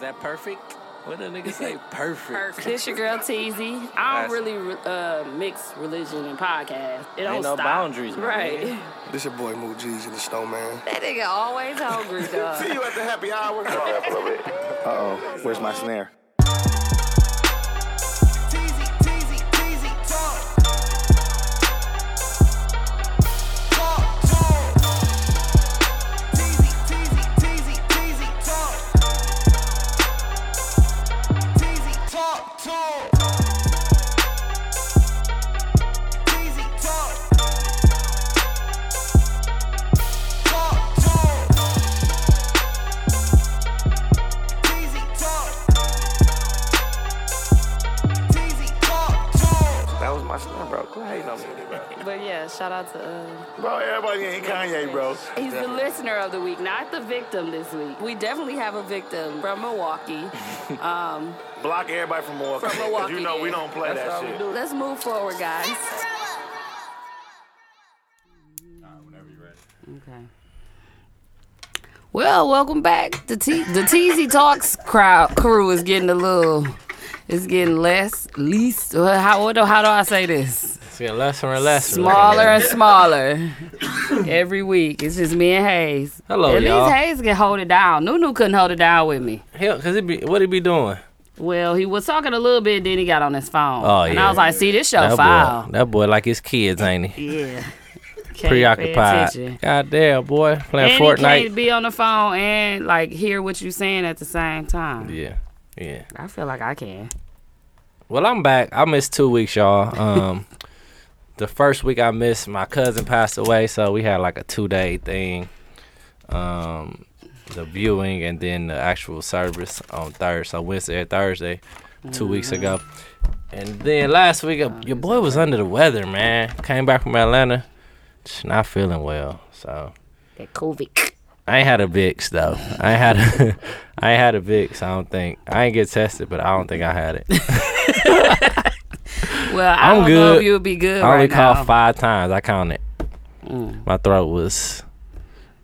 that perfect? What the nigga say? Perfect. Perfect. This your girl Teasy. I Nice. don't really uh, mix religion and podcast. It don't no stop. boundaries, my right? nigga. This your boy Moo G's and the Snowman. That nigga always hungry, dog. See you at the happy hour. Uh-oh, where's my snare? Teasy, teasy, teasy, talk. Talk, talk. Teasy, teasy, teasy, teasy, talk. Teasy, talk, talk. Teasy, talk. Talk, talk. Teasy, talk. Teasy, talk, talk. That was my son, bro. Quit hating on me, bro. But yeah, shout out to. Uh, Bro, everybody ain't Kanye, bro. he's the listener of the week, not the victim this week. We definitely have a victim from Milwaukee. Block everybody from Milwaukee. From 'cause you Milwaukee, know we yeah. don't play That's all that we shit. do. Let's move forward, guys. Okay. Well, welcome back. The T- the Teasy Talks crowd crew is getting a little, it's getting less, least. uh, How what do, how do I say this? It's getting less and less. Smaller and smaller every week. It's just me and Hayes. Hello, At y'all. least Hayes can hold it down. Nunu couldn't hold it down with me. Hell, cause it be what he be doing? Well, he was talking a little bit, then he got on his phone. Oh, And yeah. I was like, see, this show that foul. boy, that boy like his kids, ain't he? Yeah. Can't pay attention. Preoccupied. God damn, boy, playing And he can't Fortnite. be on the phone and like hear what you're saying at the same time. Yeah, yeah. I feel like I can. Well, I'm back. I missed two weeks, y'all. Um, the first week I missed, my cousin passed away, so we had like a two day thing. Um, the viewing and then the actual service on Thursday, so Wednesday or Thursday, 2 weeks ago. And then last week, uh, your boy was under the weather, man. Came back from Atlanta, just not feeling well. So That COVID. I ain't had a Vicks though. I ain't had a, I ain't had a Vicks. I don't think I ain't get tested, but I don't think I had it. Well, I I'm don't know good. if you'll be good I only right coughed now. Mm. five times. I counted. My throat was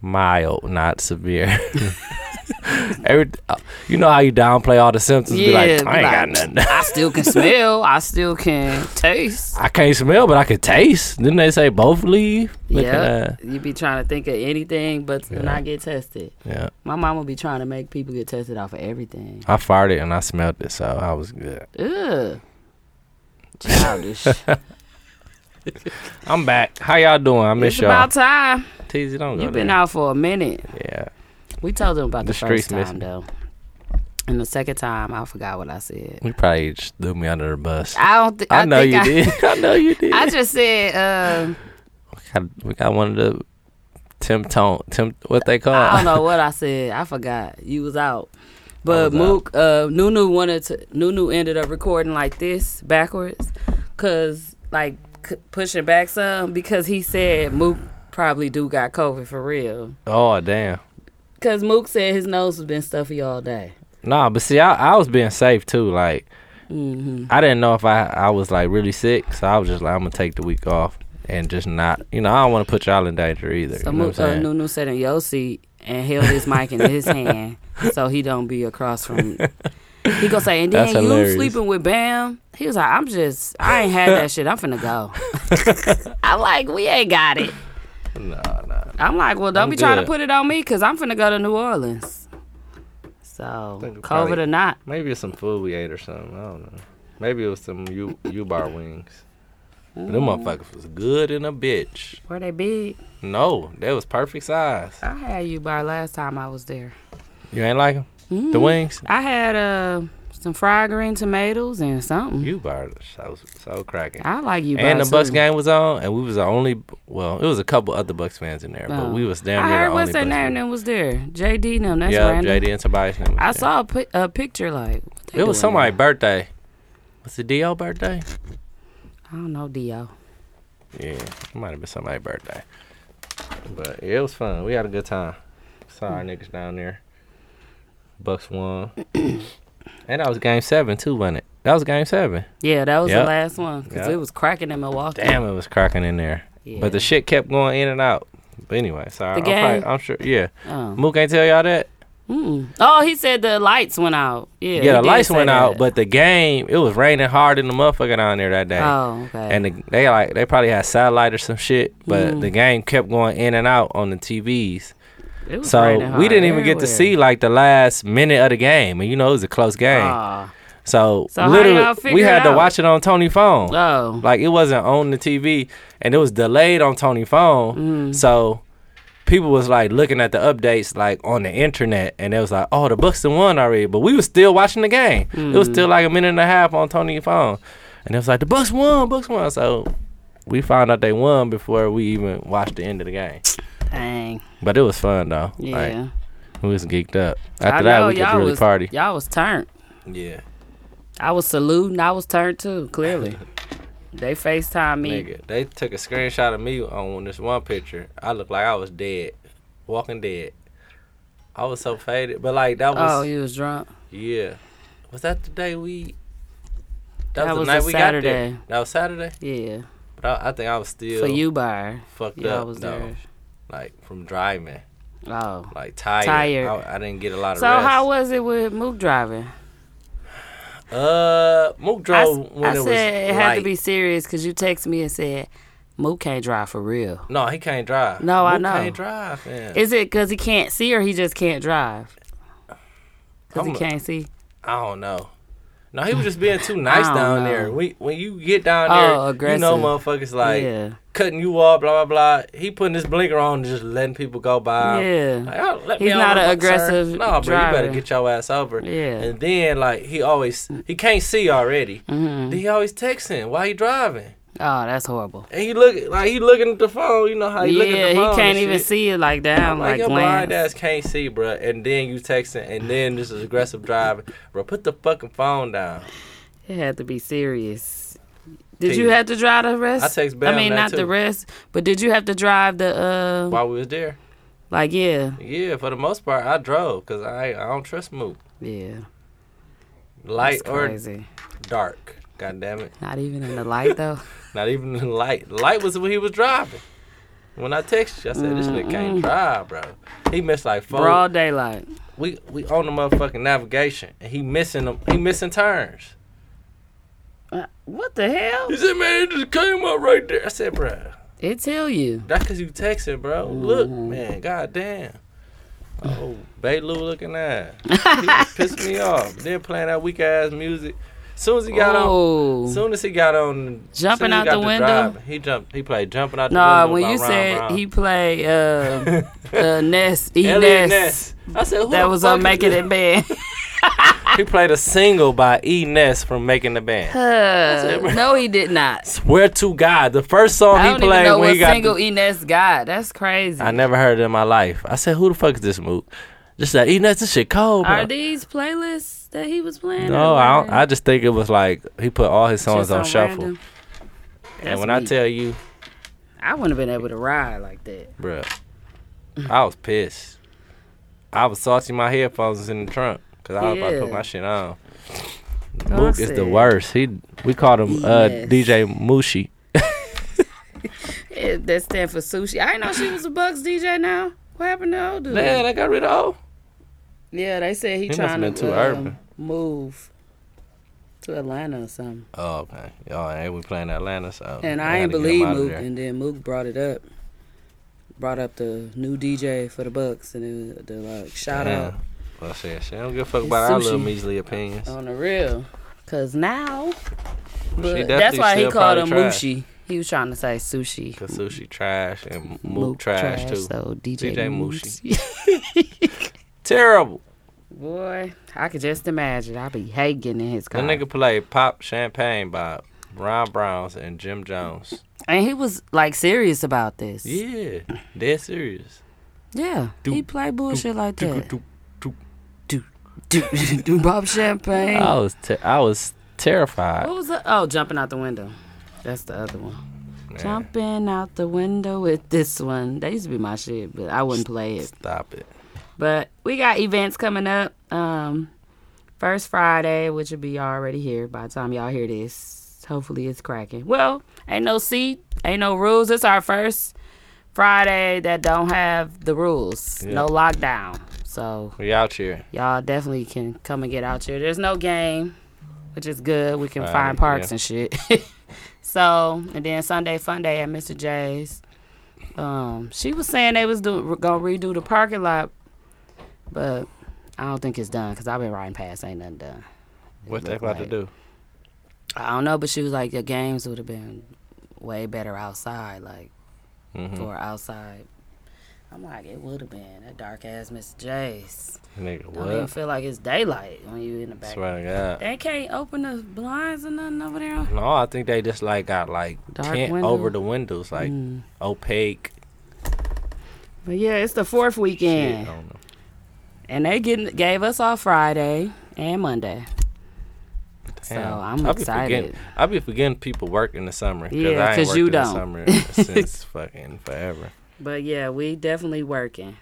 mild, not severe. Every, uh, you know how you downplay all the symptoms? be Yeah, like, be I ain't got like- nothing. I still can smell. I still can taste. I can't smell, but I can taste. Didn't they say both leave? Look at Yeah, that. you be trying to think of anything, but to not get tested. Yeah. My mom would be trying to make people get tested off of everything. I farted and I smelled it, so I was good. Ugh, childish. I'm back. How y'all doing? I miss it's y'all. about time. Teasy, don't go You've been there. out for a minute. Yeah. We told them about the, The first streets time missing. though, and the second time I forgot what I said. You probably just threw me under the bus. I, I don't. Th- I, know think you I, did. I know you did. I just said. Um, got, we got one of the Tim Tone, Tim, what they call? I it? don't know what I said. I forgot. You was out. But I was Mook, uh, Nunu wanted to. Nunu ended up recording like this backwards, cause like c- pushing back some because he said Mook probably do got COVID for real. Oh damn. Cause Mook said his nose has been stuffy all day. Nah, but see, I, I was being safe too. Like, hmm I didn't know if I I was like really sick, so I was just like, I'm gonna take the week off and just not, you know, I don't want to put y'all in danger either. So you know Mook, what I'm uh, saying? Nunu sat in your seat and held his mic in his hand so he don't be across from. He gonna say, and That's then you hilarious. sleeping with Bam. He was like, I'm just, I ain't had that shit. I'm finna go. I like, we ain't got it. Nah, nah. I'm like, well, don't I'm be trying to good. put it on me because I'm finna go to New Orleans. So Think COVID it probably- or not, Maybe it's some food we ate or something. I don't know. Maybe it was some U U bar wings. But Them motherfuckers was good in a bitch. were they big? No, they was perfect size. I had you by last time I was there. You ain't like 'em? The wings. I had uh, some fried green tomatoes and something. U bar so so cracking. I like you. and bar the Bucks too. game was on, and we was the only. Well, it was a couple other Bucks fans in there, Oh. but we was damn I near heard the what's only. their Bucks name fans. that was there. JD, no, that's yeah, random. JD and somebody's name. was I there. saw a, pi- a picture like what they It was doing somebody's birthday. Was it Dio birthday? now? I don't know, Dio. Yeah, it might have been somebody's birthday. But yeah, it was fun. We had a good time. Saw our niggas down there. Bucks won, and that was Game Seven too, wasn't it? That was Game Seven. Yeah, that was the Yep. last one because Yep. it was cracking in Milwaukee. Damn, it was cracking in there. Yeah. But the shit kept going in and out. But anyway, sorry. The I'm, probably- game? I'm sure. Yeah, Oh. Mook ain't tell y'all that. Oh, he said the lights went out. Yeah, he Yeah, the did lights say went that. out, but the game it was raining hard in the motherfucker down there that day. Oh, okay. Hmm. And the, they like they probably had satellite or some shit, but the game kept going in and out on the TVs. It was So raining we hard didn't even get to everywhere. see like the last minute of the game, and you know it was a close game. Aw. so, Oh. So how y'all literally, figure we it had to out? watch it on Tony phone. Oh. Like it wasn't on the TV, and it was delayed on Tony Mm. phone. So people was like looking at the updates like on the internet, and it was like, oh, the Bucks done won already, but we was still watching the game. It was Mm. still like a minute and a half on Tony phone, and it was like the Bucks won, Bucks won. So we found out they won before we even watched the end of the game. Dang. But it was fun though. Yeah. Like, we was geeked up. I After know that, we could y'all really was party. y'all was turned. Yeah, I was saluting. I was turned too. Clearly, they Facetime me. nigga, they took a screenshot of me on this one picture. I looked like I was dead, walking dead. I was so faded, but like that Oh, was you was drunk. yeah. Was that the day we? That was a Saturday. got there. That was Saturday, Yeah, but I, I think I was still for you, bar. fucked Yeah, I up was though, there. like from driving, Oh. like tired. Tired. I, I didn't get a lot of So rest. how was it with Mook driving? uh, Mook I, drove s- when I it was said it had to light. be serious because you texted me and said Mook can't drive for real. No, he can't drive. No, I Mook know. Can't drive. Man. Is it because he can't see or he just can't drive? Because he I'm a- can't see. I don't know. No, he was just being too nice don't down know. there. We, when you get down there, Oh, you know aggressive. motherfuckers like Yeah. cutting you off, blah blah blah. He putting his blinker on, and just letting people go by. Yeah. Like, oh, let me He's not over, an sir. aggressive No, bro, you better driver. get your ass over. Yeah. And then like he always he can't see already. Mm-hmm. Then he always texting while he driving, Oh, that's horrible. and he look like he looking at the phone. You know how he looking at yeah, the he phone. and can't even shit. see it like down, Like, like, your blind glance. ass can't see, bro. And then you texting, and then this is aggressive driving, bro. Put the fucking phone down. It had to be serious. Did Period. you have to drive the rest? I text I Bam mean, that not too. the rest, but did you have to drive the uh? While we was there, Like yeah, yeah, for the most part, I drove because I I don't trust Mook, yeah. light It's or crazy. dark. God damn it, Not even in the light though. not even the light. Light was when he was driving. When I texted you, I said this nigga can't drive, bro. He missed like four. Mm-hmm. Broad daylight. We we on the motherfucking navigation, and he missing them. He missing turns. Uh, What the hell? He said, man, it just came up right there. I said, bruh. It tell you. That's cause you texting, bro. Look, Mm-hmm. man, goddamn. Oh, Bailu looking at. He was pissing me off. Then playing that weak ass music. Soon as he got Oh. on, soon as he got on, Jumping soon as he got out the to window? driving, he jumped. He played jumping out the Nah, window. when by you Ron said Brown. he play uh, uh Ness, E Elliot Ness, Ness. I said who that the was fuck on is Making this? It Bad. He played a single by E Ness from Making the Band. Uh, no, he did not. Swear to God, the first song I he don't played even know when what he got single the- E Ness got. That's crazy. I never heard it in my life. I said, who the fuck is this moot? Just that E Ness, this shit cold, bro. Are these playlists that he was playing? No, or I don't, were I just think it was like he put all his they songs just on shuffle. random? And That's when I weak. tell you, I wouldn't have been able to ride like that. bruh, Mm. I was pissed. I was saucing my headphones in the trunk because I was about to put Yeah. Oh, my shit on. I Mook is the said- worst. He we called him uh, Yes. DJ Mushi. It, that stand for sushi. I didn't know she was a Bucks DJ now. What happened to old dude? Man, they got rid of. Yeah, they said he, must trying have been to too um, urban. move to Atlanta or something. Oh okay. Oh, and they were playing Atlanta, so And they I had ain't to Oh, get him believe out of Mook, there. and then Mook brought it up. Brought up the new DJ for the Bucks, and then the like shout Yeah. out Well, shit, shit, I don't give a fuck It's about our little sushi. Oh. measly opinions. on the real. Cause now, but that's definitely why he still called probably him trash. Mushi. He was trying to say sushi. Cause sushi trash and Mook trash, too. So DJ, DJ Mushi. Terrible. Boy, I could just imagine. I be hating getting in his car. That nigga played Pop Champagne by Ron Browns and Jim Jones. And he was like serious about this. Yeah, dead serious. Yeah, he played bullshit like that. Doop, doop. Do do do Bob Champagne. I was te- I was What terrified. was that? Oh, jumping out the window. That's the other one. Man, Jumping out the window with this one. That used to be my shit, but I wouldn't play it. stop it. But we got events coming up. Um, first Friday, which will be already here by the time y'all hear this. Hopefully, it's cracking. Well, ain't no seat, ain't no rules. It's our first Friday that don't have the rules. No lockdown. So We out here. y'all definitely can come and get out here. There's no game, which is good. We can Uh, find parks yeah. and shit. so and then Sunday Fun Day at Mr. J's. Um, she was saying they was do, gonna redo the parking lot, but I don't think it's done because I've been riding past. Ain't nothing done. What they Look about to like- do? I don't know, but she was like, your games would have been way better outside, like Mm-hmm. for outside. I'm like, it would have been that dark ass Mr. J's. Nigga, I don't even what? feel like it's daylight when you in the back. Swear to God. They can't open the blinds or nothing over there. No, I think they just like got like Dark tint window. Mm. over the windows, like opaque. But yeah, it's the fourth Shit, weekend, I don't know. and they getting, gave us off Friday and Monday. Damn. So I'm I be excited. Forgetting, I be forgetting people work in the summer. Yeah, I ain't 'cause worked you in the don't. summer since fucking forever. But yeah, we definitely working.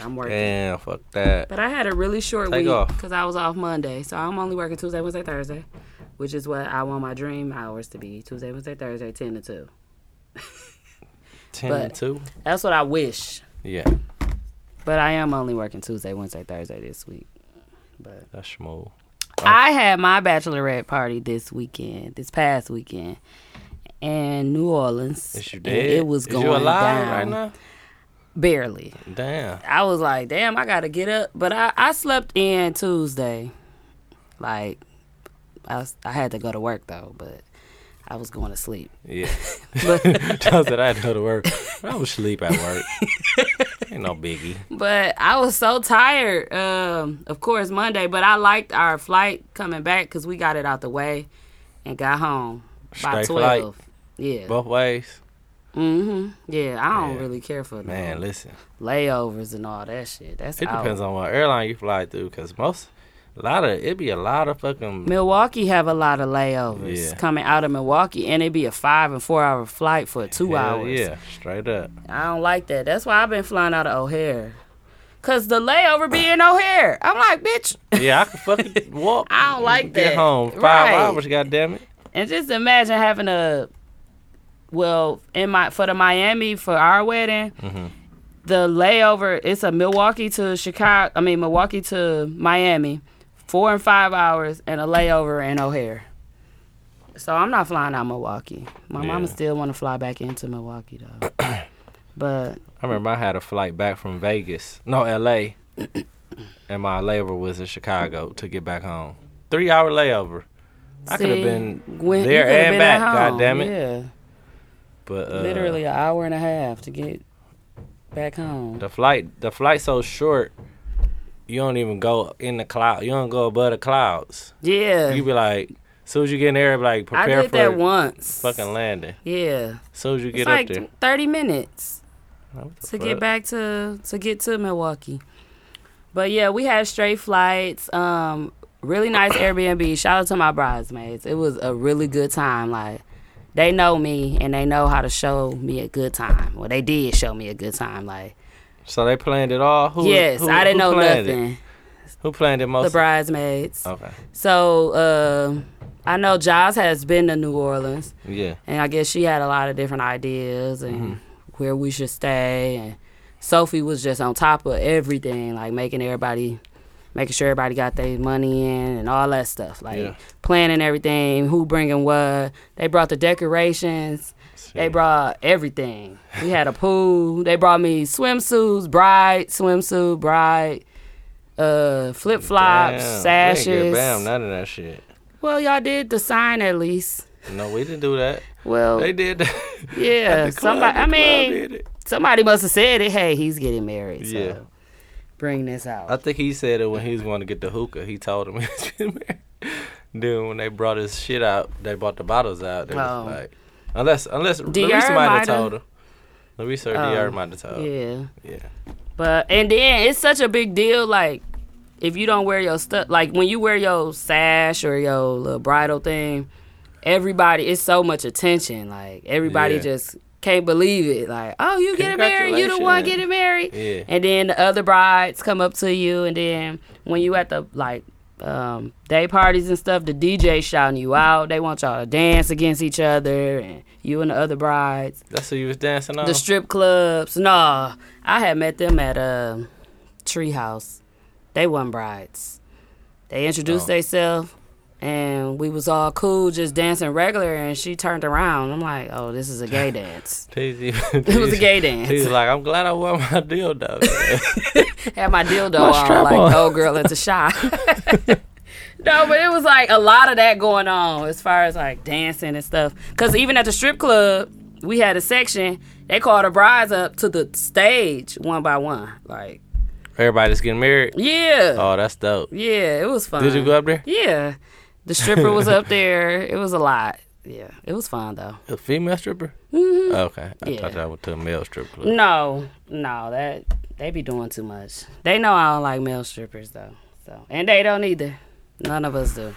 I'm working. Damn, fuck that. But I had a really short Take week off. because I was off Monday, so I'm only working Tuesday, Wednesday, Thursday, which is what I want my dream hours to be: Tuesday, Wednesday, Thursday, ten to two. Ten But- and two. That's what I wish. Yeah, But I am only working Tuesday, Wednesday, Thursday this week. But that's smooth. Oh. I had my bachelorette party this weekend, this past weekend, in New Orleans. Is you and dead? It was Is going you alive down right now? barely. Damn. I was like, damn, I gotta get up. But I, I slept in Tuesday. Like, I, was- I had to go to work though, but I was going to sleep. Yeah. But, That's that I go to work. I was sleep at work. Ain't no biggie. but I was so tired, um, of course, Monday. But I liked our flight coming back because we got it out the way and got home by Straight flight. 12. Yeah. Both ways. hmm Yeah, I don't Yeah. really care for Man, the listen. layovers and all that shit. That's It out. depends on what airline you fly through, cause most, a lot of it be a lot of fucking Milwaukee have a lot of layovers Yeah. coming out of Milwaukee, and it'd be a five and four hour flight for two Hell hours. Yeah, straight up. I don't like that. That's why I've been flying out of O'Hare, cause the layover be in O'Hare. I'm like, bitch, Yeah, I could fucking walk. I don't like get that. home five Right. hours. God damn it. and just imagine having a, well, in my for the Miami for our wedding. Mm-hmm. The layover, it's a Milwaukee to Chicago. I mean Milwaukee to Miami, four and five hours, and a layover in O'Hare. So I'm not flying out Milwaukee. My Yeah. mama still want to fly back into Milwaukee though. but I remember I had a flight back from Vegas, no L.A., and my layover was in Chicago to get back home. Three hour layover. I could have see, been Gwen- you there coulda and been back. at God home. damn it. Yeah, But uh, literally an hour and a half to get back home. the flight, the flight so short. You don't even go in the cloud. You don't go above the clouds. yeah, You be like, as soon as you get in there, like I prepare did for that once. fucking landing. Yeah, As soon as you get it's up like there. thirty minutes. Like, what the to get fuck? back to to get to Milwaukee. But yeah, we had straight flights. Um, really nice Airbnb. Shout out to my bridesmaids. It was a really good time. Like they know me and they know how to show me a good time. Well, they did show me a good time. Like So they planned it all. Who, yes, who- I didn't who know planned it? Oh. nothing. Who planned it most? The bridesmaids. Okay. So uh, I know Jaws has been to New Orleans. Yeah. and I guess she had a lot of different ideas and Mm-hmm. where we should stay. And Sophie was just on top of everything, like making everybody, making sure everybody got their money in and all that stuff, like Yeah. planning everything, who bringing what. They brought the decorations. They brought everything. We had a pool. They brought me swimsuits, bride swimsuit, bride, uh, flip flops, Damn, we didn't get sashes. Bam, none of that shit. Well, y'all did the sign at least. No, we didn't do that. Well, They did that. yeah, The club- somebody. the I club mean, did it. somebody must have said it. Hey, he's getting married. So Yeah. bring this out. I think he said it when he was going to get the hookah. He told him he was getting married. Then when they brought his shit out, they brought the bottles out. They Oh. was like, unless unless DR Larissa might have might've- told him. Larissa or DR might have told. him. Oh, yeah, Yeah. but and then it's such a big deal. Like if you don't wear your stuff, like when you wear your sash or your little bridal thing, everybody it's so much attention. Like everybody Yeah. just can't believe it. Like oh, you getting married? You the one Congratulations. getting married? Yeah. And then the other brides come up to you, and then when you at the like um, day parties and stuff, the DJ shouting you out. They want y'all to dance against each other, and you and the other brides. Oh. That's who you was dancing on. The strip clubs, nah. I had met them at uh, Treehouse. They won brides. They introduced themselves, and we was all cool, just dancing regular. And she turned around. I'm like, oh, this is a gay dance. Teasy, It was a gay dance. He's like, I'm glad I wore my dildo. Had my dildo strap on, like, on. oh, girl, it's a shot. no, but it was like a lot of that going on as far as like dancing and stuff. Because even at the strip club, we had a section. They called the brides up to the stage one by one. Like, Everybody's getting married. yeah. Oh, that's dope. Yeah, it was fun. Did you go up there? Yeah. The stripper was up there. It was a lot. Yeah, it was fun though. A female stripper? Oh, Okay. I Mm-hmm. Yeah. thought I went to a male strip club. No, no, that they be doing too much. They know I don't like male strippers though. So and they don't either. None of us do.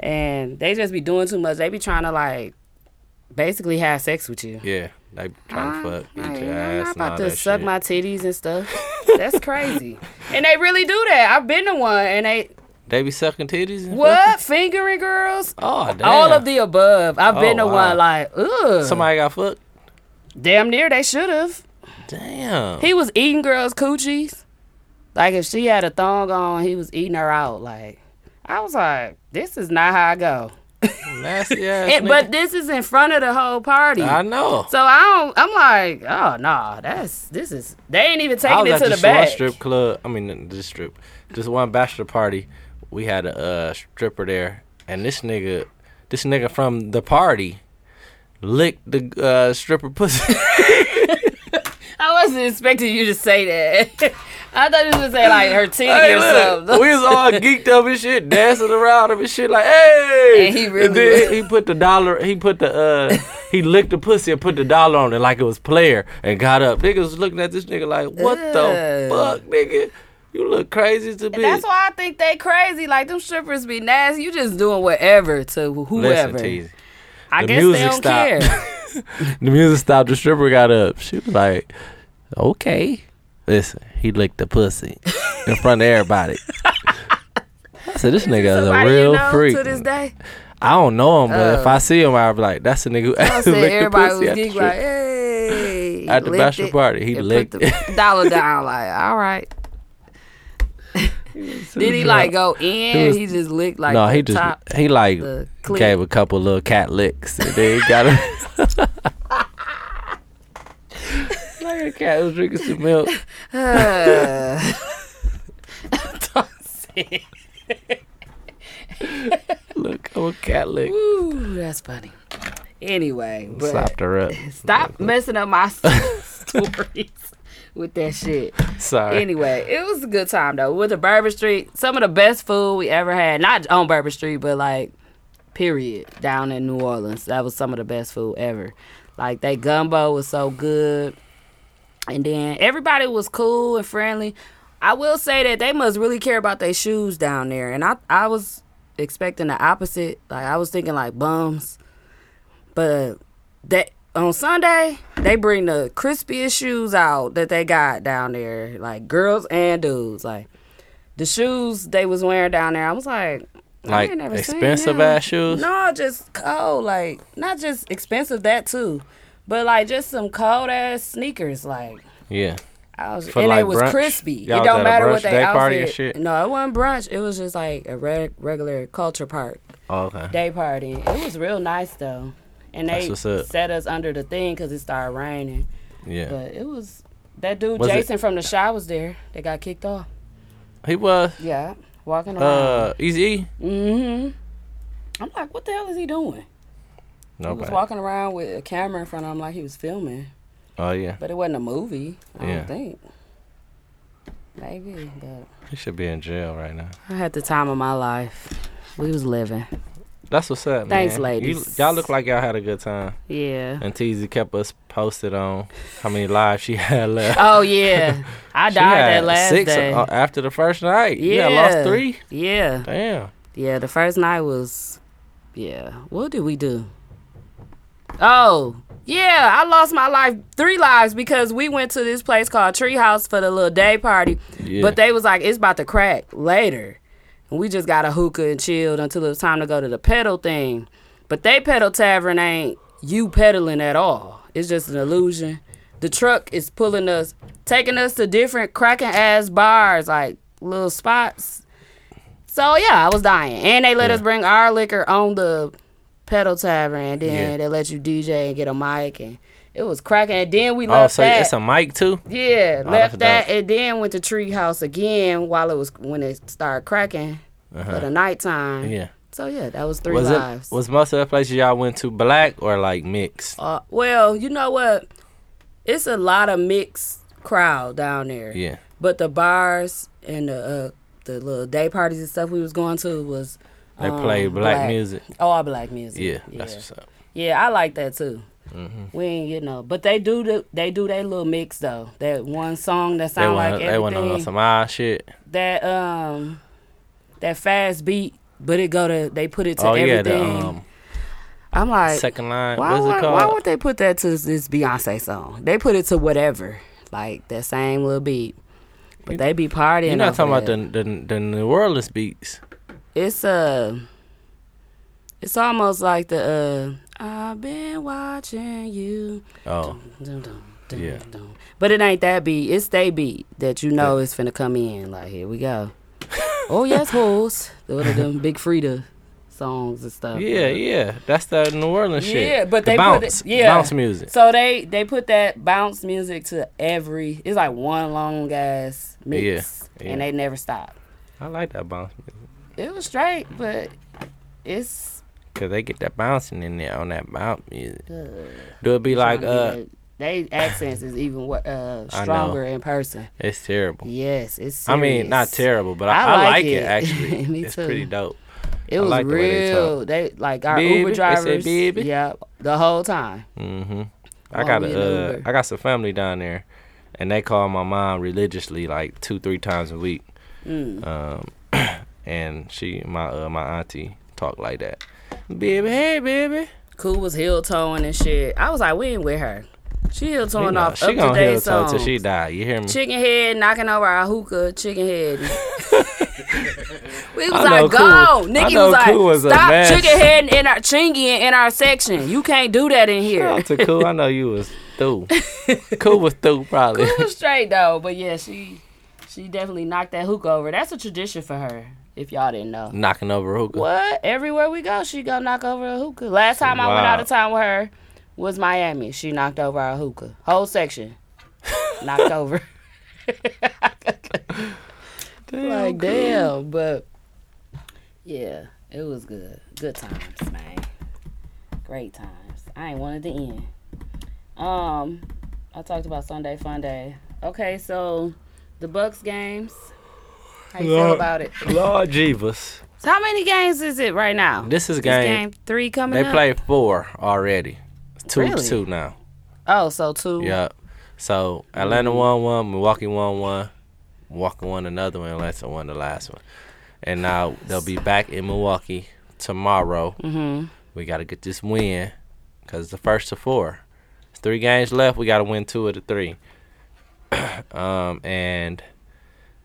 And they just be doing too much. They be trying to like basically have sex with you. Yeah. They trying to fuck each Like, your ass I'm and not all about to that suck shit. my titties and stuff. That's crazy. And they really do that. I've been to one and they They be sucking titties and what? Fingering girls? Oh, damn. All of the above. I've been Oh, to wow. one like, ugh. Somebody got fucked? Damn near they should have. Damn. He was eating girls' coochies. Like if she had a thong on, he was eating her out. Like I was like, this is not how I go. Nasty ass. And, nigga. but this is in front of the whole party. I know. so I don't. I'm like, oh no, that's this is. They ain't even I taking was it at to the this one back. strip club. I mean, not this strip, this one bachelor party. We had a uh, stripper there, and this nigga, this nigga from the party, licked the uh, stripper pussy. I wasn't expecting you to say that. I thought you was gonna say like her titty Hey, or look, something. we was all geeked up and shit, dancing around him and shit, like, hey. And he really then was. he put the dollar. He put the uh, he licked the pussy and put the dollar on it like it was player and got up. Niggas was looking at this nigga like, what the Ugh. fuck, nigga? You look crazy to be. That's why I think they crazy. Like them strippers be nasty. You just doing whatever to wh- Listen, whoever. Teezy. I The guess they music don't stopped. care. The music stopped. The stripper got up. She was like, "Okay." Listen, he licked the pussy in front of everybody. I said, "This nigga is a Somebody real you know freak." to this day. I don't know him, but if Oh. I see him, I'll be like, "That's the nigga who I actually said licked the everybody pussy." was at the geek strip." like, hey. At the licked bachelor it party, he and licked put the dollar down. Like, all right. Did he like go in? He, was- just licked like no, the he just top. he like the clit. gave a couple little cat licks, and then he got him. like a cat was drinking some milk. Look, I'm a cat lick. Ooh, that's funny. Anyway, but Slapped her up. stop messing up my stories with that shit. Sorry. Anyway, it was a good time though. With the Bourbon Street, some of the best food we ever had. Not on Bourbon Street, but like period down in New Orleans. That was some of the best food ever. Like that gumbo was so good. And then everybody was cool and friendly. I will say that they must really care about their shoes down there. And I I was expecting the opposite. Like I was thinking like bums. But that on Sunday they bring the crispiest shoes out that they got down there, like girls and dudes. Like the shoes they was wearing down there, I was like, Like I ain't never seen expensive them. ass shoes? No, just cold, like not just expensive that too, but like just some cold ass sneakers, like. yeah. I was, For, and like, it was brunch? crispy. Y'all was it at a don't matter brunch what they day outfit. party and shit? No, it wasn't brunch. It was just like a reg- regular culture park Oh, okay. day party. It was real nice though, and That's they what's up. set us under the thing because it started raining. yeah. But it was that dude Was it- Jason from the shy was there. They got kicked off. He was Yeah, walking around. uh Easy. I'm like, what the hell is he doing? He was Nobody. walking around with a camera in front of him like he was filming, Oh yeah. but it wasn't a movie. I Yeah. don't think. Maybe, but He should be in jail right now. I had the time of my life. We was living. That's what's up, man. Thanks, You- ladies. y'all look like y'all had a good time. Yeah. And TZ kept us posted on how many lives she had left. Oh yeah, I She died had that last six day. uh, after the first night. You had Yeah. lost three. yeah, Damn. yeah. The first night was, yeah. What did we do? Oh yeah, I lost my life, three lives because we went to this place called Treehouse for the little day party. Yeah. But they was like, it's about to crack later. And we just got a hookah and chilled until it was time to go to the pedal thing. But they pedal tavern ain't you pedaling at all. It's just an illusion. the truck is pulling us, taking us to different cracking ass bars, like little spots. So yeah, I was dying, and they let us bring our liquor on the pedal tavern, and then Yeah. they let you DJ and get a mic, and it was cracking. And then we Oh, left so that. it's a mic too? yeah, Oh, left that's that, dope. and then went to Treehouse again while it was when it started cracking for the nighttime. Uh-huh. Yeah. So yeah, that was three Was lives. it was most of the places y'all went to black or like mixed? Uh, well, you know what? It's a lot of mixed crowd down there. Yeah. But the bars and the uh, the little day parties and stuff we was going to was They um, played black, music. All black music. Yeah, yeah. that's what's up. Mm-hmm. Yeah, I like that too. We ain't you know, but they do the, they do their little mix though. That one song that They sound went like they went on everything. some odd shit. that um that fast beat, but it go to they put it to oh yeah, everything. the um I'm like second line. why, what's would, it called? why would they put that to this Beyonce song? They put it to whatever, like that same little beat. But they be partying. You're not talking over about the, that. the the New Orleans beats. It's uh, it's almost like the uh, I've been watching you. Oh, Dun, dun, dun, Yeah. dun. But it ain't that beat. It's they beat that you know is finna come in. Like here we go. oh yes, hoes. One of them Big Frida songs and stuff. yeah, yeah. That's the New Orleans shit. Yeah, but The they bounce, put it, yeah. bounce music. So they they put that bounce music to every. It's like one long ass mix, Yeah, yeah. and they never stop. I like that bounce music It was straight, but it's because they get that bouncing in there on that bounce music. Do it be like I uh? mean, they accents is even wo- uh, I know. stronger in person. It's terrible. Yes, it's. I mean, not serious. terrible, but I, I, like, it, actually. Me it's too. pretty dope. It I was like the way they real. talk. They, like our Baby, Uber they say drivers. baby. Yeah, the whole time. hmm I Call got me an a, uh, Uber. I got some family down there, and they call my mom religiously, like two, three times a week. Mm. Um, and she, my uh, my auntie, talk like that. Baby, hey, baby. Cool was heel toeing and shit. I was like, we ain't with her. She heel You toeing know, off she up to gonna heel date toe till songs. she die. You hear me? Chicken head knocking over our hookah. Chicken head. we was I know like, Cool- go. I Nikki know was like, Cool was a stop mess." chicken head in our chingy in our section. You can't do that in here. Shout out to Cool. I know you was through. cool was through probably. It was straight though, but yeah, she she definitely knocked that hookah over. That's a tradition for her. If y'all didn't know. Knocking over hookah. What? Everywhere we go, she go knock over a hookah. Last time I went Wow. out of town with her was Miami. She knocked over a hookah. Whole section. knocked over. like damn, but yeah, it was good. Good times, man. Great times. I ain't wanted to end. Um, I talked about Sunday Fun Day. Okay, so the Bucks games. How you feel Lord. about it? Lord Jeebus. So how many games is it right now? This is It's game. three coming They up. played four already. It's Two Really? two now. Oh, so two. Yep. So Atlanta Mm-hmm. won one, Milwaukee won one, Milwaukee won another one, Atlanta won the last one, and now they'll be back in Milwaukee tomorrow. Mm-hmm. We got to get this win because the first of four, It's three games left. We got to win two of the three. um and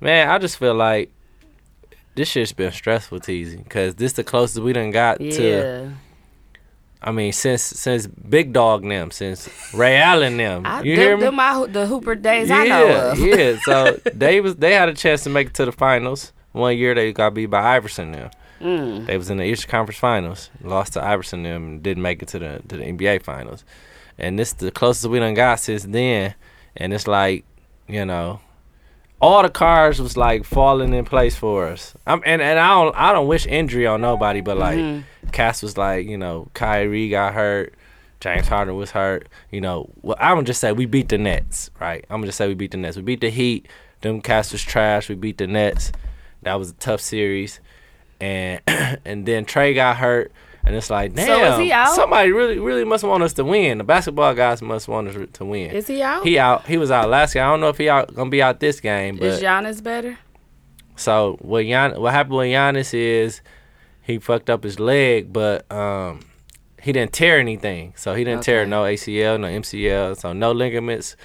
man, I just feel like this shit's been stressful, teasing because this the closest we done got to. Yeah. I mean, since since Big Dog and them, since Ray Allen and them, I, you them- hear me? them my ho- the Hooper days yeah, I know of. yeah. So they was they had a chance to make it to the finals. One year they got beat by Iverson. Now Mm. they was in the Eastern Conference Finals, lost to Iverson. Them and didn't make it to the to the NBA Finals. And this the closest we done got since then. And it's like you know, all the cars was like falling in place for us. I'm and, and I don't I don't wish injury on nobody, but like Mm-hmm. Cass was like you know Kyrie got hurt, James Harden was hurt. You know, well I'm gonna just say we beat the Nets, right? I'm gonna just say we beat the Nets. We beat the Heat. Them Cass was trash. We beat the Nets. That was a tough series, and and then Trey got hurt. And it's like, damn, is he out? somebody really, really must want us to win. The basketball guys must want us to win. Is he out? He out. He was out last game. I don't know if he out gonna be out this game. But Is Giannis better? so what? Gian, what happened with Giannis is he fucked up his leg, but um, he didn't tear anything. So he didn't tear no ACL, no MCL, so no ligaments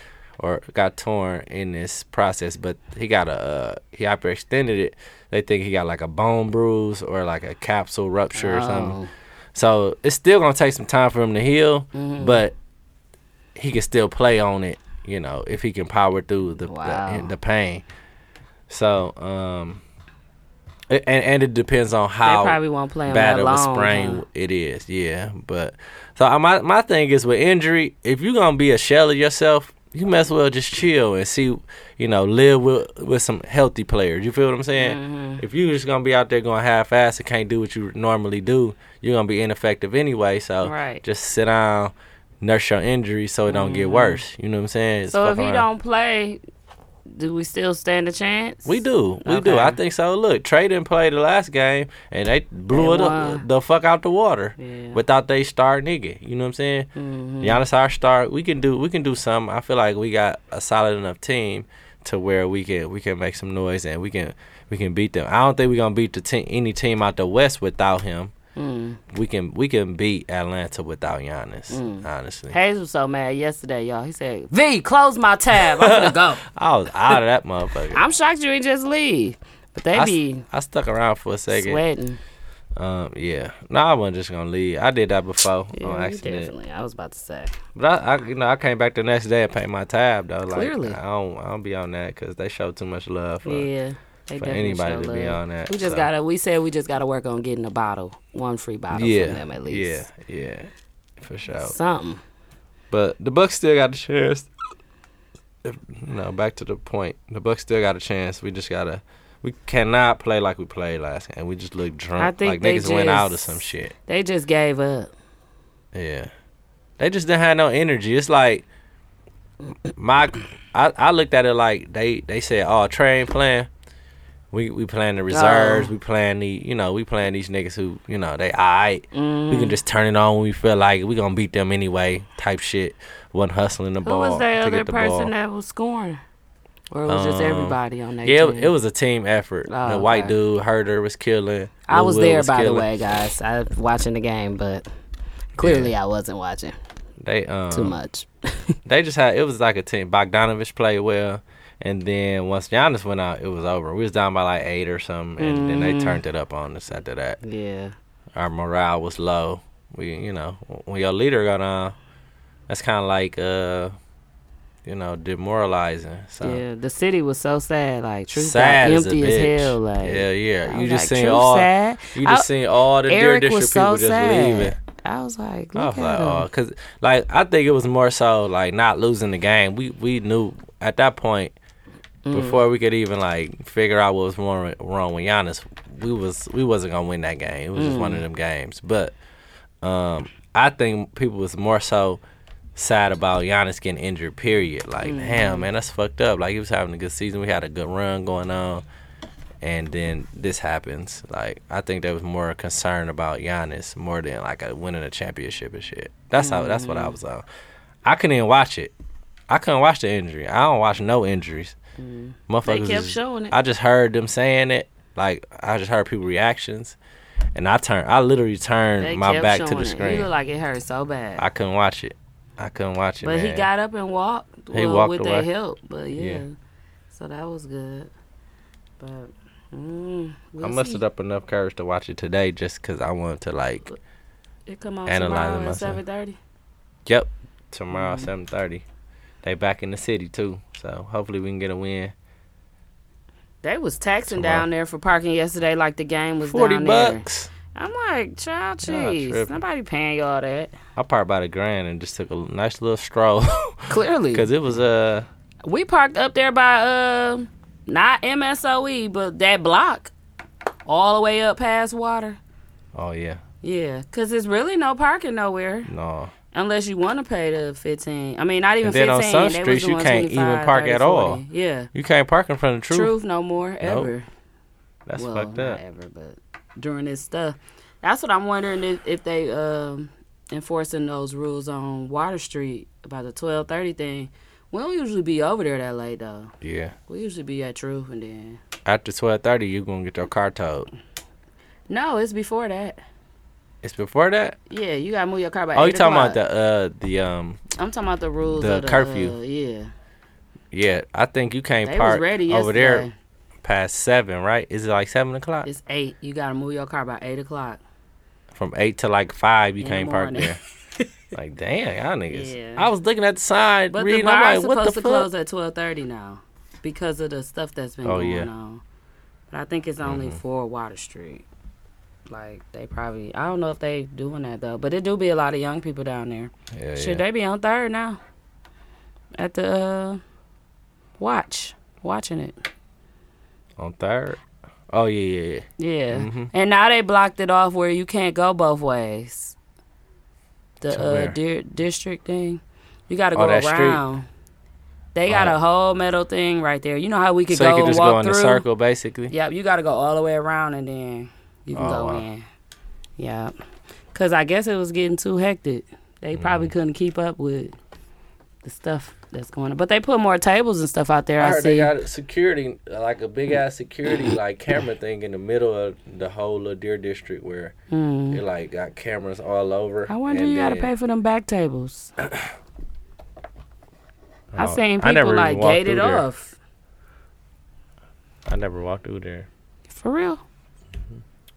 or got torn in this process. But he got a uh, he hyperextended it. They think he got like a bone bruise or like a capsule rupture or something. So it's still gonna take some time for him to heal, but he can still play on it. you know, if he can power through the Wow. the, the pain. So, um, a- and and it depends on how probably won't play him bad that of a long, sprain huh? it is. Yeah, but so I, my my thing is with injury, if you're gonna be a shell of yourself, you may as well just chill and see, you know, live with with some healthy players. You feel what I'm saying? Mm-hmm. If you're just gonna be out there going half ass and can't do what you normally do, you're gonna be ineffective anyway. So Right. Mm-hmm. just sit down. Nurse your injury so it don't get worse. You know what I'm saying? Just So fuck if he around. don't play, do we still stand a chance? We do. We do. Okay. I think so. Look, Trey didn't play the last game and they blew it They up won. the fuck out the water Yeah. Mm-hmm. without they star nigga. You know what I'm saying? Giannis our star. We can do we can do something. I feel like we got a solid enough team to where we can we can make some noise and we can we can beat them. I don't think we're gonna beat the team any team out the West without him. Mm. We can we can beat Atlanta without Giannis, Mm. honestly. Hayes was so mad yesterday, y'all. He said, "V, close my tab. I'm gonna go." I was out of that motherfucker. I'm shocked you ain't just leave, but they I s- be I stuck around for a second. sweating. Um, yeah. No, I wasn't just gonna leave. I did that before Yeah, on you accident. definitely. I was about to say. But I, I, you know, I came back the next day and paid my tab though. Like, Clearly. I don't, I don't be on that because they show too much love. For, yeah. They for definitely anybody show to be love. on that, We just so. gotta. We said we just gotta work on getting a bottle, one free bottle yeah, from them at least. yeah, yeah, for sure. Something. But the Bucks still got a chance. If, you know, back to the point. The Bucks still got a chance. We just gotta. We cannot play like we played last game. We just look drunk. I think like they niggas went out or just- some shit. They just gave up. Yeah. They just didn't have no energy. It's like my I, I looked at it like they they said, Oh, Trey ain't playing. We we playing Oh. the reserves, we playing the you know, we playing these niggas who, you know, they alright. We Mm. can just turn it on when we feel like it. we gonna beat them anyway, type shit. Wasn't hustling the Who ball. was to that other get the person ball. that was scoring? Or it was just Um, everybody on that Yeah, team? it, it was a team effort. Oh, the white okay. dude, Herder was killing. I Lil was Will there, by the killing. way, guys. I was watching the game, but clearly I wasn't watching They um too much. they just had it was like a team. Bogdanovich played well, and then once Giannis went out, it was over. We was down by like eight or something, and then Mm. they turned it up on us after that. yeah. Our morale was low. We, you know, when your leader got on, that's kind of like uh, you know, demoralizing. So. Yeah. The city was so sad. Like, truth Sad got as, empty a as, bitch. hell. Like, yeah, I yeah. You was just like, seen Truth all. sad? You just I- seen all the dear Eric district was so people just leaving. sad. I was like, I look was like, at him. oh, cause like I think it was more so like not losing the game. We we knew at that point Mm. before we could even like figure out what was wrong wrong with Giannis. We was we wasn't gonna win that game. It was just one Mm. of them games. But um, I think people was more so sad about Giannis getting injured. Period. Like, Mm. damn man, that's fucked up. Like he was having a good season. We had a good run going on. And then this happens. Like I think there was more concern about Giannis more than like a winning a championship and shit. That's how. That's what Mm. I was on. I couldn't even watch it. I couldn't watch the injury. I don't watch no injuries. Motherfuckers Mm. kept is- showing it. I just heard them saying it. Like I just heard people reactions, and I turned. I literally turned They my kept back to showing the it. You screen. look like it hurt so bad. I couldn't watch it. I couldn't watch it. but he man. got up and walked. He well, walked with away. their help. But yeah. Yeah. So that was good. But mm, we'll I see. mustered up enough courage to watch it today, just because I wanted to like. It come on analyzing tomorrow at myself. seven thirty. Yep. Tomorrow Mm-hmm. seven thirty. They back in the city too. So hopefully we can get a win. They was taxing Tomorrow. down there for parking yesterday, like the game was Forty down bucks. there. I'm like, child, Y'all cheese, tripping. nobody paying y'all that. I parked about a grand and just took a nice little stroll. Clearly, Cause it was uh we parked up there by uh, not MSOE, E, but that block, all the way up past water. oh yeah. Yeah, cause there's really no parking nowhere No. unless you want to pay the fifteen. I mean, not even And then on fifteen. some they was streets, you doing can't even 25, park at 30, all. 40. Yeah, You can't park in front of truth, truth. no more ever. That's well, fucked not up. ever, but during this stuff, that's what I'm wondering if, if they um, enforcing those rules on Water Street about the twelve thirty thing. We don't usually be over there that late though. Yeah. We usually be at Truth and then After twelve thirty you gonna get your car towed. no, it's before that. It's before that? Yeah, you gotta move your car by. Oh you 8 talking about o'clock. the uh the um I'm talking about the rules. the of the curfew. uh, yeah, yeah, I think you can't they was park ready over yesterday. there past seven, right? Is it like seven o'clock? It's eight. You gotta move your car by eight o'clock. From eight to like five you in the can't park morning. there. Like, damn, y'all niggas. Yeah. I was looking at the sign, But reading. the bar I'm is like, what supposed the to fuck? close at twelve thirty now because of the stuff that's been Oh, going yeah. Mm-hmm. on. But I think it's only for Water Street. Like they probably, I don't know if they doing that though. But it do be a lot of young people down there. Yeah, yeah. Should they be on third now? At the uh, watch, watching it. On third? Oh, yeah, yeah, yeah. Yeah. Mm-hmm. And now they blocked it off where you can't go both ways. The To uh, where? di- district thing. You got to Oh, go that street? around. They got Oh. a whole metal thing right there. You know how we could So go you could and just walk go in through. the circle, basically. Yep, you got to go all the way around and then you can Oh, go wow. in. Yep. Cuz I guess it was getting too hectic. They Mm. probably couldn't keep up with the stuff that's going on. But they put more tables and stuff out there. I I, heard see. they got security, like a big ass security, like camera thing in the middle of the whole of Deer District where it like got cameras all over. Hmm. I wonder and you got to then- pay for them back tables. I Oh, seen I never people like even walked gated through there. off. I never walked through there. For real?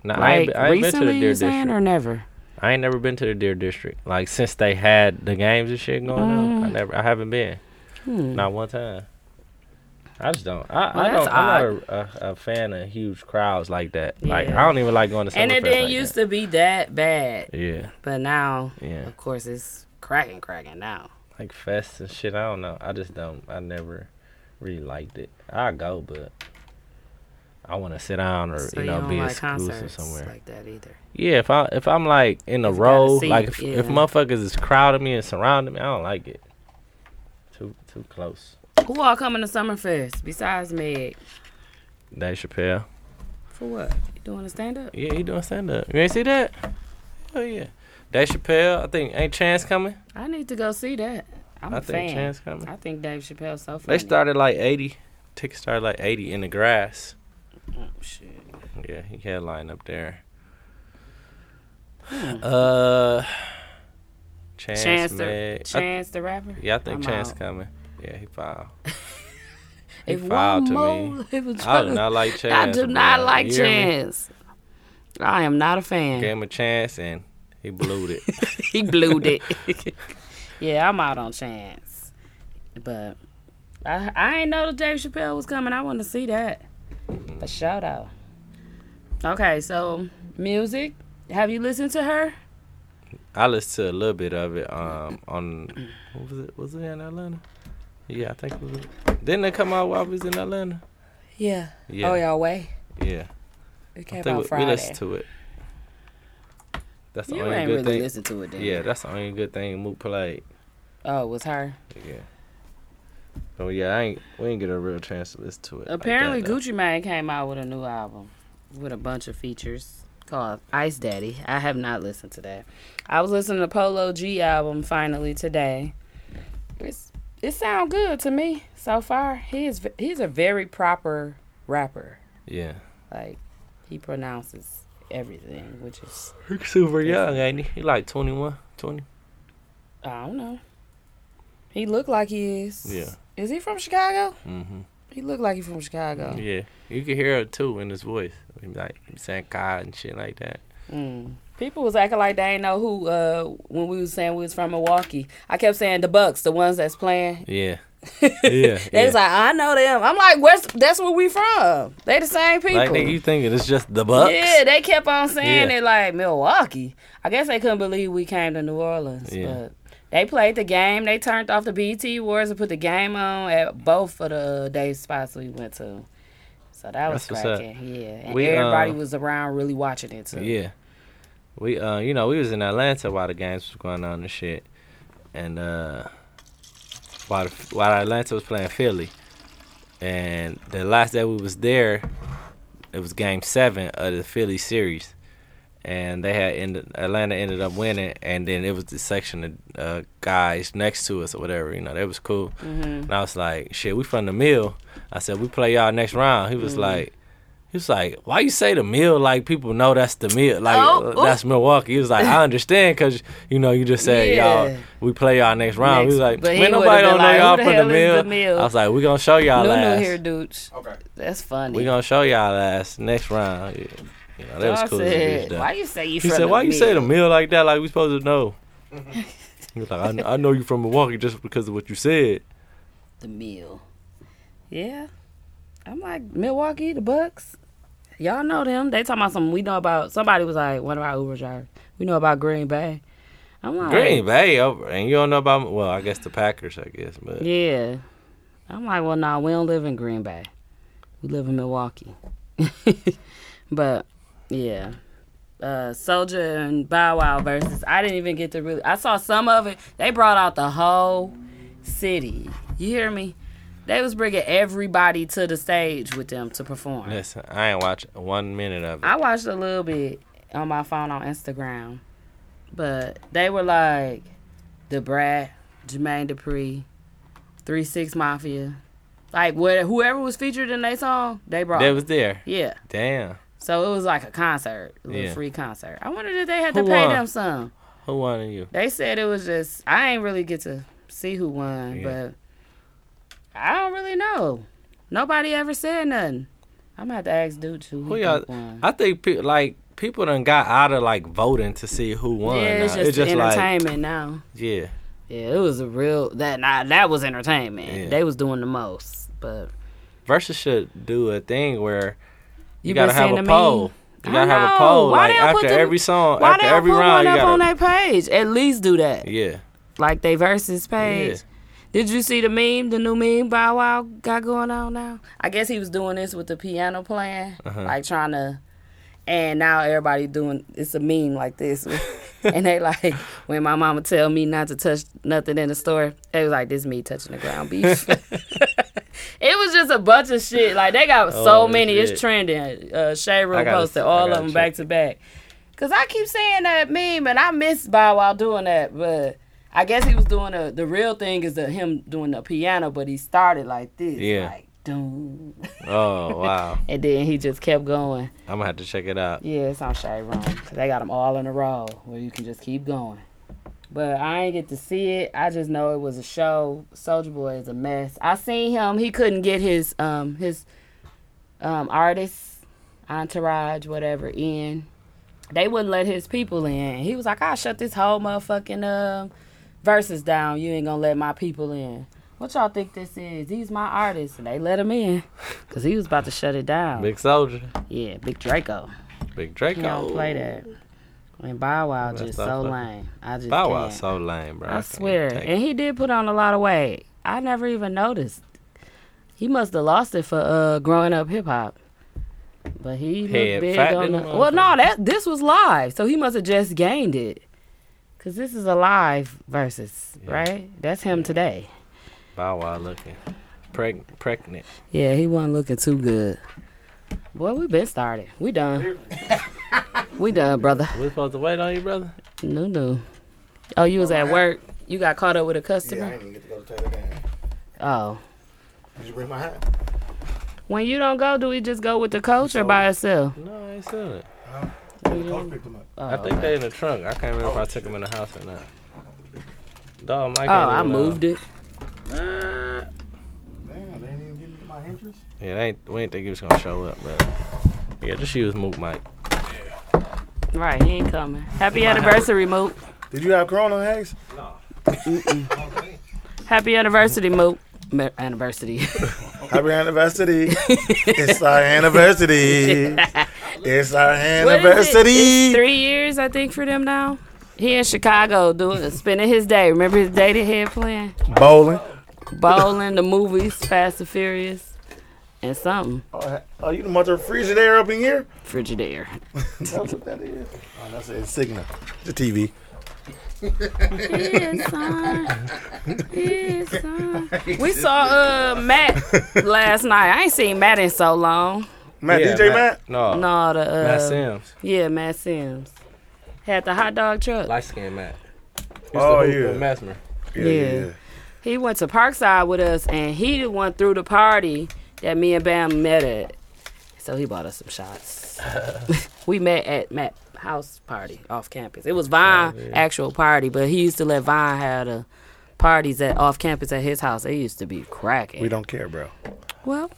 No, I Like ain't, I ain't been to recently the Deer you saying District. or never? I ain't never been to the Deer District. Like since they had the games and shit going on, I Mm. never, I haven't been. Not one time. I just don't. I, I Hmm. that's don't. I'm not a, a, a fan of huge crowds like that. Like Yeah. I don't even like going to. And it Summerfest didn't like used that. to be that bad. Yeah, But now, yeah. of course, it's cracking, cracking now. like fests and shit. I don't know. I just don't. I never really liked it. I go, but I want to sit down or So you you, know don't be like exclusive concerts somewhere. like that either. yeah, if I if I'm like in a It's gotta row, seat, like if, if yeah. motherfuckers is crowding me and surrounding me, I don't like it. Too too close. Who all coming to Summerfest besides Meg? Dave Chappelle. For what? You doing a stand up? Yeah, he doing stand up. You ain't see that? Oh yeah. Dave Chappelle. I think ain't Chance coming. I need to go see that. I'm I a think fan. Chance coming. I think Dave Chappelle's so They funny. started like eighty. Tickets started like eighty in the grass. Shit. Yeah, he had line up there. Uh, Chance, Hmm. Chance, the, Meg. I, Chance the rapper. yeah, I think I'm Chance out. coming. Yeah, he filed. he If filed to one more, me. if it's I do tryna- not like Chance. I do not bruh. like You hear me? Chance. I am not a fan. Gave him a chance and he blew it. He blew it. yeah, I'm out on Chance. But I I ain't know that Dave Chappelle was coming. I want to see that. But shout out. Okay, so music. Have you listened to her? I listened to a little bit of it. Um, on what was it? Was it in Atlanta? Yeah, I think it was. Didn't it come out while we was in Atlanta? Yeah. Yeah. Oh, y'all way. Yeah, It I came think out we, we Friday. listened to it. That's the you only ain't good really thing. listened to it, then. Yeah, that's the only good thing Mook played. Oh, it was her. Yeah. Oh yeah, I ain't we ain't get a real chance to listen to it. Apparently, like that, Gucci Mane came out with a new album with a bunch of features called Ice Daddy. I have not listened to that. I was listening to Polo G album finally today. It's, it sound good to me so far. He is v- he's a very proper rapper. though. Yeah. Like he pronounces everything, which is He's super young, ain't he? He like 21, 20. I don't know. He look like he is. Yeah. Is he from Chicago? Mhm. He look like he from Chicago. Yeah. You can hear it too in his voice. He be like he be saying God and shit like that. Mm. People was acting like they ain't know who uh, when we was saying we was from Milwaukee. I kept saying the Bucks, the ones that's playing. Yeah. Yeah. They yeah. was like, I know them. I'm like, where's that's where we from. They the same people. Like, nigga, you thinking it's just the Bucks? Yeah, they kept on saying Yeah. it like Milwaukee. I guess they couldn't believe we came to New Orleans. Yeah. But they played the game. They turned off the BT Awards and put the game on at both of the day spots we went to. So that was That's what's up. cracking. Yeah. And We, uh, everybody was around really watching it too. Yeah. We uh you know, we was in Atlanta while the games was going on and shit. And uh while the, while Atlanta was playing Philly. And the last day we was there, it was game 7 of the Philly series. And they had ended, Atlanta ended up winning, and then it was the section of uh, guys next to us or whatever. You know, that was cool. Mm-hmm. And I was like, "Shit, we from the mill." I said, "We play y'all next round." He was Mm-hmm. like, he was like, "Why you say the mill? Like people know that's the mill. Like Oh, uh, that's Milwaukee." He was like, "I understand, cause you know you just said Yeah. y'all we play y'all next round." Next- we was like, but he "Man, would've nobody been don't know like, y'all who the from the hell is mill. the Mill? I was like, "We gonna show y'all Nunu last. here, dudes. Okay. That's funny. We gonna show y'all last next round." You- You know that was Dog cool. as a bitch, Said, though. why you say you He from said, the "Why you say the mill?" mill like that? Like we supposed to know?" He was like, I, kn- I know you from Milwaukee just because of what you said. the meal. Yeah. I'm like Milwaukee, the Bucks. Y'all know them. They talking about something we know about. Somebody was like one of our Uber drivers. We know about Green Bay. I'm like Green Bay, over, and you don't know about well, I guess the Packers, I guess, but Yeah. I'm like, well, nah, we don't live in Green Bay. We live in Milwaukee. but yeah. Uh Soldier and Bow Wow versus I didn't even get to really I saw some of it. They brought out the whole city. You hear me? They was bringing everybody to the stage with them to perform. listen, I ain't watch one minute of it. I watched a little bit on my phone on Instagram, but they were like the Brad, Jermaine Dupri, Three Six Mafia, like where whoever was featured in their song, they brought. They was there. yeah, Damn, so it was like a concert, a little Yeah. free concert. I wondered if they had to Who pay won? them some. who wanted you? They said it was just I ain't really get to see who won, Yeah. but I don't really know. Nobody ever said nothing. I'm gonna have to ask Dude who, Who he y'all? think won. I think pe- like people done got out of like voting to see who won. yeah, it's now. just, like entertainment now. yeah, Yeah, it was a real that nah, that was entertainment. Yeah. They was doing the most, but versus should do a thing where you, You gotta been have seeing a the poll. meme? You I gotta have know. a poll. Why like they don't put after them- every song, why after they don't every put round, one you up on gotta their page? At least do that, yeah. like they versus page. Yeah. Did you see the meme? The new meme Bow Wow got going on now. I guess he was doing this with the piano playing, Uh-huh. like trying to. And now everybody doing it's a meme like this, and they like when my mama tell me not to touch nothing in the store. They was like this me touching the ground beef. It was just a bunch of shit. Like they got so Oh, many. shit. It's trending. Uh, Shay Room I gotta- posted I all of gotta them check back to back. Cause I keep saying that meme, and I miss Bow Wow doing that. But I guess he was doing the the real thing is the him doing the piano, but he started like this. Yeah. Like, Doom. Oh wow, And then he just kept going. I'm gonna have to check it out. Yeah, it's on Shade Room. 'Cause they got them all in a row where you can just keep going. But I ain't get to see it. I just know it was a show. Soldier Boy is a mess. I seen him. He couldn't get his um his um artist entourage whatever in. They wouldn't let his people in. He was like, "I'll shut this whole motherfucking um verses down. You ain't gonna let my people in." What y'all think this is? These my artists, and they let him in, cause he was about to shut it down. Big Soldier, yeah, Big Draco. Big He Draco. don't play that. And Bow Wow just not so fucking- lame. I just Bow Bow Wow so lame, bro. I can't swear. take And he did put on a lot of weight. I never even noticed. He must have lost it for uh growing up hip hop. But he Head looked big fat on the, than a Well no, that this was live, so he must have just gained it. Cause this is a live versus, right? That's him today. Bow Wow looking Preg- pregnant. Yeah, he wasn't looking too good. Boy, we been started. We done. we done, brother. We supposed to wait on you, brother? No, no. Oh, you was at work. You got caught up with a Yeah, I customer. ain't even get to go to Taylor game. Oh, Did you bring my hat? when you don't go, do we just go with the coach or by itself? Oh, No, I ain't seen it. The coach picked him up. I think they in the trunk. I can't remember if I took them in the house or not. Dog, Mike. uh, Oh, I moved it. Damn, they didn't even give me my interest. Yeah, they ain't, we ain't think he was gonna show up, but yeah, just use Mook Mike. Right, he ain't coming. Happy anniversary, Moot. Did you have Corona, Hags? Happy anniversary, Moot. Ma- Anniversary. Happy anniversary. it's our anniversary. It's our What is it? It's anniversary. Three years, I think, for them now. He in Chicago doing spending his day. Remember his day they had playing Bowling. bowling, the movies, Fast and Furious, and something Oh, you the mother freezing air up in here? Frigidaire. That's what that is. Oh, that's a signal. The TV. Yes, I. Yes, I. We saw uh Matt last night. I ain't seen Matt in so long. Matt, Yeah, DJ Matt. No, no. No, the uh, Matt Sims, yeah, Matt Sims had the hot dog truck. light skinned Matt. Used to Oh, hoop yeah. with Mesmer. Yeah. he went to Parkside with us, and he the one through the party that me and Bam met at. So he bought us some shots. we met at Matt house party off campus. It was Oh, Vine actual party, but he used to let Vine have the parties at off campus at his house. They used to be cracking. We don't care, bro. Well,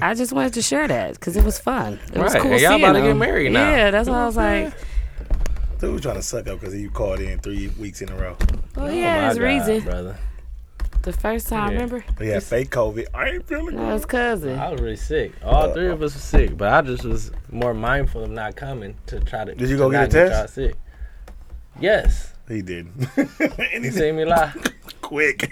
I just wanted to share that because it was fun. It was Right, cool. and y'all seeing about to get them. married now. Yeah, that's why I was like, Dude was trying to suck up because he called in three weeks in a row. Well, he Oh, my had his God, reason. brother. The first time, Yeah. remember? But he had fake COVID. I ain't feeling No, his cousin. I was really sick. All three of us were sick, but I just was more mindful of not coming to try to. Did you to go get not a test? y'all sick. Yes, good. He didn't. and you he see me lie. quick.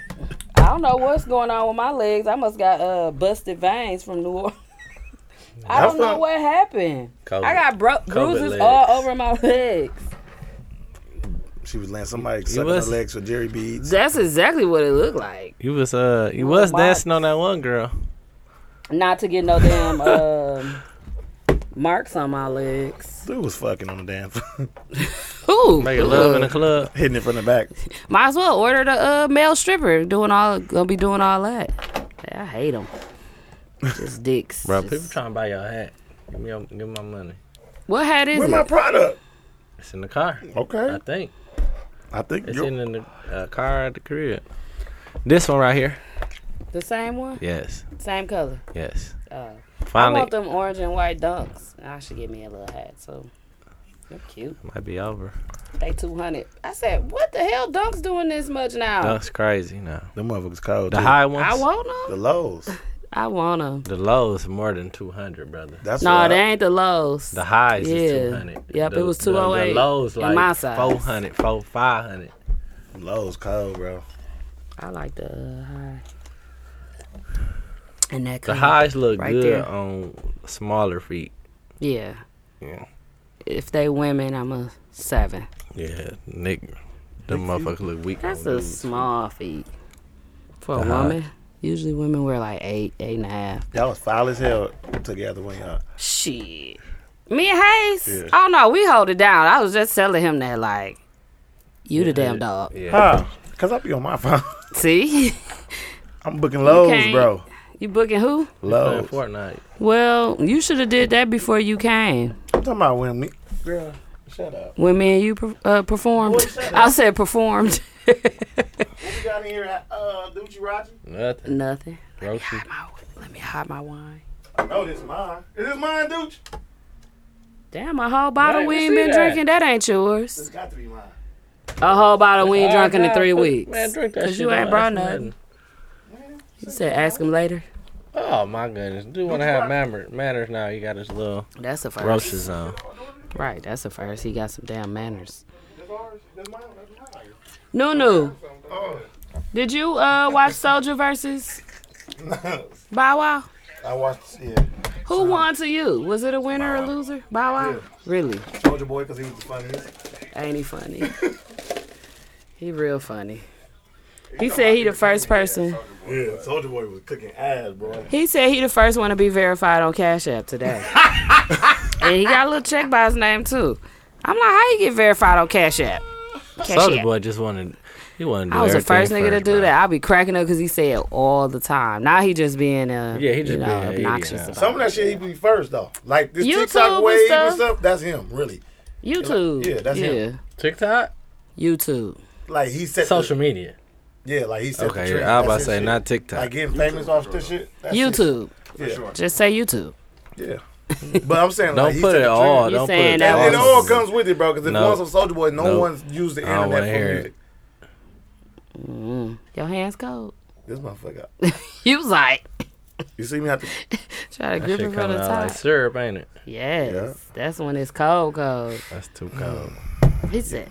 I don't know what's going on with my legs. I must got uh busted veins from New Orleans. I That's don't know not- what happened. Oh, COVID. I got bro- bruises legs. all over my legs. She was letting somebody suck her was- legs with Jerry beads. That's exactly what it looked like. You was uh, you was Box. dancing on that one girl. Not to get no damn um marks on my legs. Dude was fucking on the damn floor. Ooh, Make love in the club. hitting it from the back. might as well order the uh, male stripper. Doing all, gonna be doing all that. I hate them. Just dicks. Bro, Just- people trying to buy your hat. Give me, your, give me my money. what hat is Where it? my product? It's in the car. I Okay. think I think Uh, it's you're in the uh, car at the crib. This one right here. the same one, Yes, same color. yes. Oh. I Finally, want them orange and white dunks. I should get me a little hat too. They're cute. might be over. They two hundred. I said, what the hell? Dunks doing this much now? That's crazy now. them motherfuckers cold. The too. high I ones, want the them. lows. I want them. the lows, more than two hundred, brother. That's No, why they ain't the lows. The highs Yeah. is 200. Yep, The- it was the- 208 The lows in like my size. 400, 400, 500. I, lows cold, bro. I like the uh, high. And that The color. highs look Right good there. on smaller feet. Yeah. Yeah. If they women, I'm a seven. Yeah, nigga. Them motherfuckers look weak. That's on a dudes. small feet Mm-hmm. for a The high. woman. Usually women wear like eight, eight and a half. Y'all was foul as hell together when y'all. Shit. Me and Hayes? Yeah. Oh no, we hold it down. I was just telling him that like you the damn Yeah. dog. Yeah. Huh? Cause I be on my phone. See? I'm booking lows, can't- bro. you booking who? Playing Lows. I'm Fortnite. Well, you should have did that before you came. talking about when me. Girl, shut up. When me and you per- uh, performed. I said performed. You got in here at uh, Ducci Roger? Nothing. Nothing. Roasted. My- let me hide my wine. No, this mine. Is this mine, Ducci? Damn, a whole bottle Hey, we we ain't see been that. drinking. That ain't yours. got to be mine. A whole bottle we ain't Oh, drunk in the nah, three put- weeks. Man, drink that shit. you don't ain't brought ask me nothing. You said ask him later. Oh, my goodness. Do want to have manners, manners now. You got his little That's a first. roaches on. Right, that's a first. He got some damn manners. That's ours. That's mine. That's mine. Nunu, Oh. did you uh watch Soldier versus Bow Wow? I watched, yeah, Who won to you? Was it a winner or loser? Bow Wow? Really? Soldier Boy because he was the funniest. Ain't he funny? he real funny. He said he the first person. Yeah, Soldier Boy was cooking ass, bro. He said he the first one to be verified on Cash App today. and he got a little check by his name too. I'm like, how you get verified on Cash App? Cash Soldier App. Boy just wanted. He wanted to do I was the everything first nigga to do bro. that. I be cracking up because he said it all the time. Now he just being uh, Yeah, he just you know, being an idiot obnoxious now. about Some of that shit he be first, though. Like this YouTube TikTok and wave stuff. and stuff, that's him, really. YouTube. Yeah, that's him. TikTok? Yeah, YouTube. Like he set Social media. The, yeah, like he set the Okay, trend. I was about That's to his say, shit. not TikTok. Like getting famous off this shit. That's his- YouTube. Yeah, Just say YouTube. yeah. but I'm saying like, Don't he put set it the all. trend. You Don't put saying it that all. And it all on- comes with it, bro. Because if No. once on Soldier Boy, no No. one's used the I don't internet wanna for hear it. music. Your hands cold. This motherfucker. He was like, You see me have to. try to That shit grip it from coming the out top. like syrup, ain't it? yes. Yeah. That's when it's cold, cold. That's too Mm. cold. He said,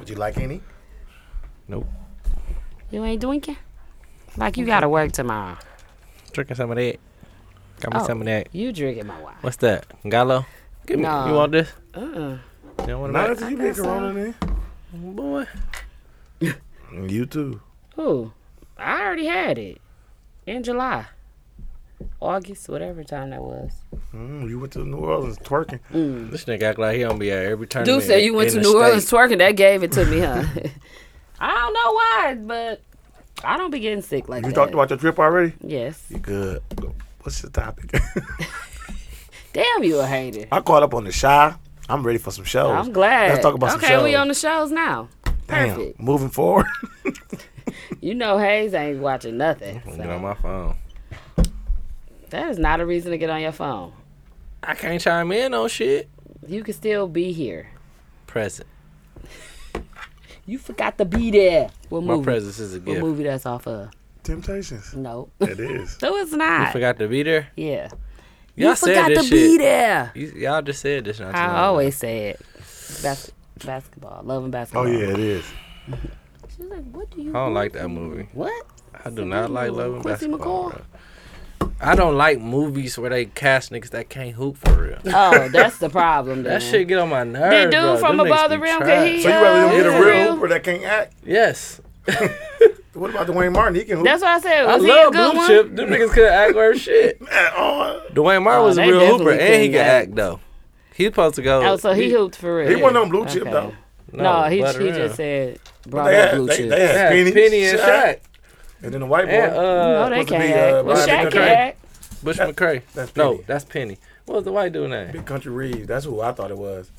Would you like any? Nope. You ain't drinking? Like, Mm-hmm. you got to work tomorrow. Drinking some of that. Got me Oh. some of that. You drinking my wine. What's that? Gallo? Give me. Nah. You want this? Uh-uh. You don't want Not that? until you be Corona Boy. in. You too. Who? I already had it in July, August, whatever time that was. Mm, you went to New Orleans twerking. This nigga act like he don't be at every turn. Dude said you went to New Orleans twerking. That gave it to me, huh? I don't know why, but I don't be getting sick like You that. talked about your trip already? yes. You good. What's your topic? Damn, you a hater. I caught up on the shy. I'm ready for some shows. I'm glad. Oh, Let's talk about okay, some shows. we on the shows now. Damn. Perfect. Moving forward. You know Hayes ain't watching nothing. Get on So my phone. that is not a reason to get on your phone. I can't chime in on shit. You can still be here. Present. You forgot to be there. What My movie? presence is a what gift. movie that's off of? Temptations. No. It is. No, it's You not. forgot to be there. yeah. Y'all you said forgot this to shit. be there. You, y'all just said this. Not too long I ago. always say it. Bas- basketball. Loving Oh basketball. yeah, it is. She was like, what do you I don't like that movie. What? I do not like movie. Love and Quincy Basketball. bro. I don't like movies where they cast niggas that can't hoop for real. Oh, that's the problem. That Then. shit get on my nerves. dude bro. from Them Above niggas the be Rim, could trash. he- So you rather them get Yeah. a real hooper that can't act? Yes. What about Dwayne Martin? He can hoop That's what I said. I Was he a love good Blue one? Chip. Them niggas could act worth shit. at all. Dwayne Martin Oh, was a they real hooper definitely and he could couldn't act though. He's supposed to go. Oh, so he, hooped for real. He wasn't on blue chip Okay. though. No, he, Butter he Rim. just said brought They up had, blue they, chip. they had Yeah, Penny, Penny and Shaq. and then the white boy. And, uh, no, they supposed to can't be, act. uh, Well, Bobby Shaq can Country. act. Bush McCray. that's No, Penny. that's Penny. What was the white dude name? Big Country Reeves. That's who I thought it was.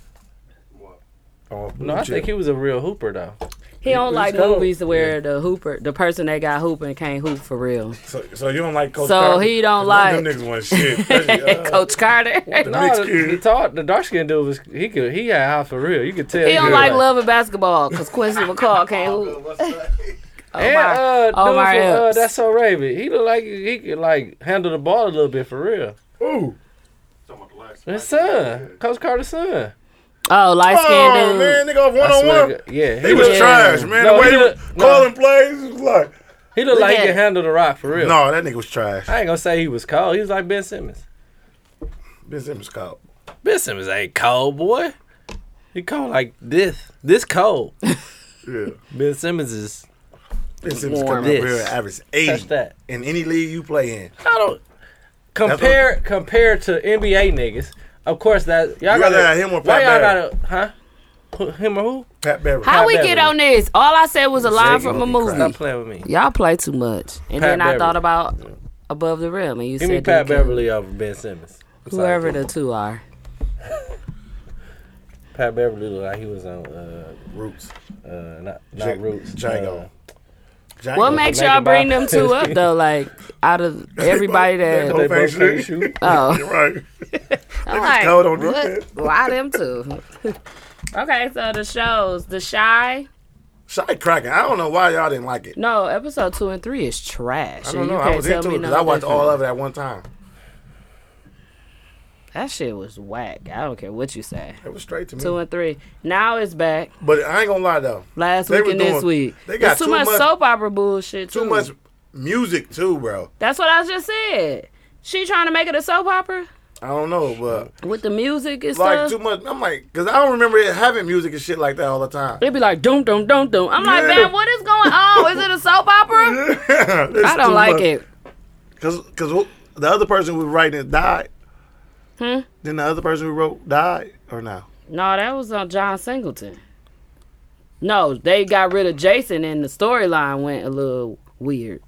Oh, blue No, I chip. think he was a real hooper though. He don't like cold. movies where the hooper, the person that got hooping can't hoop for real. so, so you don't like Coach So Carter? he don't 'Cause none of like- them niggas want shit. especially, uh, Coach Carter. the No, mixed the, the, kid. tall, the dark skinned dude was he could he had high for real. You could tell. He don't could, like love and basketball because Quincy McCall can't hoop. And Omar- uh, dude from, Omar uh, Epps. that's so Raven. He look like he could like handle the ball a little bit for real. Ooh, His son, Coach Carter's son. Oh, light skinned oh dude. man, nigga off one I on swear one. to God. Yeah, He was look- trash, man. No, the way he he was look- no. calling plays was like, He looked Look like he at- could handle the rock for real. no, that nigga was trash. I ain't gonna say he was cold. He was like Ben Simmons. Ben Simmons called. Ben Simmons ain't cold, boy. He cold like this. This cold. Yeah, Ben Simmons is Ben Simmons Warm coming up this. here average touch eighty that. in any league you play in. I don't compare compare to NBA niggas. Of course that y'all You gotta rather have him or why y'all Pat gotta huh? Who- Him or who? Pat Beverly. How we Pat get Beverly. on this? All I said was a line Ziggy from a gonna be Stop movie. playing with me. Y'all play too much. Pat And then I Beverly. thought about above the rim, and you Give me said Pat Duke. Beverly over Ben Simmons. That's all I Whoever do. the two are. Pat Beverly looked like he was on uh Roots. uh not Ja- not roots. Django. Uh, Django. What makes Jamaican y'all bring Bob. them two up though? Like out of everybody They that both- they both Facially. can't shoot. oh, You're right. I'm like, cold on this what? Why them two? Okay, so the shows, The Shy. Shy cracking. I don't know why y'all didn't like it. No, episode two and three is trash. I and don't you know. can't I was tell into it me because no I watched different. all of it at one time. That shit was whack. I don't care what you say. It was straight to me. Two and three. Now it's back. But I ain't gonna lie though, Last They week were and doing- this week. they got It's too, too much, much- soap opera bullshit. too too. much music too, bro. That's what I just said. She trying to make it a soap opera I don't know, but with the music and like stuff. too much. I'm like, because I don't remember it having music and shit like that all the time. It'd be like dum dum dum dum. I'm like, Yeah. man, what is going on? Is it a soap opera? I don't like it. because because the other person who was writing it died. Hmm? Then the other person who wrote died or no? No, that was on John Singleton. No, they got rid of Jason and the storyline went a little weird.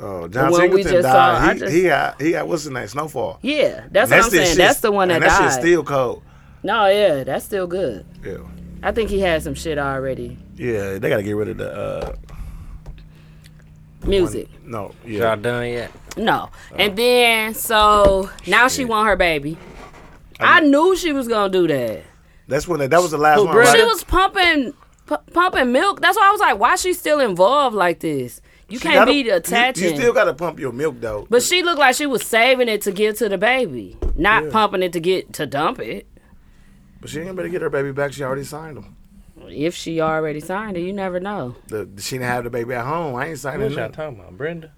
Oh, John one we Singleton just died. saw, I he, just- he got he got what's his name? Snowfall. Yeah, that's, what I'm this saying. shit- That's the one that and that died. shit's still cold. no, yeah, that's still good. Yeah. I think he had some shit already. Yeah, they gotta get rid of the uh Music. no, Y'all yeah. done yet? No. Oh. And then so now she want her baby. I knew she was gonna do that. That's when they, that was the last Who, one. Brenda? right? She was pumping pu- pumping milk. That's why I was like, why she still involved like this? You You can't gotta- be you- attaching. You, still gotta pump your milk though. but she looked like she was saving it to give to the baby, not pumping it to get to dump it. But she ain't better get her baby back. She already signed him. If she already signed it, you never know. The, she didn't have the baby at home. I ain't What signing y'all nothing. talking about? Brenda?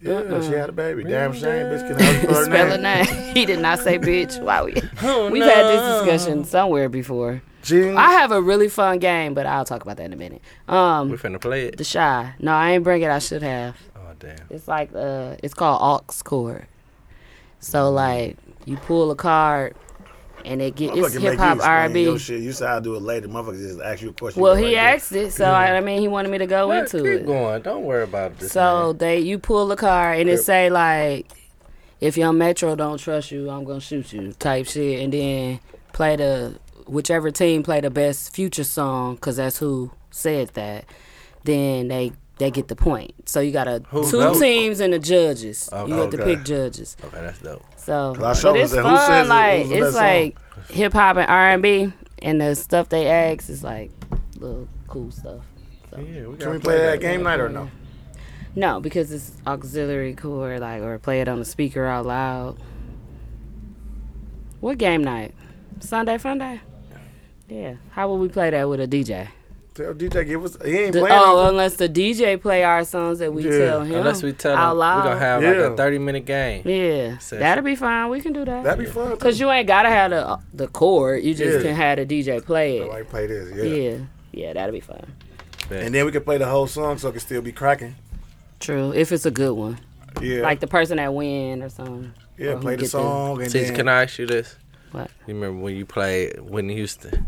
Yeah, she had a baby. Damn shame. Bitch can have her Spell her name. name. he did not say bitch. Wow, we, Oh, we've no. had this discussion somewhere before. She didn't- I have a really fun game, but I'll talk about that in a minute. We Um, finna play it. the shy. No, I ain't bring it. I should have. Oh damn. It's like uh, it's called aux cord. So like you pull a card, and it get it's Motherfucker make hip hop you explain R and your B. shit. You said I'll do it later. Motherfucker just ask you a question. Well, Right he there. asked it, so I, I mean he wanted me to go Well, into keep it. going. Don't worry about this. So So they you pull a card and it Yep. say like, if your metro don't trust you, I'm gonna shoot you type shit, and then play the whichever team play the best future song because that's who said that. Then they they get the point. So you got a Who two knows? teams and the judges. you have to Okay. pick judges. okay, that's dope. So I showed but it's her, fun. who says it? like Who's the it's best song? like hip hop and R and B, and the stuff they ask is like little cool stuff. Can we play that game night or no? No, because it's auxiliary cord, like, or play it on the speaker out loud. What game night? Sunday, Funday? Yeah. How would we play that with a DJ? Tell DJ give us. He ain't The- playing. oh, on- unless the DJ play our songs that we Yeah. tell him. Unless we tell out them we're loud. gonna have like Yeah. a thirty minute game. yeah, Session. that'll be fine. We can do that. That'd be fun. Cause you ain't gotta have the the chord. You just Yeah. can have the DJ play it. like play this, yeah. yeah. yeah, that'll be fun. And then we could play the whole song, so it could still be cracking. True, if it's a good one, Yeah, like the person that win or something. yeah. or who Play the get song and See, then can I ask you this? What? You remember when you played Whitney Houston?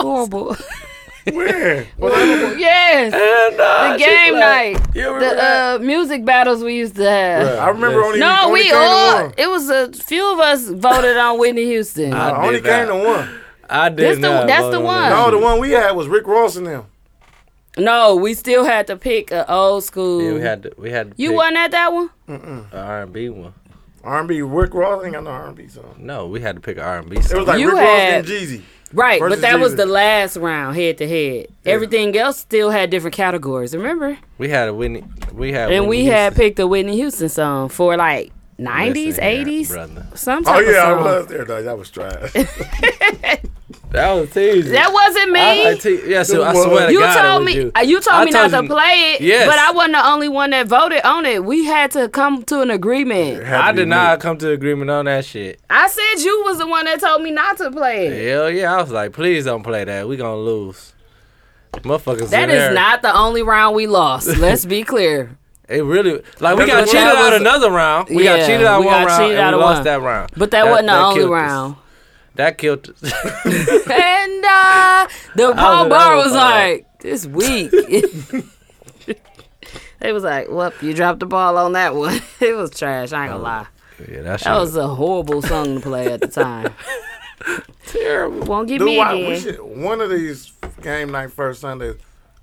Horrible. win. yes, And, uh, the game night, You remember the that? uh, music battles we used to have. I remember only No, only we came to all. one. It was a few of us voted on Whitney Houston. I I only did came not. to one. I This did the- not. that's vote the on one. that. No, the one we had was Rick Ross and them. no, we still had to pick an old school. Yeah, we had to, we had to you pick wasn't at that one. R and B one. R&B. Rick Ross ain't got no R&B song. No, we had to pick R and B. It was like You Rick had- Ross and Jeezy. Right, Versus but that was Jeezy. the last round, head to head. Everything else still had different categories. Remember, we had a Whitney. We had and Whitney we Houston. had picked a Whitney Houston song for like nineties, Listen here, eighties, brother. some type Oh yeah, I of song. was there though. That was trash. That was teasing. That wasn't me. I, I te- yeah, so I Well, swear to you God, it told was me you. uh, you told I me told not to you- play it, Yes. but I wasn't the only one that voted on it. We had to come to an agreement. Had to I be did not come to agreement on that shit. I said you was the one that told me not to play it. Hell yeah, I was like, please don't play that. We gonna lose. Motherfuckers. That in is there. not the only round we lost. Let's be clear. It really like we Remember got when cheated I out was- another round. We Yeah, got cheated out we one got round cheated and out we of lost one. that round. But that, wasn't the only killed us. round. That killed. us. And uh, the was- Paul oh, Bar I was was fine. like, "This week." they was like, "Whoop, you dropped the ball on that one." it was trash. I ain't Oh, gonna lie. yeah, that shit That was a horrible song to play at the time. terrible. Won't get Do me why, we again. should, one of these game night first Sundays.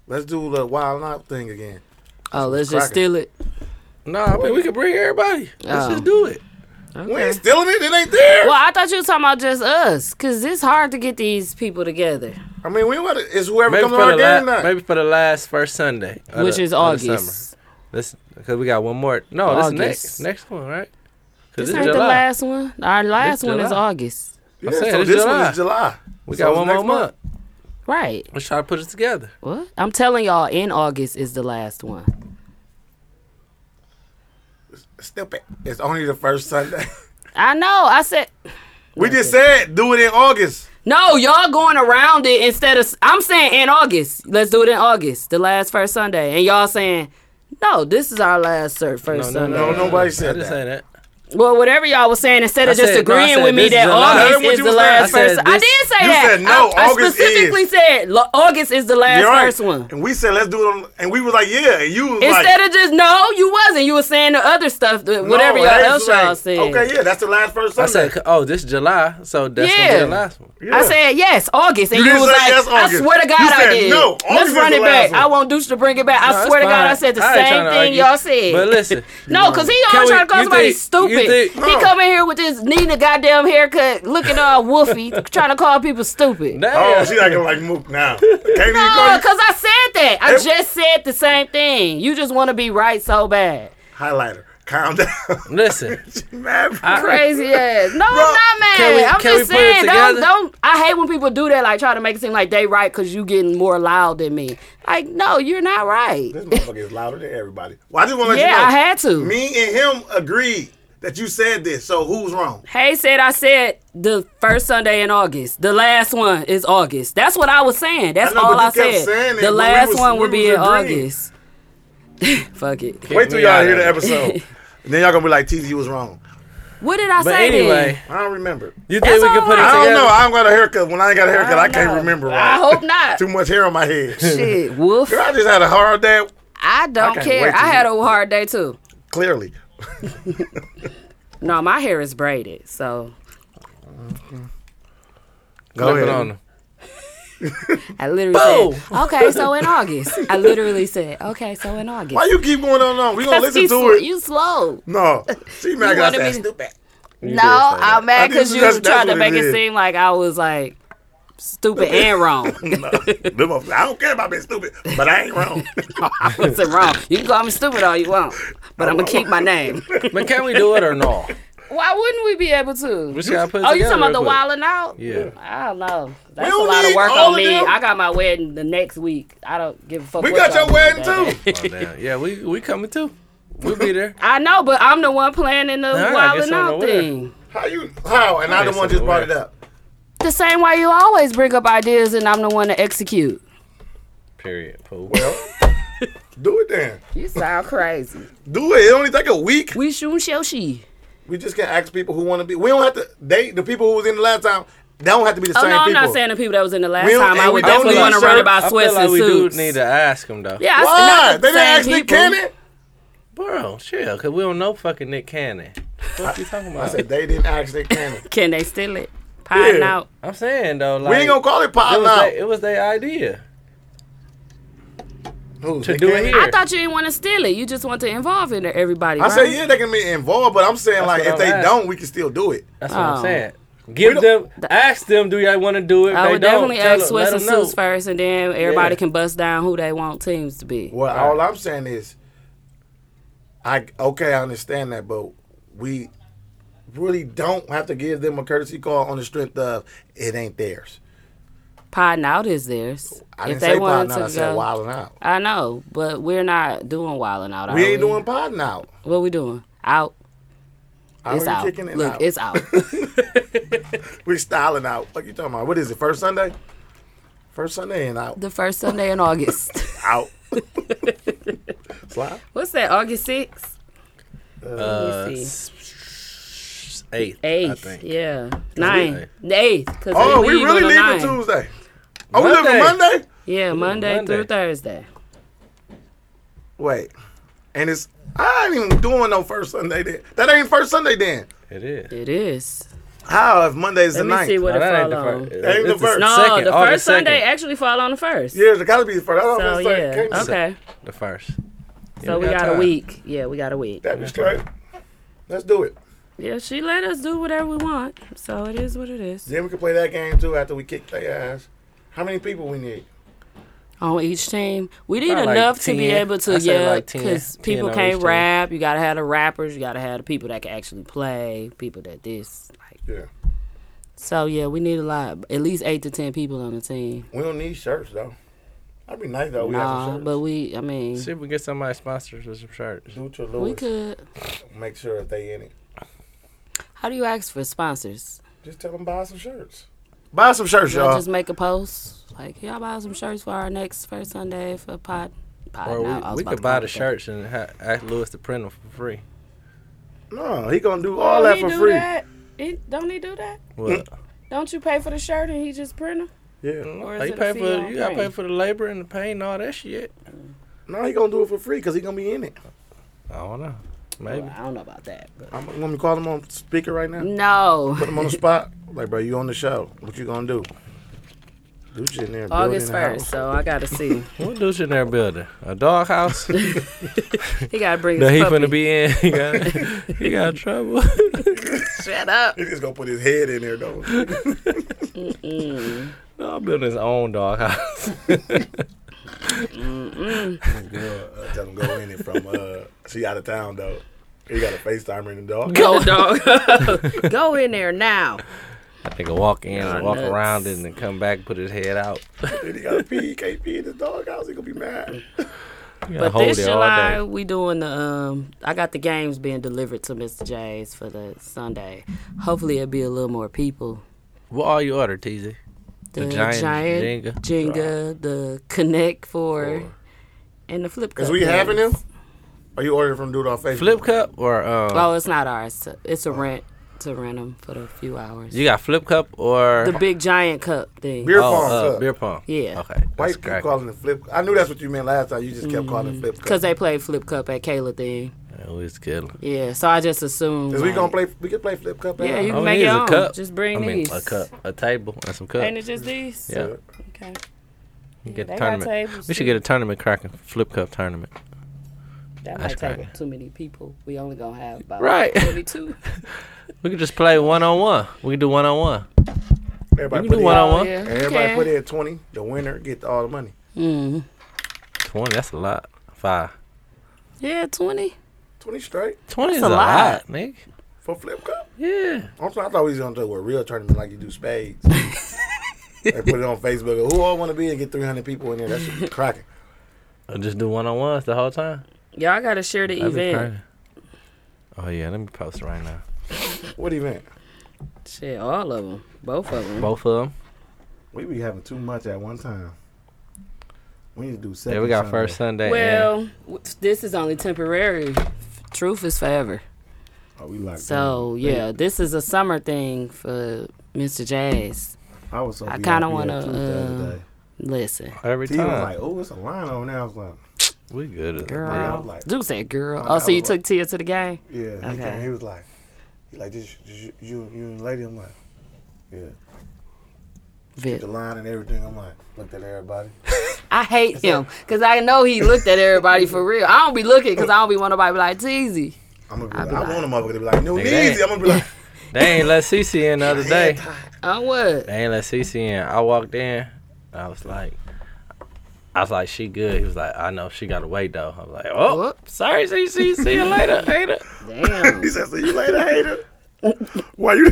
Let's do the wild out thing again. Oh, let's just cracking. steal it. No, I mean we could bring everybody. Let's Oh. just do it. We ain't stealing it. It ain't there. Well, I thought you were talking about just us, cause it's hard to get these people together, I mean, we want to. It's whoever Maybe comes for, on our the game la- night. maybe for the last first Sunday, of which the- is of the summer. August. This because we got one more. No, this August. next next one, right? 'Cause This ain't the last one. Our last one is July. August. Yeah, saying, so it's this one July. is July. We So got it's one next more month. Right. Let's try to put it together. What? I'm telling y'all, in August is the last one. Stupid. It's only the first Sunday. I know. I said we just said do it in August. no. Y'all going around it instead of. I'm saying in August. Let's do it in August, the last first Sunday, and y'all saying. No, this is our last cert first Sunday. no, nobody said I just that. saying that. Well, whatever y'all was saying, instead of I just said- no, I agreeing said with me this that is the last- I August heard what is you the was last saying. I first. said I this- did say you that. said no, I, I August specifically is. said lo- August is the last You're right. first one. And we said let's do it on. And we were like, yeah. And you was Instead like, of just no, you wasn't. You were saying the other stuff, the- whatever no, y'all that's else y'all right. said. Okay, yeah, that's the last first I Sunday. said, oh, this July, so that's gonna be Yeah. the last one. yeah. I said yes, August, and You you, didn't was say like, yes, I August. swear to God, You I said did. no, August Let's is run the it last back. one. I want Deuce to bring it back. No, I it's swear to God, fine. I said the I ain't same tryna thing argue. y'all said. But listen, No, cause he Can always we- trying to call you somebody think- stupid. you think- he No. come in here with this needing a goddamn haircut, looking all woofy, trying to call people stupid. No, damn. oh, she acting like Mook now. Can't even call you- Oh, cause I said that. I Ev- just said the same thing. You just want to be right so bad. highlighter. Calm down. listen, Mad Crazy ass. No, Bro, I'm not mad. can we- I'm can just we put it saying, don't, together? don't. I hate when people do that, like try to make it seem like they right because you getting more loud than me. Like, no, you're not right. This motherfucker is louder than everybody. Well, I just want to let Yeah, you know. I had to. Me and him agreed that you said this. So who's wrong? Hey said I said the first Sunday in August. The last one is August. That's what I was saying. That's I know, all but you I kept said. saying it the when we last was- one we will be was in agreeing. August. Fuck it. Wait till me y'all out of hear the it. episode. and then y'all gonna be like, TZ, you was wrong. What did I but say then? anyway, I don't remember. you think we That's can put it I together? don't know. I don't got a haircut. When I ain't got a haircut, I, don't can't know. remember right. I hope not. Too much hair on my head. Shit, woof. Girl, I just had a hard day. I I don't can't wait care. to I had hear. a hard day too. Clearly, No, my hair is braided, so go Flip it ahead. on them. I literally said, "Okay, so in August." I literally said, "Okay, so in August." Why you keep going on and on? We gonna Because listen he to sl- it. You slow. no, she mad wanted because me I said to- stupid. You did say No, that. I'm mad I didn't because see you that's- tried that's to what make it it is. seem like I was like stupid and wrong. No, them motherfuckers- I don't care about being stupid, but I ain't wrong. I wasn't wrong. You can call me stupid all you want, but I'm gonna keep my name. But can we do it or no? Why wouldn't we be able to? We just gotta put it Oh, you together talking about the real quick. wilding out? Yeah. I don't know. That's a don't lot of need work all on me. of them. I got my wedding the next week. I don't give a fuck. we what got y'all your do wedding about that. too. Oh, damn. Yeah, we we coming too. We'll be there. I know, but I'm the one planning the Nah, I guess wilding I'm out aware. thing. How you? How? And I the Basically, one just brought it yeah. up. The same way you always bring up ideas and I'm the one to execute. Period. Pooh. Do it then. You sound crazy. Do it. It only take a week. We shoot show she. We just can ask people who want to be. We don't have to. They the people who was in the last time. They don't have to be the Oh same no, I'm people. not saying the people that was in the last We don't- time. I and we would don't definitely need want to run shirt. I about feel sweats like and we suits. do need to ask him though. Yeah, I Why? not the They didn't same ask Nick people. Cannon. Bro, chill, cause we don't know fucking Nick Cannon. What you talking I about? said they didn't ask Nick Cannon. Can they steal it? Pine Yeah. out. I'm saying though, like we ain't gonna call it it pop was now. they- it was their idea. Who's to Nick do it Cannon? here. I thought you didn't want to steal it. You just want to involve in everybody. I right? say yeah, they can be involved, but I'm saying like what if I'm they asking. don't, we can still do it. That's what I'm Oh. saying. Give don't- them, ask them. Do y'all want to do it? If I they would don't, definitely tell ask them, let Swiss and them know. Suits first, and then everybody Yeah. can bust down who they want teams to be. Well, all I'm saying is, I okay, I understand that, but we really don't have to give them a courtesy call on the strength of it ain't theirs. Potting out is theirs. I if didn't they say pod wanted now. I to said go, wilding out. I know, but we're not doing wilding out. are We ain't doing pod now. What we doing? Out. I it's already out. kicking it Look, out. it's out. we styling out. What you talking about? What is it? First Sunday. First Sunday and out. the first Sunday in August. out. Slide. What's that? August sixth. Uh, Let me see. s- eighth, I Eighth. think. yeah. Nine. The eighth. 'cause Oh, they we leave on really the leaving ninth. Tuesday. Are we leaving Monday. Monday? Yeah, Monday, Monday. through Thursday. Wait. And it's I ain't even doing no first Sunday then. That ain't first Sunday then. It is. It is. How if Monday is the Let me ninth? see what No, it that ain't fall the on. first. That ain't the It's first. No, second, the August first Sunday 2nd. actually fall on the first. Yeah, it gotta be the first. I don't know So if it's like- yeah, can't be- okay. The first. Yeah, So we got a time. week. Yeah, we got a week. That is straight. Let's do it. Yeah, she let us do whatever we want. So it is what it is. Then we can play that game too after we kick their ass. How many people we need? On each team, we need Probably like enough to be 10. able to I say yeah, like 10. because 10 people on each can't team. rap. You gotta have the rappers. You gotta have the people that can actually play. People that this like. Yeah. So yeah, we need a lot. At least eight to ten people on the team. We don't need shirts though. That'd be nice though. We have Nah, some shirts. but we. I mean, See if we can get somebody sponsors with some shirts. do it to we Lewis. could. Make sure that they in it. How do you ask for sponsors? Just tell them buy some shirts. Buy some shirts, Y'all y'all. just make a post like, y'all buy some shirts for our next first Sunday for pot. pot Or no, I was we, we about could to buy call the it that. shirts and ha- ask Lewis to print them for free. No, he gonna do all that he for do free. That? He- don't he do that? What? Don't you pay for the shirt and he just print them? Yeah. Or Oh, is you it pay a for fee the, on you gotta pay print? for the labor and the paint and all that shit. No, he gonna do it for free because he gonna be in it. I don't know. Maybe. Well, I don't know about that. But. I'm want me to call him on speaker right now. No. Put him on the spot. Like, bro, you on the show. What you gonna do? Do shit in there. build August in the 1st, house. so I gotta see. What do you in their building? A dog house that He gotta bring his he puppy. finna be in. He got, he got trouble. Shut up. He just gonna put his head in there though. no, I'm building his own dog house. Girl, uh, tell him go in it from. Uh, she out of town though. He got a FaceTime in the dog. Go dog. Go in there now. I think I walk in, and walk nuts. around, and then come back, put his head out. Then he gotta pee. He can't pee in his dog house. He gonna be mad. You gotta But hold this it all day. July, we doing the. Um, I got the games being delivered to Mr. J's for the Sunday. Hopefully, it'll be a little more people. What all you order, TZ? The, giant Jenga. Jenga, the Connect Four, and the Flip. Is cup we games. having him? Are you ordering from dude off Facebook? Flip cup or um? Oh, it's not ours. It's Oh. a rent to rent them for a few hours. You got flip cup or the big giant cup thing. Beer oh, pong uh, cup. beer pong? Yeah. Okay. Why you That's keep crack. Mm. calling it flip? I knew that's what you meant last time. You just kept calling it flip. cup. Cause they play flip cup at Kayla thing, Oh, it's good. yeah. So I just assumed. Is we like- gonna play? We can play flip cup. Yeah, at you all. can All we make need your is a own. cup. Just bring I mean, these. a cup, a table, and some cups. Ain't it just these? yeah. Okay. You get They a got tournament. tables, we should too. get a tournament cracking. Flip cup tournament. That That's might take right. up too many people. We only gonna have about Right. 42. We could just play one on one. We could do one on one. Everybody You can put do in one Oh, on one. Yeah. Everybody Okay. put in twenty. The winner get all the money. Mm-hmm. Twenty. That's a lot. Five. Yeah, 20. Twenty straight Twenty is a a lot, lot. nigga. for flip cup. Yeah. I'm sorry, I thought we was gonna do a real tournament like you do spades. they put it on Facebook. Who all want to be and get three hundred people in there? That should be cracking. Or just do one on ones the whole time. Y'all gotta share the That'd be event. crazy. Oh yeah, let me post it right now. What event? Shit, all of them. Both of them. Both of them. We be having too much at one time. We need to do second. Yeah, we got Sunday. first Sunday. and- Well, w- this is only temporary. Truth is forever. Oh, we locked So, Mm-hmm. yeah, this is a summer thing for Mr. Jazz. down. I was so I VIP kinda at wanna, Truth the other uh, day. Listen, every T was time like, "Oh, it's a line on there." I was like, we good. as- "Yeah." I girl. was like, Duke said, girl. I Oh, so you know. took Tia to the game? "Yeah." He, Okay. came, he was like, "He like this, this you, you and the lady." I'm like, "Yeah." Vic. The line and everything. I'm like, looked at everybody. I hate him because I know he looked at everybody for real. I don't be looking because I don't be want nobody be like Teasy. I'm gonna be I like, be I want a motherfucker to be like, "No, Nigga, that easy." I'm gonna be like, They ain't let CC in the other day. Oh what? They ain't let CC in. I walked in. I was like, I was like, she good. He was like, I know she got to wait though. I was like, oh, Whoops. sorry, CC. See you later, hater. Damn, "He said, so you later, hater." Why you?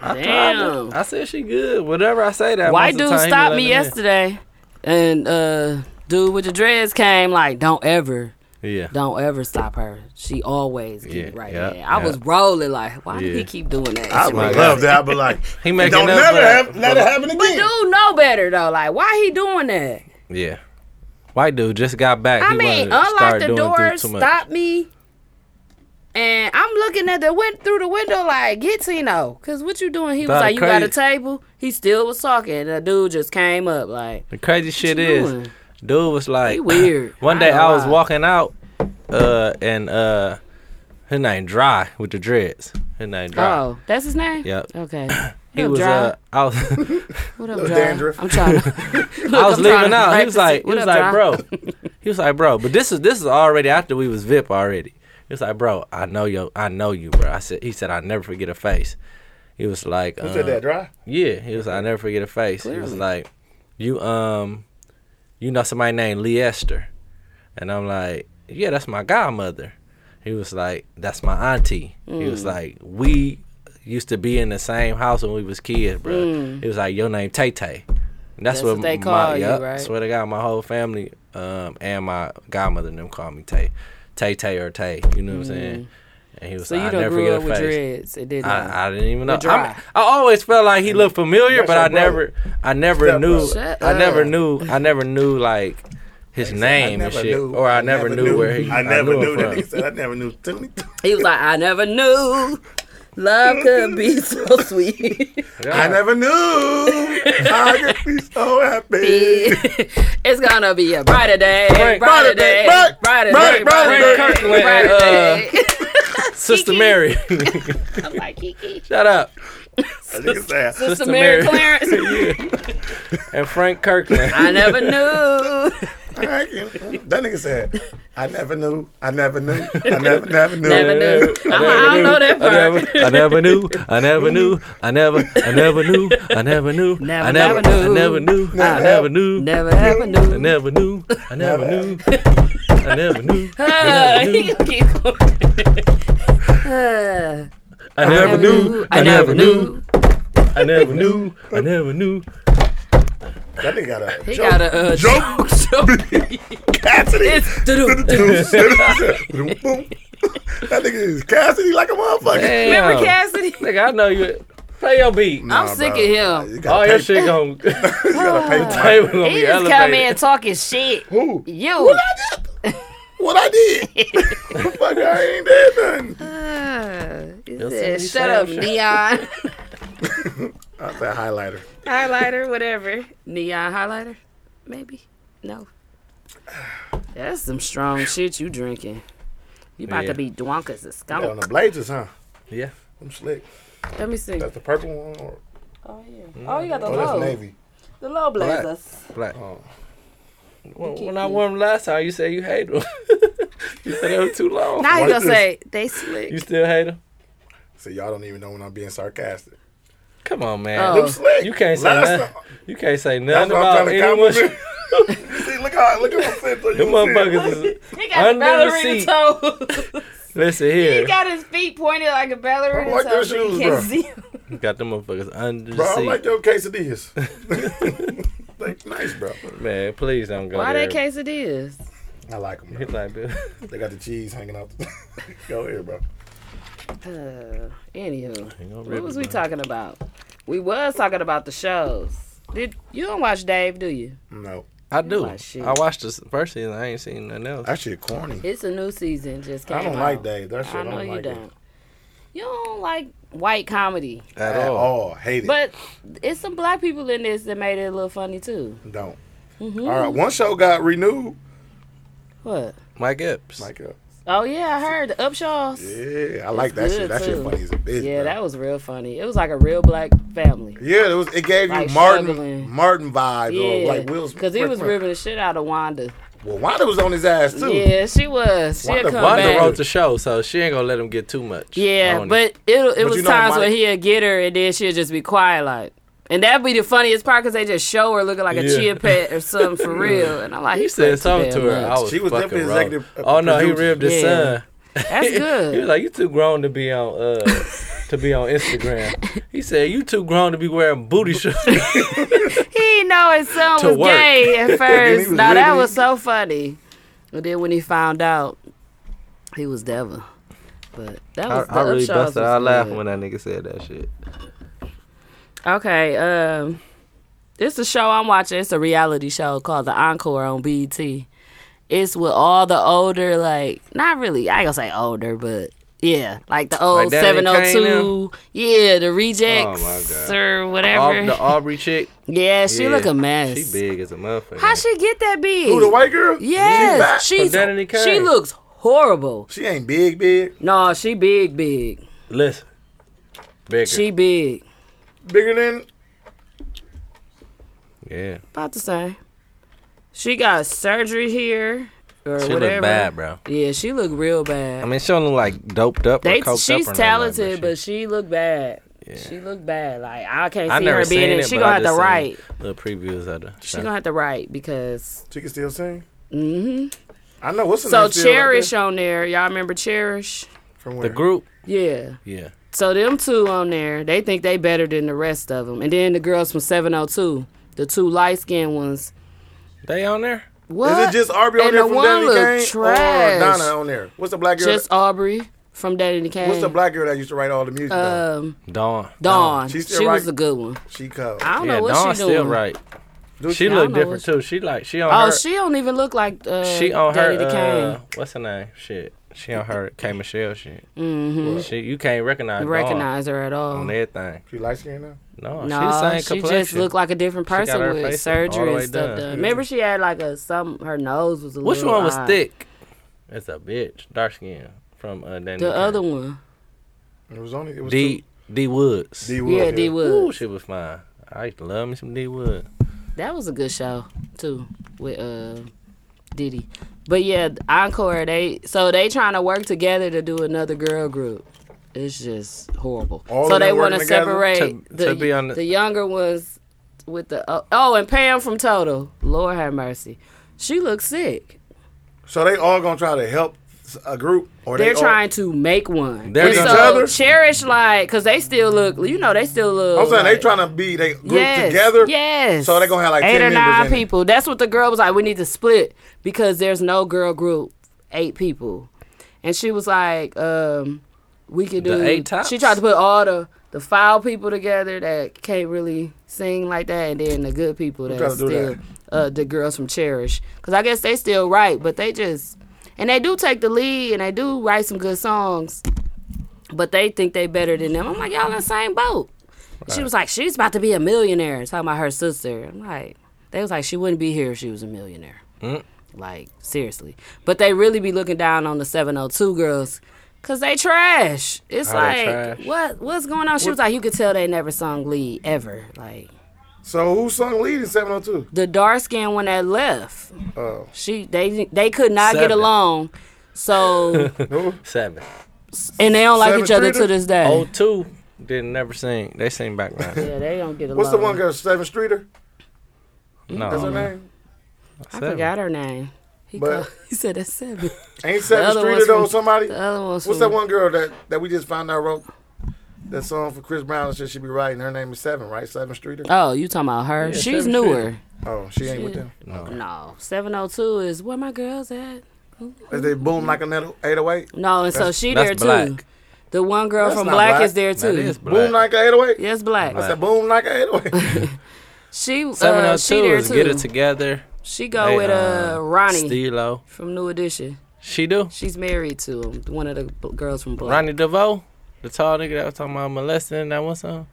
damn. I said she good. Whatever I say that. White most of the dude time he stopped let me him in. yesterday, and uh, dude with the dreads came like, don't ever, Yeah. don't ever stop her. She always get it Yeah, right. yeah, man. I yeah. was rolling like, why do Yeah. he keep doing that? I shit? my would God. love that. I'd be like, He making "Don't up never for- have, let for- it happen again." dude know better though. Like, why he doing that? Yeah. White dude just got back. I he mean, wanted to start unlock the doing through door, too much. stop me. And I'm looking at the went through the window like, get Tino, cause what you doing? He was About like, you got a crazy. table. He still was talking. And the dude just came up like, The crazy shit you is, doing? dude was like, He weird. one I day ain't I was gonna lie. walking out, uh, and uh, his name Dry with the dreads. His name Dry. oh, that's his name. Yep. Okay. He Little was Dry. uh, I was. What up, Little Dry? dandruff. I'm trying. To, I was I'm trying leaving to out. He practice was like, it. he What was up, like, Dry? bro. He was like, bro. But this is this is already after we was VIP already. He was like, bro. I know yo. I know you, bro. I said. He said, I never forget a face. He was like, Who said that? Dry. Yeah. He was like, I never forget a face. He was like, you um, you know somebody named Lee Esther, and I'm like, yeah, that's my godmother. He was like, that's my auntie. He Mm. was like, we used to be in the same house when we was kids, bro. He was like, your name Tay Tay. And That's, Mm. That's what, what they my, call you, yup, right? Swear to God, my whole family um, and my godmother and them call me Tay, Tay Tay or Tay. You know what I'm saying? And he was Mm. So like, you I done never grew forget up a with face. dreads. uh, It didn't. I, I didn't even know. With I'm- dry. I always felt like he looked familiar, but I That's your never, brother. I never Step knew. brother. I never knew. I never knew like his name and never shit, knew. or I, never, knew, where he. I never knew, knew, him that. from. He said, "I never knew." Tony. he was like, I never knew love could be so sweet. Yeah. I never knew. I could be so happy. it's gonna be a brighter day, Frank, brighter day, Frank, brighter Frank, day, brighter brighter Frank day. Kirkland, day, brighter uh, day. Sister Mary. I'm like, Kiki. Shut up, That nigga said, Sister Mary Clarence. and Frank Kirkland. I never knew. I can- That nigga said, "I never knew. I never knew. I never, never knew." Never knew. I'm like, I don't know that part. I never knew. I never knew. I never. I never knew. I never knew. I Never, never. never I knew. never knew. I never knew. Never ever I knew. never knew. I never knew. I never knew. Uh, he keep going. Uh, I never knew. I never knew. I never knew. I never knew. That nigga got a He joke. got a uh, joke. Cassidy. It's doo-doo. that nigga is Cassidy like a motherfucker. Remember Cassidy? Nigga, I know you. Play your beat. Nah, I'm sick of bro. him. You All gotta your pay- shit gon' you gotta pay table gonna He be just come elevated. in talking shit. Who? You. What I did? Fuck, I ain't did nothing. Uh, he That's what said, he Shut said. up, Neon. I said highlighter. highlighter, whatever. Neon highlighter? Maybe. No. That's some strong shit you drinking. You about Yeah. to be drunk as a skunk. On the blazers, huh? Yeah. I'm slick. Let me see. That's the purple one. Or, Oh, yeah. Oh, you got the oh, that's navy. The low Black. blazers. Black. Oh. When, when I wore them last time, you said you hate them. you said they were too long. Now What you gonna is- say they slick. You still hate them? So y'all don't even know when I'm being sarcastic. Come on, man. Oh. Them slick. You can't say Last nothing. time- You can't say That's nothing what I'm about trying to anyone. compliment. See, look how look how fit you Them motherfuckers is He got the Under the ballerina seat. toe. listen here. he got his feet pointed like a ballerina I like toe. their so you shoes, can't bro. see him. Got them motherfuckers under Bro, the I seat. like your quesadillas. like, nice, bro. Man, please don't go Why there. that quesadillas? I like them. He like, "Dude, They got the cheese hanging out. the- Go here, bro. Uh, anywho, ain't gonna what rip was it, we man. talking about? We was talking about the shows. Did you don't watch Dave? Do you? No, I do. Oh, shit. I watched this first season. I ain't seen nothing else. that shit corny. It's a new season. Just came I don't out. like Dave. That shit. I know don't you like it don't. You don't like white comedy, At, at all. all. Hate it. but it's some black people in this that made it a little funny too. don't. Mm-hmm. All right, one show got renewed. What? Mike Epps. Like, uh, Oh yeah, I heard the Upshaws. yeah, I like that good, shit. That too. shit funny as a bitch. Yeah, bro. that was real funny. It was like a real black family. Yeah, it was. It gave you Like Martin struggling. Martin vibes, Yeah, or like Will's. because he was ripping the shit out of Wanda. Well, Wanda was on his ass too. Yeah, she was. She'll Wanda- come Wanda back. wrote the show, so she ain't gonna let him get too much. Oh, Yeah, on it. but it it was you know, times my- where he'd get her and then she'd just be quiet like. And that'd be the funniest part because they just show her looking like a Yeah. chia pet or something for real. And I'm like, he he said said something to her. I was She was fucking definitely wrong. executive, uh, Oh no, he producer. ribbed his Yeah. son. That's He was good. like, "You too grown to be on uh to be on Instagram." He said, "You too grown to be wearing booty shorts." he didn't know his son To was work. gay at first. was now that living was it. so funny. And then when he found out, he was devil. But that was the Upshaws was good. that nigga said that shit. Okay, um, it's a show I'm watching. It's a reality show called The Encore on BET. It's with all the older, like not really. I ain't gonna say older, but yeah, like the old Like that seven that oh came two, yeah, the Oh, my rejects God. or whatever. Aub- the Aubrey chick. yeah, she yeah, look a mess. She big as a motherfucker. How she get that big? Who the white girl? She back. yes, She, From Danny she's she Kane. looks horrible. ain't big, big, No, she big, big. Listen, bigger. She big. bigger than. yeah, About the same. She got surgery here or she whatever. look bad, bro. Yeah, she look real bad. I mean, she don't look like doped up. they, or coked she's up or nothing like talented, that, but she look bad. Yeah. She look bad. Like I can't I see her never seen being in. it. She but gonna I have to just seen write. little previews of the. She show. gonna have to write because. She can still sing. Mm-hmm. I know. What's the So name still out cherish there? on there. Y'all remember cherish? From the where? group. Yeah. Yeah, So them two on there, they think they better than the rest of them. And then the girls from 702, the two light skinned ones. they on there. What? Is it just Arby on And there the from one Danny look Kane or trash. Donna on there? What's the black girl? Just Aubrey from Daddy the Kane. what's the black girl that used to write all the music? though? Um, Dawn. Dawn. She She, still was right. a good one. she called. I don't yeah, know what Dawn's she doing. still right. Do She I look don't know different what- too. She like she on Oh, her. she don't even look like uh, She on her. Daddy the Kane. Uh, what's her name? Shit. She on her K Michelle shit. She you can't recognize Dawn Mm-hmm. recognize her at all. on everything. She light skinned now. No, she the No, same she, complexion. just looked like a different got person her with face all the surgery way and stuff done. done. Remember, she had like a some. Her nose was a Which little. one was odd. thick? It's a bitch, dark skin from uh, Danny. The other one. It was only it was D D Woods. two. D. Wood, Yeah, D Ooh, Wood. she was fine. I used to love me some D Wood. That was a good show too with uh Diddy. But yeah, Encore. They so they trying to work together to do another girl group. It's just horrible. All so of them they want to working together? separate To- the, to be on the- the younger ones with the oh, oh and Pam from Total. Lord have mercy. She looks sick. So they all gonna try to help s- a group, or They're they all- trying to make one. They're and each so other? cherish like because they still look. You know, they still look. I'm saying they like- trying to be they group Yes, together. Yes. So they gonna have like eight 10 or members nine in it. people. That's what the girl was like. We need to split because there's no girl group. Eight people, and she was like, um, "We could The do." eight tops? She tried to put all the the foul people together that can't really sing like that, and then the good people that trying to do still Uh, the girls from Cherish. Because I guess they still write, but they just and they do take the lead and they do write some good songs, but they think they better than them. I'm like, y'all in the same boat. She was like, she's about to be a millionaire. Talking about her sister. I'm like, they was like, she wouldn't be here if she was a millionaire. Mm. Like seriously, but they really be looking down on the 702 girls. Cause they trash. It's How like they trash? what what's going on? She was like, you could tell they never sung lead ever. Like So who sung lead in 702? the dark skinned one that left. Oh, She they they could not get Seven. along. So no. Seven. and they don't like Seven each other Streeter? to this day. Oh two. Didn't never sing. They sing back then. Yeah, they don't get along. What's the one girl, Seven Streeter? No, That's her name. I forgot her name. He, But- called, he said that's seven. Ain't Seven other Streeter one's though? from- Somebody. The other one's What's from- that one girl that that we just found out wrote that song for Chris Brown and shit? She be writing. Her name is Seven, right? Seven Streeter. Oh, you talking about her? She's Seven newer. Oh, she ain't with them. No, seven oh two is where my girls at. Is they boom like an 808? No, and so she there That's too. black. The one girl That's from not Black, black. is there That too. is Boom black. like an 808? Yes, black. I said boom like an 808. She uh, she 702 there is Get too. It Together. she go They, with uh, uh, Ronnie Stilo. from New Edition. She do? She's married to him, one of the b- girls from Black. Ronnie DeVoe, the tall nigga that was talking about molesting in that one song.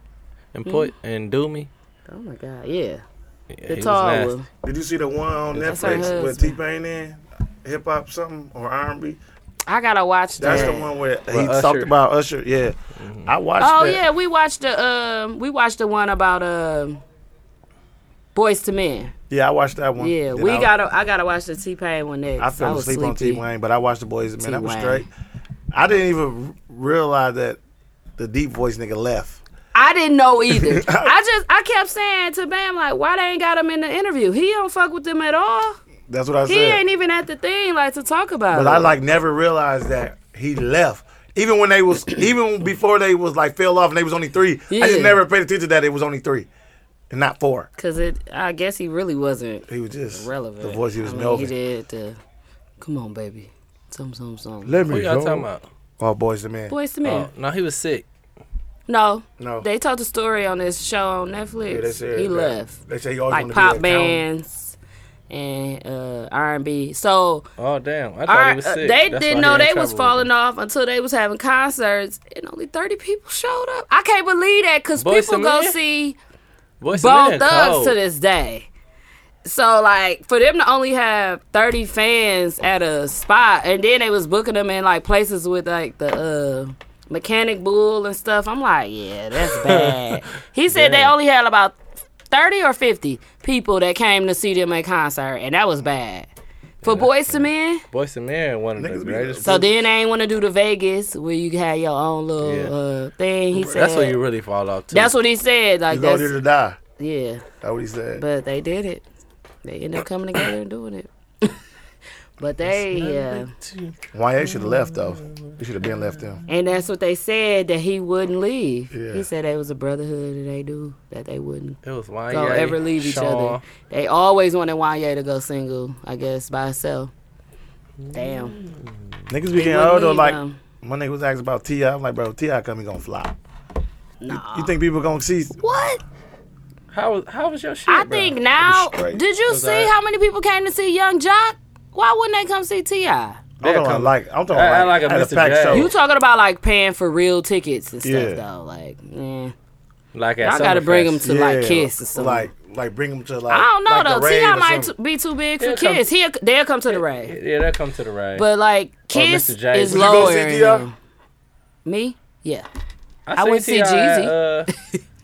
And put and do me. Oh my god, Yeah, yeah, Hmm. the he was tall nasty. one. Did you see the one on That's Netflix her with T husband. Pain in? Hip hop something or R&B? I gotta watch That's that. the one where he With talked Usher. about Usher. Mm-hmm. Yeah, I watched. Oh that. yeah, we watched the um, we watched the one about um, Boys to Men. yeah, I watched that one. Yeah, Then we I, gotta I gotta watch the T Pain one next. I fell was asleep on T sleepy. Wayne, but I watched the boys. Man, that was T-Wayne. straight. I didn't even r- realize that the deep voice nigga left. I didn't know either. I just I kept saying to Bam like, why they ain't got him in the interview? He don't fuck with them at all. That's what I He said. ain't even at the thing like to talk about. But it. I like never realized that he left. Even when they was, even before they was like fell off and they was only three. I Yeah. just never paid attention that it was only three, and not four. cause it. I guess he really wasn't He was just relevant. The voice he was I mean, Melvin. He did the, come on baby, some some some. Let Who me y'all go. talking about? Oh, boys and men. Boys to men. Oh, no, he was sick. No, No. They told the story on this show on Netflix. Yeah, they said he that. left They say he always like wanna be pop a bands and uh, R and B. So Oh damn! I thought All he right, was uh, sick. they That's why didn't know he in they was trouble. falling off until they was having concerts and only 30 people showed up. I can't believe that because Boyz people II go Men? see Boy, Bone Thugs to this day. So, like, for them to only have 30 fans at a spot and then they was booking them in, like, places with, like, the, uh, Mechanic Bull and stuff. I'm like, yeah, that's bad. he said they only had about 30 or 50 people that came to see them at concert, and that was bad. For Boys to Men, Boy, some man, one of the Niggas be- greatest. so then they ain't want to do the Vegas where you had your own little Yeah. uh, thing. He said that's where you really fall off. Too. That's what he said. Like You go that's, there to die. yeah, That's what he said. but they did it. They ended up coming together and doing it. but they yeah, YA should have left though. He should have been left them. and that's what they said that he wouldn't leave. Yeah. He said they was a brotherhood and they do that they wouldn't It was Wanye, go ever leave each Shawn. other. They always wanted Wanye to go single, I guess by himself. Damn, Niggas be getting wouldn't older. leave Like them. my nigga was asking about Ti. I'm like, bro, Ti come, he gonna flop. nah. You think people gonna see? what? How was how was your shit? I bro? think now, straight. did you was see alright. how many people came to see Young Jock? Why wouldn't they come see T.I.? I'm They'll talking about come. like I'm talking I- I about like, like a at Mr. a pack J. show. You talking about like paying for real tickets and stuff Yeah. though? Like, yeah, like I at gotta Summerfest. bring them to like Yeah, Kiss or something. Like like bring him to Uh, like. I don't know like the though. rave T.I. or might something. t- be too big for He'll come- Kiss. He'll they'll come to the rave, Yeah, they'll come to the rave. but like Kiss Mr. Oh, J. is Would you go lower. see in- T.I.? Me? Yeah, I, went see T.I. at, Uh,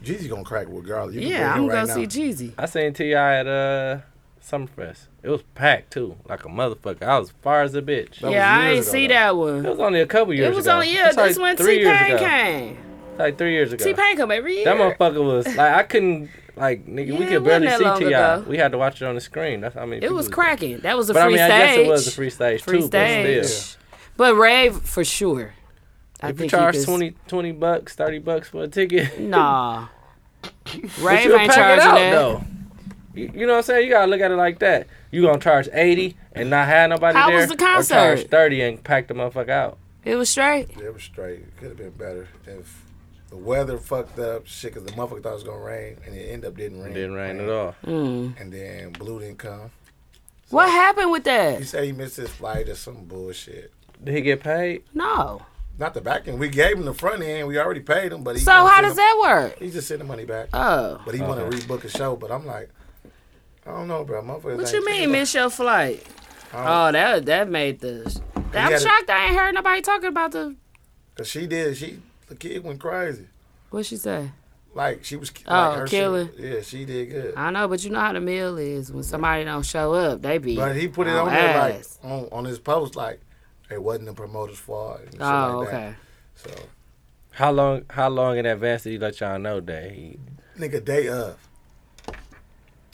Jeezy gonna crack regardless. You can yeah. bring I'm him gonna right see now. Jeezy. I seen Ti at uh Summerfest. It was packed too, like a motherfucker. I was far as a bitch. was Yeah, I years ain't ago, see though. that It one. was only a couple years It ago. was on yeah. It's like That's when T three years Pain ago. came. It's Like three years ago. T Pain come every year. That motherfucker was like I couldn't like nigga. Yeah, we it could wasn't barely that long see Ti. ago. We had to watch it on the screen. That's how many. It people was cracking. That was a But I free mean, stage. I guess it was a free stage Free too. stage. But still, But rave for sure. I if you think charge could- 20, 20 bucks, thirty bucks for a ticket, Nah. but Rave you'll ain't pack it charging out that. though. You, you know what I'm saying? You gotta look at it like that. You gonna charge eighty and not have nobody How there, was the or charge concert? thirty and pack the motherfucker out. It was straight. It was straight. It could have been better if the weather fucked up shit because the motherfucker thought it was gonna rain and it ended up didn't rain. It didn't rain at all. And then Blue didn't come. What happened with He that? said he missed his flight or some bullshit. Did he get paid? No. Not the back end. We gave him the front end. We already paid him, but he So gonna how send does him- that work? He just sent the money back. Oh. but he want to rebook a show. But I'm like, I don't know, bro. Motherfuckers What ain't you mean, thinking miss your flight? Oh, that that made the. I'm gotta- shocked. I ain't heard nobody talking about the. about- Cause she did. She the kid went crazy. What she say? Like she was. Oh, like her killing. shit- Yeah, she did good. I know, but you know how the meal is when somebody don't show up, they be. But he put it Oh, on there like ass. on, on his post like it wasn't the promoter's fault. And shit Oh, like okay. That. So How long? How long in advance did he let y'all know that he? Nigga, day of.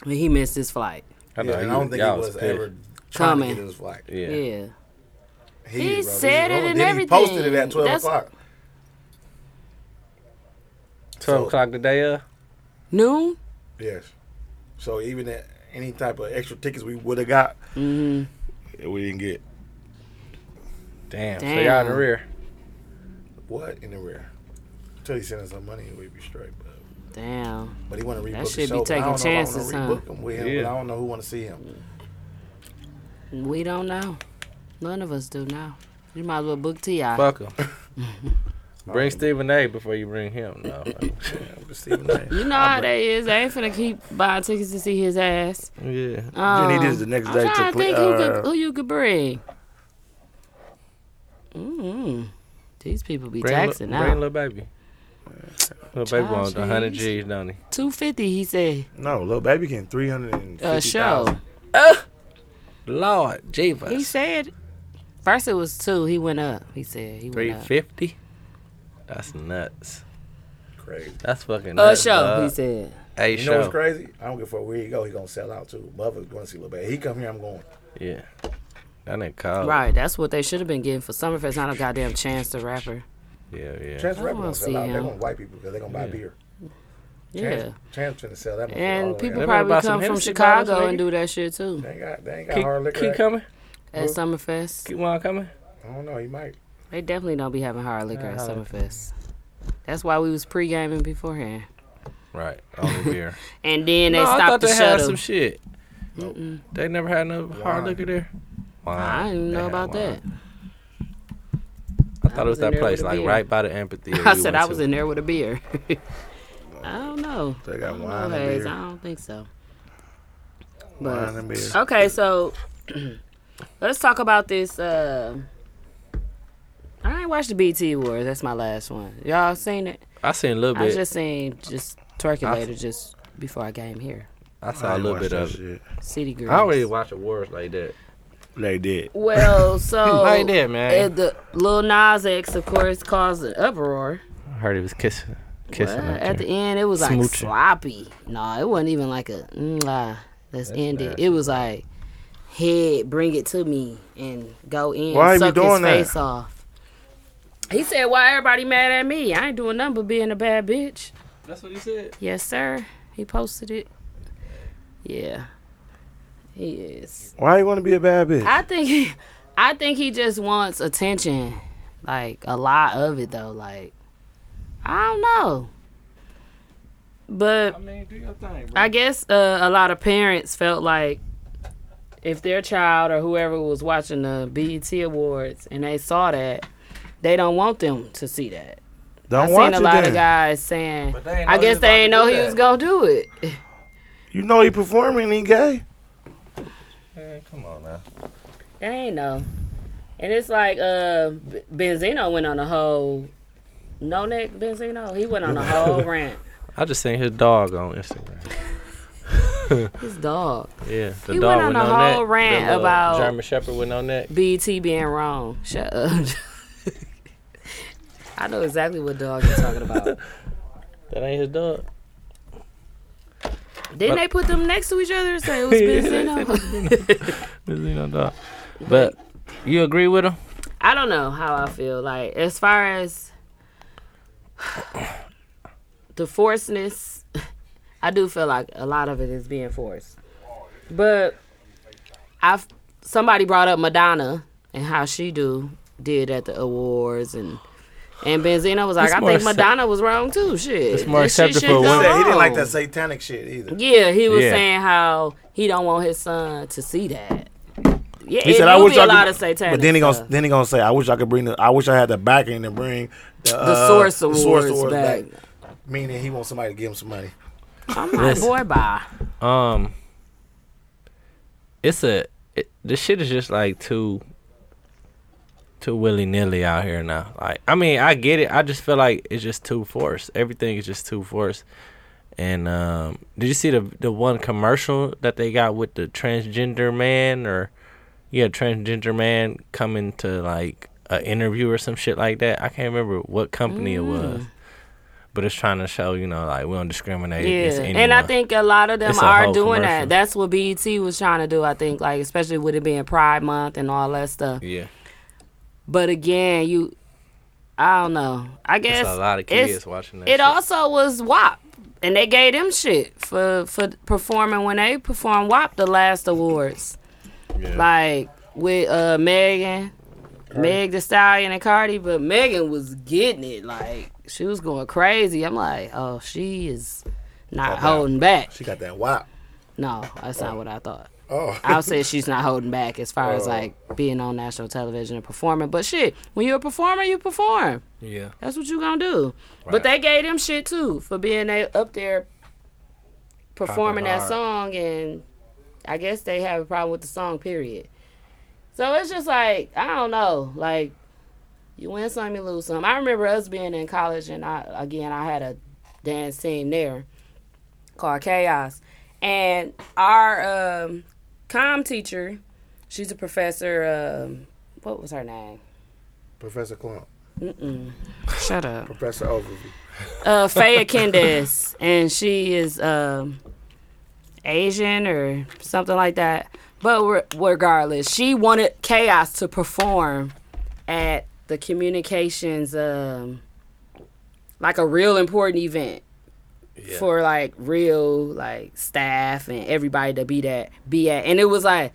When he missed his flight. I, Yeah, he and I don't think he y'all was, pissed. ever trying Coming. to get in his flight. Yeah. Yeah. is, He bro. is said it wrong. and then He posted it at everything. twelve That's- o'clock. Twelve So- o'clock the day of. Noon? Yes. So even at any type of extra tickets we would have got, Mm-hmm. we didn't get Damn. So Damn. y'all in the rear. what in the rear. Until he sent us some money, we'd be straight. But, Damn. but he want to rebook the shit be show. but I taking don't know if I wanna chances, huh? rebook him with him, Yeah. but I don't know who want to see him. We don't know. None of us do now. You might as well book T.I. Fuck him. bring Stephen A. before you bring him. No. Stephen A. You know how they is. They ain't finna keep buying tickets to see his ass. yeah. Um, then he did it the next I'm day trying to to play. think who, could, Uh, who you could bring. mm These people be Bring, taxing li- bring now. little baby. Little baby Child wants hundred cheese. G's, don't he? Two fifty, he said. no, little baby getting three hundred and A show. Lord He Jesus. said. First it was two. He went up. He said he Three went up. fifty. That's nuts. Crazy. That's fucking A nuts. Uh, show. Oh, He dog. said. A You know show. what's crazy? I don't give a fuck where he go. He gonna sell out too. Mother's gonna see little baby. He come here, I'm going. Yeah. That ain't cold. Right. That's what they should have been getting for Summerfest. Not a goddamn chance to rapper. Yeah, yeah. Trans I wanna rapper gonna see sell out. They're him. gonna white people because they're gonna buy Yeah. beer. Trans, Yeah. trans finna sell that. motherfucker all the And way They people up. better buy probably some come from Hennessy bottles, Chicago nigga. and do that shit too They ain't got they ain't got Keep, hard liquor. keep act. coming. at Summerfest. Keep on coming. I don't know. He might. They definitely don't be having hard liquor at Uh-huh. Summerfest. That's why we was pre-gaming beforehand. Right. Only beer. And then they no, I thought stopped the they had shuttle. some shit. They never had no hard Wine. liquor there. Wine. I didn't even They know had about wine. that. I thought it was was in that there with place, a like beer. right by the amphitheater. I we said went I was to. in there with a beer. I don't know. They I got don't wine know, and Hayes. beer. I don't think so. Wine and beer. Okay, so let's talk about this. Uh, I ain't watched the BT Awards. That's my last one. Y'all seen it? I seen a little I bit. just seen just Turkey Later just before I came here. I saw a little bit of it. City Girls. I don't really watch awards like that. They did. Well, so Like that, man. uh, the Lil Nas X, of course, caused an uproar. I heard he was kissing, Well, kissing. at the end, it was like Smooching. sloppy. No, it wasn't even like a mm, let's end it. nasty. It was like head, bring it to me, and go in. Why he be suck his doing that? face off. He said, "Why everybody mad at me? I ain't doing nothing but being a bad bitch." That's what he said. Yes, sir. He posted it. Yeah, he is. Why you want to be a bad bitch? I think he, I think he just wants attention, like a lot of it though. Like I don't know, but mean, do your thing, bro. I guess uh, a lot of parents felt like if their child or whoever was watching the BET Awards and they saw that, they don't want them to see that. Don't I seen watch a it lot then. of guys saying, But they ain't know I he was guess about they ain't to know do he that. was gonna do it. You know he performing. He gay. come on now. They ain't know. And it's like uh B- Benzino went on a whole no neck Benzino. He went on a whole rant. I just seen his dog on Instagram. His dog. Yeah, the He dog went on with a no whole neck. The rant little about- German Shepherd with no neck. BT being wrong. Shut up. I know exactly what dog you're talking about. That ain't his dog. Didn't they put them next to each other and say it was Benzino? This ain't no dog. But you agree with him? I don't know how I feel. Like as far as the forcedness, I do feel like a lot of it is being forced. But I've somebody brought up Madonna and how she do did at the awards and and Benzino was like, It's I more think accept- Madonna was wrong too. Shit, It's more This shit accepted should for go women. He said he didn't like on. that satanic shit either. Yeah, he was Yeah. saying how he don't want his son to see that. Yeah, He it said, do "I wish be a I lot could." of satanic but then he gonna stuff. then he gonna say, "I wish I could bring the. I wish I had the backing to bring the, uh, Source the Awards back. Meaning he wants somebody to give him some money. I'm like, boy, bye. Um, it's a it, this shit is just like too too willy nilly out here now. Like, I mean, I get it. I just feel like it's just too forced. Everything is just too forced. And um, did you see the the one commercial that they got with the transgender man or yeah transgender man coming to like an interview or some shit like that. I can't remember what company it was, Mm. but it's trying to show you know like we don't discriminate against Yeah, anyone. and I think a lot of them It's a are whole doing commercial. that. That's what BET was trying to do. I think, like especially with it being Pride Month and all that stuff. yeah, But again, you, I don't know. I guess it's a lot of it's- kids watching that. It shit. also was WAP, and they gave them shit for for performing when they performed WAP the last awards, Yeah. like with uh Megan, Meg The Stallion and Cardi. But Megan was getting it, like she was going crazy. I'm like, oh, she is not holding back. She got that wop. No, that's not what I thought. Oh, I would say she's not holding back as far as Uh. like being on national television and performing. But shit, when you're a performer, you perform. yeah, That's what you gonna do. Right. But they gave them shit too for being they up there performing Popping that song, and I guess they have a problem with the song. Period. So it's just like I don't know, like you win some, you lose some. I remember us being in college, and I again I had a dance team there called Chaos, and our um, com teacher, she's a professor. Um, what was her name? Professor Clump, Shut up. Professor Overview. uh, Faya Kendis, and she is um, Asian or something like that. But re- regardless, she wanted Chaos to perform at the communications, um, like a real important event for like real like staff and everybody to be that be at. And it was like,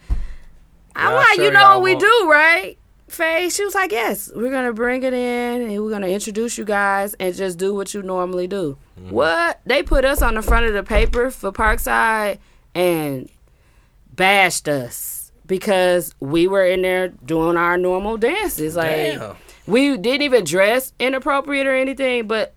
I'm Y'all like, sure you know y'all what we want- do, right? Faye, she was like, "Yes, we're gonna bring it in, and we're gonna introduce you guys, and just do what you normally do." Mm-hmm. What they put us on the front of the paper for Parkside and bashed us because we were in there doing our normal dances. Like Damn. we didn't even dress inappropriate or anything, but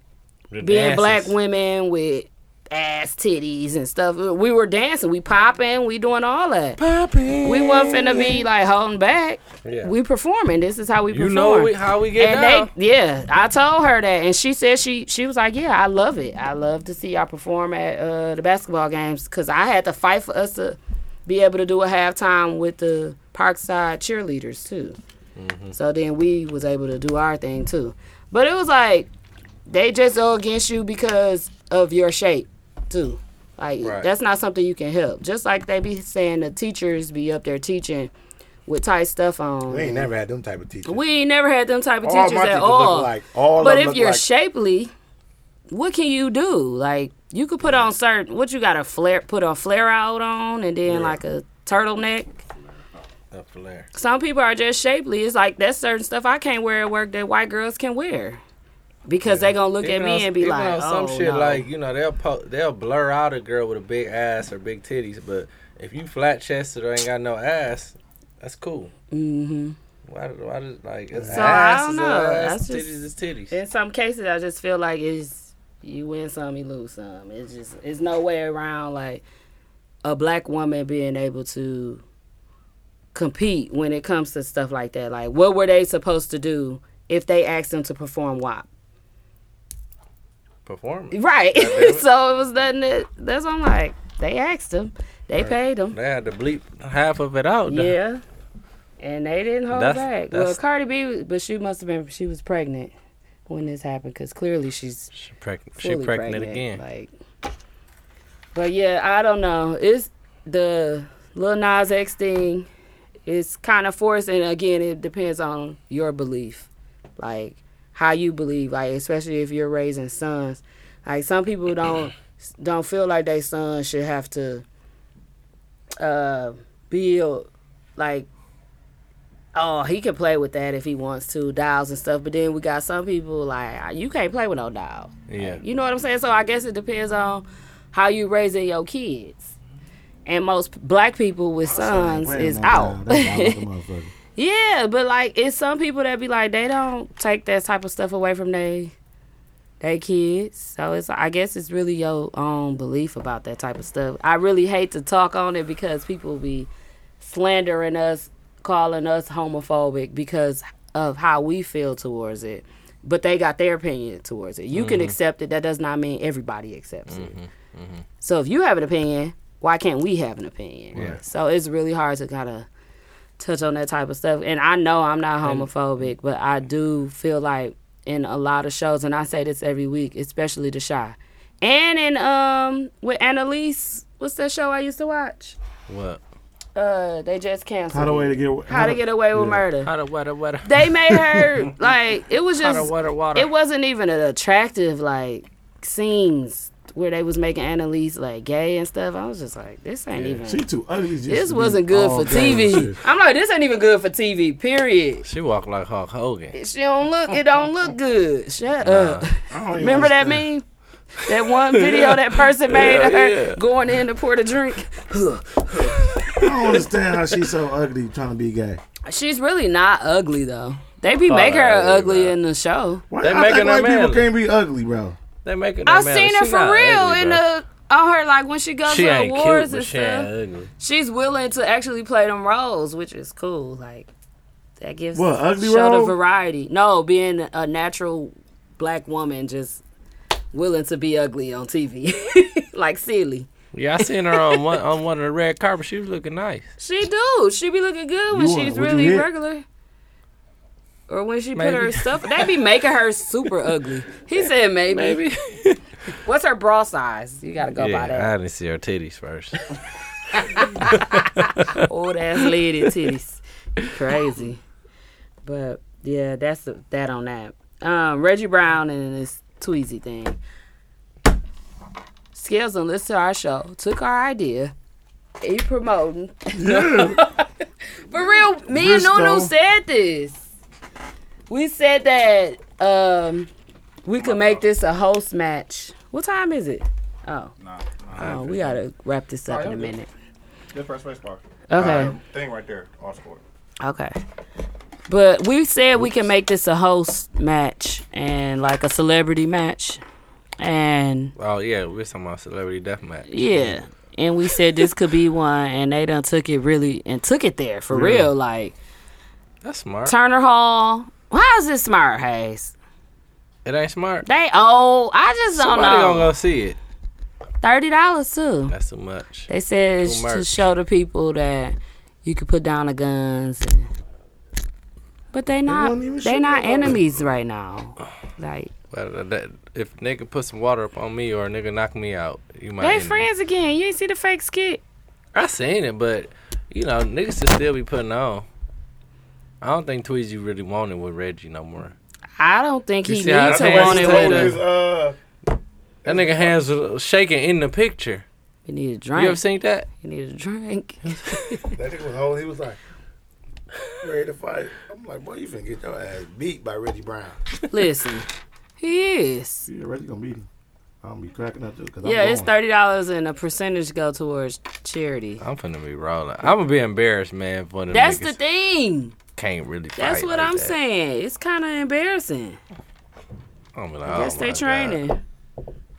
The being black dances. women with ass titties and stuff, we were dancing, we popping, we doing all that. We wasn't finna be like holding back. Yeah. We performing. This is how we You perform. know we, how we get and down. they, yeah, I told her that, and she said she she was like, yeah, I love it. I love to see y'all perform at uh, the basketball games because I had to fight for us to be able to do a halftime with the Parkside cheerleaders too. Mm-hmm. So then we was able to do our thing too. But it was like they just go against you because of your shape too. Like Right. that's not something you can help. Just like they be saying the teachers be up there teaching with tight stuff on. We ain't never had them type of teachers. We ain't never had them type of All teachers my at teachers look all. alike. All of but them if look you're alike. shapely, what can you do? Like you could put on certain what you got a flare put a flare out on and then like a turtleneck. Up for there. Some people are just shapely. It's like that's certain stuff I can't wear at work that white girls can wear. Because they gonna look Even at me on- and be even like, on some oh, shit no. like you know they'll po- they'll blur out a girl with a big ass or big titties, but if you flat chested or ain't got no ass, that's cool. Mm-hmm. Why? do- Why does like it's So, ass I don't is know. ass, That's titties just- is titties. in some cases I just feel like it's you win some, you lose some. It's just it's no way around like a black woman being able to compete when it comes to stuff like that. Like what were they supposed to do if they asked them to perform WAP? Performance. Right. it. so it was nothing that that's what I'm like, they asked them. They paid them. They had to bleep half of it out. though. Yeah. And they didn't hold That's- back. Well, that's- Cardi B, but she must have been, she was pregnant when this happened because clearly she's She, pregnant. she fully pregnant, again. Like, but yeah, I don't know. It's the Lil Nas X thing. It's kind of forced, and again, it depends on your belief, like how you believe, like especially if you're raising sons. Like some people don't don't feel like their son should have to uh, build like oh, he can play with that if he wants to, dials and stuff. But then we got some people like you can't play with no dial. yeah. You know what I'm saying? So I guess it depends on how you raising your kids. And most p- black people with sons is out. yeah, but like it's some people that be like they don't take that type of stuff away from they they kids. So it's I guess it's really your own belief about that type of stuff. I really hate to talk on it because people be slandering us, calling us homophobic because of how we feel towards it. But they got their opinion towards it. You can accept it. That does not mean everybody accepts it. So if you have an opinion, why can't we have an opinion? So it's really hard to kind of touch on that type of stuff. And I know I'm not homophobic, but I do feel like in a lot of shows, and I say this every week, especially the shy, and in um with Annalise, what's that show I used to watch? What? Uh, they just canceled. How the way to it. get How to get away with Yeah. murder? How the weather, weather. they made her like it was just Water, water, water. it wasn't even an attractive like scenes where they was making Annalise like gay and stuff. I was just like, this ain't even. She too ugly. just this to be wasn't good all for gay and TV. shit. I'm like, this ain't even good for TV. Period. She walk like Hulk Hogan. She don't look. It don't look good. Shut up. I don't even Remember that understand. meme? That one video that person made of her going in to pour the drink. I don't understand how she's so ugly trying to be gay. She's really not ugly though. They be Call making her her ugly, ugly man. in the show. Why, They I making think her white people manly. can't be ugly, bro. They making. I seen her for real in the on her like when she goes She to ain't cute, awards but and she stuff. ain't ugly. She's willing to actually play them roles, which is cool. Like that gives What, ugly show the role? variety. No, being a natural black woman just willing to be ugly on TV, like silly. Yeah, I seen her on one on one of the red carpets. She was looking nice. She do. She be looking good when You want- she's would you really hit? regular. Or when she put Maybe. her stuff, they be making her super ugly. He said maybe. Maybe. What's her bra size? You gotta go by that. yeah, I didn't see her titties first. old ass lady titties. Crazy. But yeah, that's the, that on that. Um, Reggie Brown and this Tweezy thing. Skills and listen to our show. Took our idea. He promoting. For real, me and Risco. Nunu said this. We said that um, we could make this a host match. What time is it? Oh. oh, we gotta wrap this up in a minute. The first place bar. Okay. Thing right there on sport. Okay. But we said we can make this a host match and like a celebrity match. And oh yeah, we're talking about celebrity death match. yeah. And we said this could be one and they done took it really and took it there for real. Like That's smart. Turner Hall. Why is this smart, Hayes? It ain't smart. They old. I just don't Somebody gonna know. go see it. Thirty dollars too. That's too much. They said Too it's to much. show the people that you could put down the guns. And, but they not won't even they shoot not nobody. enemies right now. Like But uh, that, if nigga put some water up on me or a nigga knock me out, you might. They end it. friends again. You ain't see the fake skit. I seen it, but you know niggas should still be putting on. I don't think Tweezy really wanted with Reggie no more. I don't think he You see how needs to that man want it told with his- him. Uh, That nigga hands was shaking in the picture. He need a You ever drink. seen that? He need a drink. That nigga was holding. He was like, ready to fight. I'm like, boy, you finna get your ass beat by Reggie Brown. Listen, he is. Yeah, Reggie gonna be. I'm gonna be cracking up too. Cause Yeah, I'm it's going. thirty dollars and a percentage go towards charity. I'm finna be rolling. I'm gonna be embarrassed, man, for them That's niggas the thing. can't really. Fight That's what like I'm that. saying. It's kind of embarrassing. I'm like, Yes, oh they my training. God.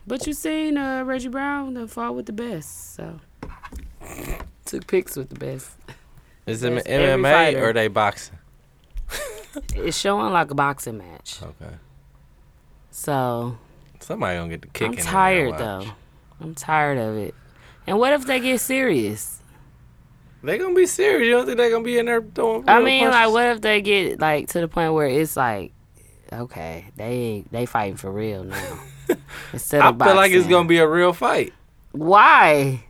But you seen uh, Reggie Brown the fall with the best, so took pics with the best. Is it That's every MMA fighter. or they boxing? It's showing like a boxing match. Okay, So somebody gonna get the kick. I'm in there, tired watch. though. I'm tired of it. And what if they get serious? They gonna be serious. You don't think they gonna be in there throwing? I real mean, punches? like, what if they get like to the point where it's like, okay, they ain't they fighting for real now instead I of feel like it's boxing. gonna be a real fight. Why?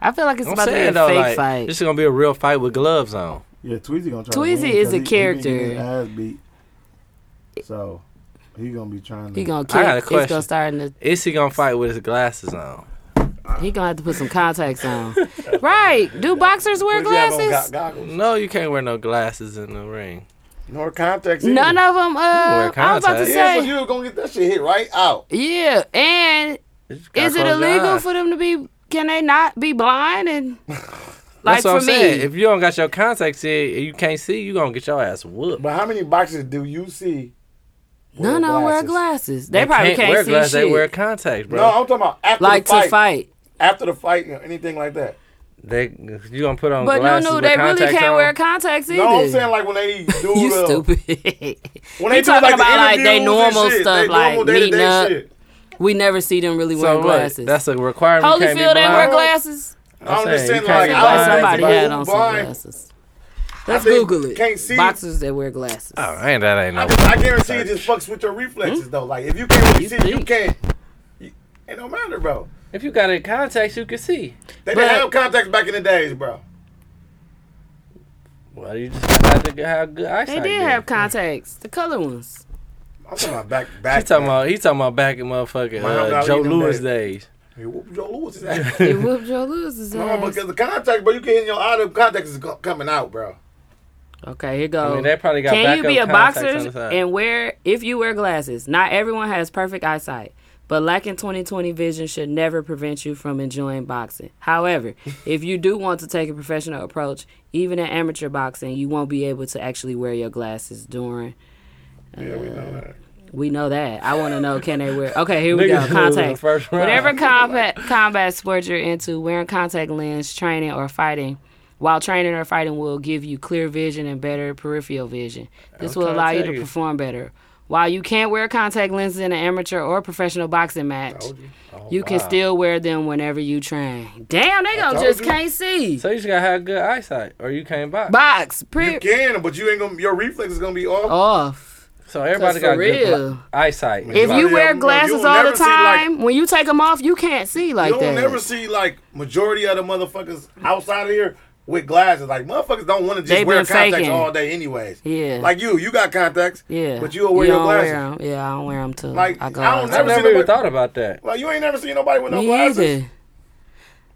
I feel like it's I'm about to be a saying though, fake like fight. this is gonna be a real fight with gloves on. Yeah, Tweezy gonna try. Tweezy to win 'cause is a he- he been getting character. His ass beat. So he gonna be trying to. He gonna got a kick. He's gonna question. start in the. Is he gonna fight with his glasses on? He gonna have to put some contacts on. right? Do boxers wear What if you have on glasses? go- goggles? No, you can't wear no glasses in the ring. Nor contacts. either. None of them. Uh, wear I was about to contacts. Yeah, but say. you were gonna get that shit hit right out. Yeah, and You just gotta Is it close your illegal eyes. for them to be? Can they not be blind and like That's what for I'm saying. me? If you don't got your contacts in and you can't see, you gonna get your ass whooped. But how many boxes do you see? no, no, wear glasses. They, probably can't, wear see glasses. shit. They wear contacts, bro. No, I'm talking about after like the fight, to fight, After the fight, you know, anything like that. They you gonna put on but no, glasses no, with they really contacts can't on? wear contacts either. No, I'm saying like when they do you the, stupid. When they You do, talking like, about, the like, they interviews and normal shit, stuff, they normal like, day-to-day meeting up. shit. we never see them really So wearing what? glasses. That's a requirement. You can't be Holyfield ain't wear blind? glasses. I'm saying, just you saying can't like be I was blind. thinking somebody about had who on some blind. glasses. Let's think- Google it. can't see- Boxers that wear glasses. Oh, ain't that ain't I, no. I guarantee it just fucks with your reflexes though. Like if you can't really You see, it, you think? can't. you- It don't matter, bro. If you got it in contacts, you can see. They But- didn't have contacts back in the days, bro. Well, you just have to have good eyesight. They did then. have contacts, the color ones. I'm talking about back back. He talking about he talking about back in motherfucking Mine uh, not Joe eating them Lewis back. days. Hey, whoop Joe Lewis is that? It whooped Joe Lewis's no, ass. because the contact, bro, you can't your eye. The contacts is co- coming out, bro. Okay, here goes. I mean, they probably got Oh. Can you backup be a contacts on the boxer side. and wear if you wear glasses? Not everyone has perfect eyesight, but lacking 20/20 vision should never prevent you from enjoying boxing. However, if you do want to take a professional approach, even in amateur boxing, you won't be able to actually wear your glasses during. Yeah, we know that. We know that. I want to know can they wear? Okay, here we Niggas go. lose in the Contacts. first round. Whatever combat combat sport you're into, wearing contact lens, training or fighting while training or fighting will give you clear vision and better peripheral vision. This will trying to allow you tell to you. perform better. While you can't wear contact lenses in an amateur or professional boxing match, you, can still wear them whenever you train. Damn, they gonna told just you. can't see. So you just gotta have good eyesight, or you can't box. Box, You pre- can, but you ain't gonna. Your reflex is gonna be off. off. So everybody Cause got for good real. gla- eyesight. If Like, you yeah, wear you- glasses you'll all the never see, like- time, when you take them off, you can't see like you don't that. never see like majority of the motherfuckers outside of here with glasses. Like motherfuckers don't want to just They wear been contacts faking. all day, anyways. Yeah. Like you, you got contacts. yeah, But you'll wear You your don't glasses. wear 'em. Yeah, I don't wear them too. Like, I go. I don't I outside. never seen never even nobody- thought about that. Like you ain't never seen nobody with no Me glasses. either.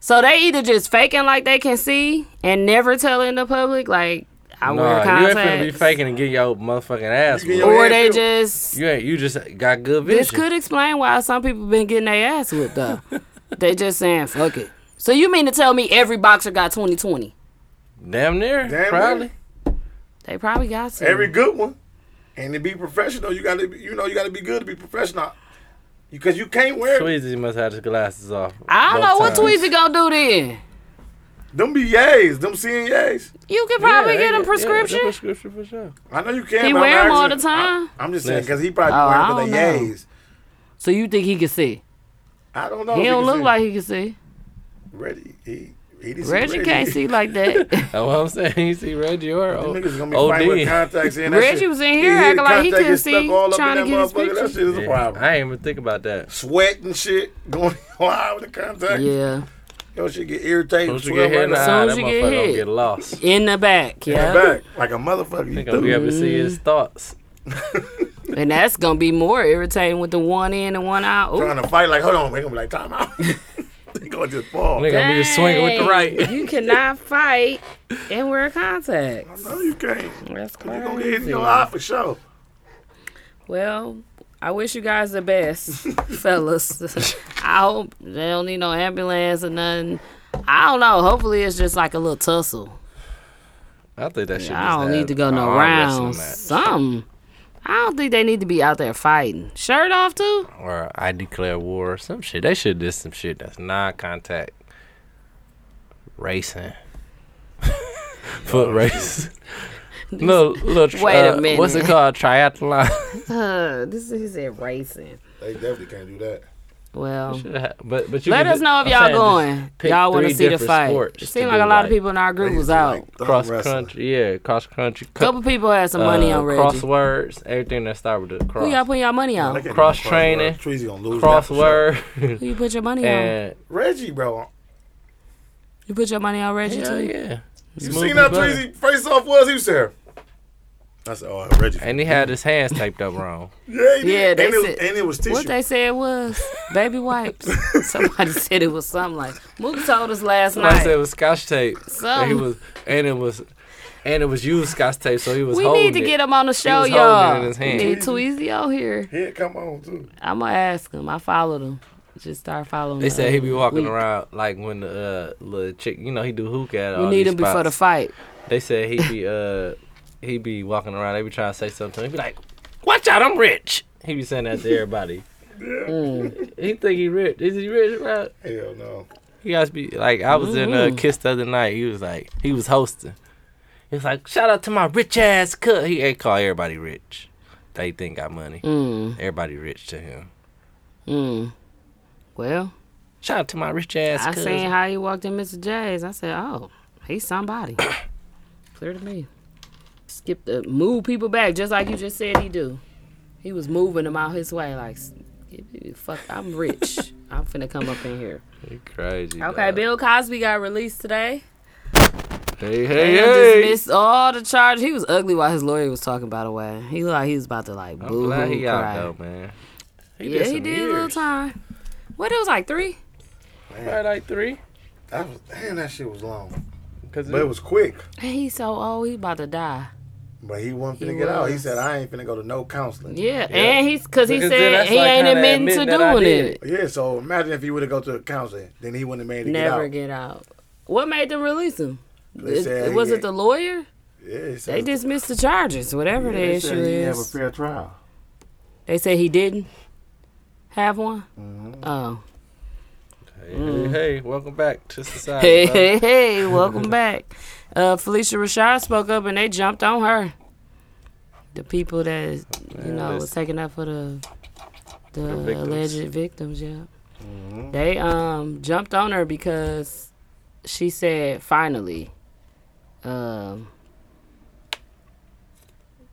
So they either just faking like they can see and never telling the public like I wear Nah, you ain't finna be contacts, faking and get your motherfucking ass. You get whooped. your or ass they whooped. just You ain't. You just got good vision. this could explain why some people been getting their ass whooped though. they just saying fuck it. So you mean to tell me every boxer got twenty twenty? Damn near. Damn probably. near. They probably got to. Every good one. And to be professional, you gotta be, you know you gotta be good to be professional. Because you can't wear Sweezy must have his glasses off. I don't know what both times. Tweezy gonna do then. them be yays, them seeing yays. You could probably Yeah, get yeah, him yeah, prescription. the prescription for sure. I know you can. He but I'm wear 'em all asking- the time? I, am just saying Listen. because he probably Oh, I wearing don't them for the know. yays. so you think he can see? I don't know. He if don't Oh, can look see. like he can see. Reggie. He, he didn't see Reggie can't see like that. That's what I'm saying. You see Reggie or Them O- niggas gonna be fighting OD. with contacts in. Reggie was in here acting like he couldn't see, trying to get his That picture. shit is a Yeah, problem. I ain't even think about that. Sweat and shit going wild with the contact. yeah, Yo, shit get irritated. Once you swell get hit, right nah, Soon now. that as you get motherfucker gonna hit. get lost. in the back. Yeah. Back like a motherfucker. You Ain't gonna be do. able to see his thoughts. And that's gonna be more irritating with the one in and one out. Ooh, trying to fight. Like, hold on, they gonna be like, time out. they gonna just fall. Nigga gonna be just swinging with the right. you cannot fight and wear contacts. No, you can't. That's You gonna get hit in crazy. your eye for sure. Well, I wish you guys the best, fellas. I hope they don't need no ambulance or nothing. I don't know. Hopefully, it's just like a little tussle. I think that shit. I just don't need had to go no an arm rounds. wrestling Something. I don't think they need to be out there fighting. Shirt off too. match. Or I declare war. Some shit. They should do some shit that's non-contact racing. Foot race. no, look. Wait a uh, What's it minute. called? Triathlon. Uh, this is he said racing. They definitely can't do that. Well, but but you Let can us do- know I'm if saying y'all just going. pick Y'all want to three see the different fight. sports It to seemed like do, a lot like, of people in our group was out. A Cross wrestling. country, yeah, cross country. cu- couple people had some money uh, on Reggie. Crosswords, everything that start with the Who y'all cross. putting y'all money They on? can't do Cross no training. crossword. Treezy gonna lose. that for sure. Crossword Who you put your money on? and Reggie, bro. You put your money on Reggie yeah, too. yeah. You Smooth seen how as butter. Treezy face off was? He was there. I said, oh, Reggie. And he had his hands taped up wrong. yeah, he did. Yeah, and, they it was, said- and it was tissue. What they said was baby wipes. Somebody said it was something like Mook told us last Somebody said it night. was scotch tape. And he Some- was and it was and it was used scotch tape, so he was We holding need to it. get him on the show, was holding y'all. it in his We hand. need Tweezy out here. Yeah, come on too. I'm gonna ask him. I followed him. Just start following. They him said he be every walking week. around like when the uh, little chick, you know, he do hookah at all We need these him before the spots. fight. They said he be uh he be walking around. They be trying to say something. He be like, "Watch out, I'm rich." He be saying that to everybody. Mm. He think he rich. Is he rich, bro? Hell no. He guys be like, I was in Mm-hmm. a kiss the other night. He was like, he was hosting. He was like, shout out to my rich ass cut. He ain't call everybody rich. They think got money. Everybody rich to him. Mm. Well, Shout out to my rich ass. I cousin. seen how he walked in Mr. J's. I said, oh, he's somebody. Clear to me. skip the move people back just like you just said he do. He was moving them out his way like "Get- fuck. I'm rich. I'm finna come up in here. You crazy. Okay, dog. Bill Cosby got released today. Hey, hey, Damn, hey. dismissed all the charges. He was ugly while his lawyer was talking. By the way, he looked like he was about to like I'm boo glad hoo he out cry. though, man. yeah, he some did a little years. time. What it was like three? Probably like three. That was, damn, that shit was long. Cause But it was quick. He's so old. He about to die. But he wasn't He finna get out. He was. said, I ain't finna go to no counseling. Yeah, and he's because he Because then said that's he like ain't kinda admitting to admitting that I doing did it. it. Yeah, so imagine if he would have go to counseling, then he wouldn't have made it Never get get out. What made them release him? They It- said it- he was it had- the lawyer? out. Yeah, it They says- dismissed the charges, whatever the They issue said he have a is. fair trial. They said he didn't have one. Mm-hmm. Oh, Hey, hey, hey, welcome back to society. Mm. hey, brother. hey, hey! Welcome back. Uh, Felicia Rashad spoke up, and they jumped on her. The people that you Man, know was listen. taking up for the the victims. Mm-hmm. alleged victims. Yeah, they um jumped on her because she said finally, um,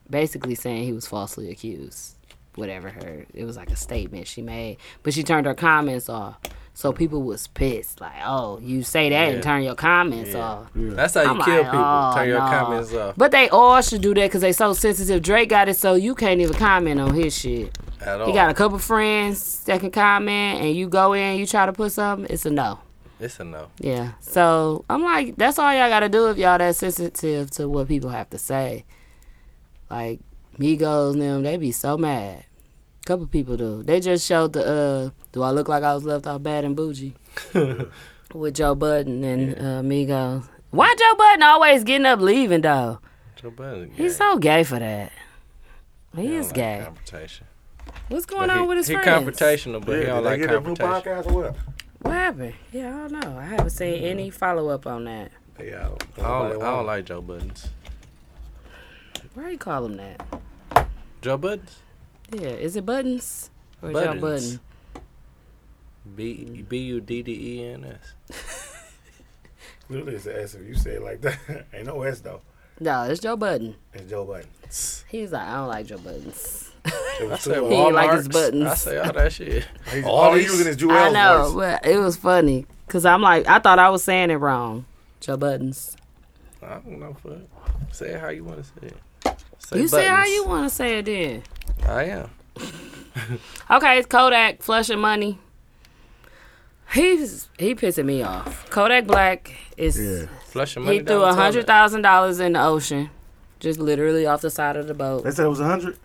basically saying he was falsely accused. Whatever her, it was like a statement she made, but she turned her comments off. So people was pissed, like, "Oh, you say that Yeah. and turn your comments off." That's how you I'm kill like, people. "Oh, Turn your no." comments off. But they all should do that because they so sensitive. Drake got it, so you can't even comment on his shit. At all. He got a couple friends that can comment, and you go in, you try to put something, it's a no. it's a no. Yeah. So I'm like, that's all y'all gotta do if y'all that sensitive to what people have to say. Like Migos and them, they be so mad. Couple people do. They just showed the uh do I look like I was left out bad and bougie with Joe Budden and uh Migos. Why Joe Budden always getting up leaving though? Joe Budden. He's so gay for that. He is gay. Confrontation. What's going But on he, with his he friends? confrontational, but Yeah, he did don't they like get a new confrontation. podcast or what? What happened? Yeah, I don't know. I haven't Mm-hmm. seen any follow up on that. Yeah, I I don't, don't, nobody I don't want like Joe Buttons. Why you call him that? Joe Buttons? Yeah, is it buttons or is y'all Buttons. button? B B U D D E N S. it. Literally, it's the S if you say it like that. ain't no S though. No, it's Joe Budden. It's Joe Biden. He's like, I don't like Joe Buttons. It I was say too He Walmart. ain't like his buttons. I say all that shit. He's, All all he these- using is Jewel's I know, voice. but it was funny because I'm like, I thought I was saying it wrong. Joe Buttons. I don't know. Fuck. Say it how you want to say it. Say you say how buttons. you want to say it then. I am. Okay, it's Kodak flushing money. He's he pissing me off. Kodak Black is Flush your money he threw a hundred thousand dollars in the ocean, just literally off the side of the boat. They said it was a hundred.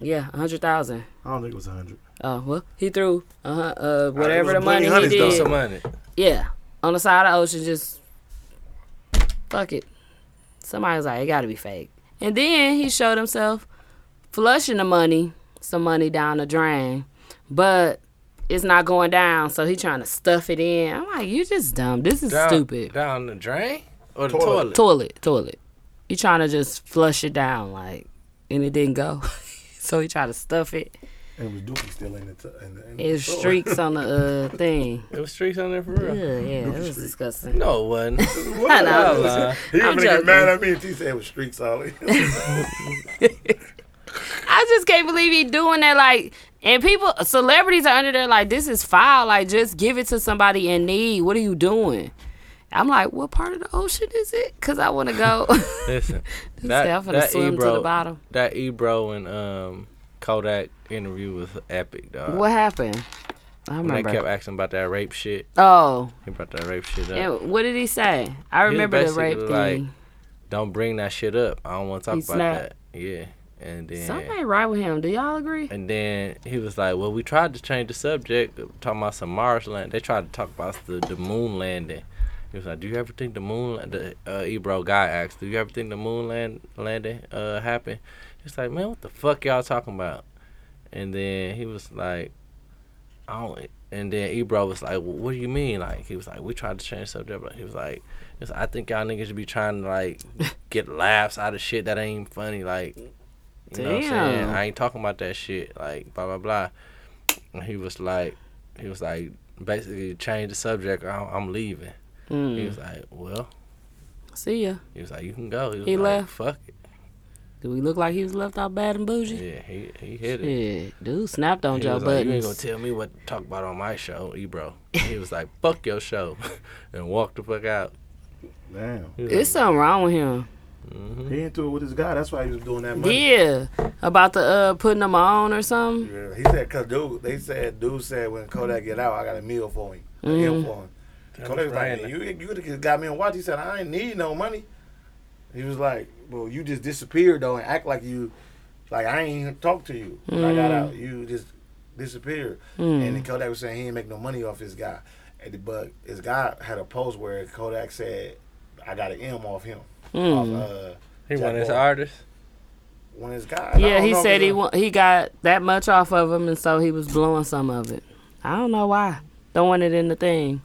Yeah, a hundred thousand. I don't think it was a hundred. Oh well, he threw uh, uh whatever was the money he $1,500 did. Some money. Yeah, on the side of the ocean, just fuck it. Somebody was like, it gotta be fake. And then he showed himself flushing the money, some money down the drain, but it's not going down, so he trying to stuff it in. I'm like, you just dumb. This is Down, stupid. Down the drain or the Toilet. toilet. Toilet, toilet. You trying to just flush it down, like, and it didn't go. so he tried to stuff it. And it was Dookie still in the. T- in the in It the was store. streaks on the uh, thing. It was streaks on there for real. Ugh, yeah, it was disgusting. No, it wasn't. I know. I was lying. He was I'm gonna get joking. mad at me if he said it was streaks all in. I just can't believe he doing that. Like, and people, celebrities are under there like, this is foul. Like, just give it to somebody in need. What are you doing? I'm like, what part of the ocean is it? Cause I want to go. Listen, Say, I'm that, finna that swim to the Ebro, bottom. that Ebro and um, Kodak interview was epic, dog. What happened? I When they remember. kept asking about that rape shit, oh, he brought that rape shit up. and what did he say? I remember the basically rape like, thing. Don't bring that shit up. I don't want to talk He about snapped. that. Yeah, and then Something ain't right with him. Do y'all agree? and then he was like, "Well, we tried to change the subject, talking about some Mars land. They tried to talk about the, the moon landing." He was like, "Do you ever think the moon?" The uh, Ebro guy asked, "Do you ever think the moon land landing uh, happened?" He's like, "Man, what the fuck y'all talking about?" And then he was like, "I don't." And then Ebro was like, well, "What do you mean?" Like he was like, "We tried to change the subject." Like, he was like, he was like, "I think y'all niggas should be trying to like get laughs out of shit that ain't even funny." Like, you know what I'm saying? Damn. I ain't talking about that shit. Like, blah blah blah. And he was like, he was like, basically change the subject. or I'm, I'm leaving. Hmm. He was like, "Well," Mm, See ya. he was like, "You can go." He, was He like, left. Fuck it. Do we look like he was left out bad and bougie? Yeah, he he hit it. Yeah, dude snapped on He Joe was like, you ain't Buttons. gonna tell me what to talk about on my show, Ebro. He was like, "Fuck your show," and walked the fuck out. Damn. Mm-hmm. He was It's something wrong with him. He into it with his guy. That's why he was doing that money. Yeah, about the uh putting them on or something. Yeah, he said, cause dude, they said, dude said when Kodak get out, I got a meal for him. A Mm-hmm. meal for him. Kodak was like, you, you could've got me a watch. He said, I ain't need no money. He was like, well, you just disappeared though and act like you, like I ain't even talk to you. When I Mm. got out, you just disappeared. And then Kodak was saying he didn't make no money off his guy. And the- But his guy had a post where Kodak said, I got an M off him. Hmm. Mm. Off, uh, He Jack won his Boy. artist. One of his guys. I Yeah, don't he know if said it's he a- wa- he got that much off of him, and so he was blowing some of it. I don't know why throwing it in the thing,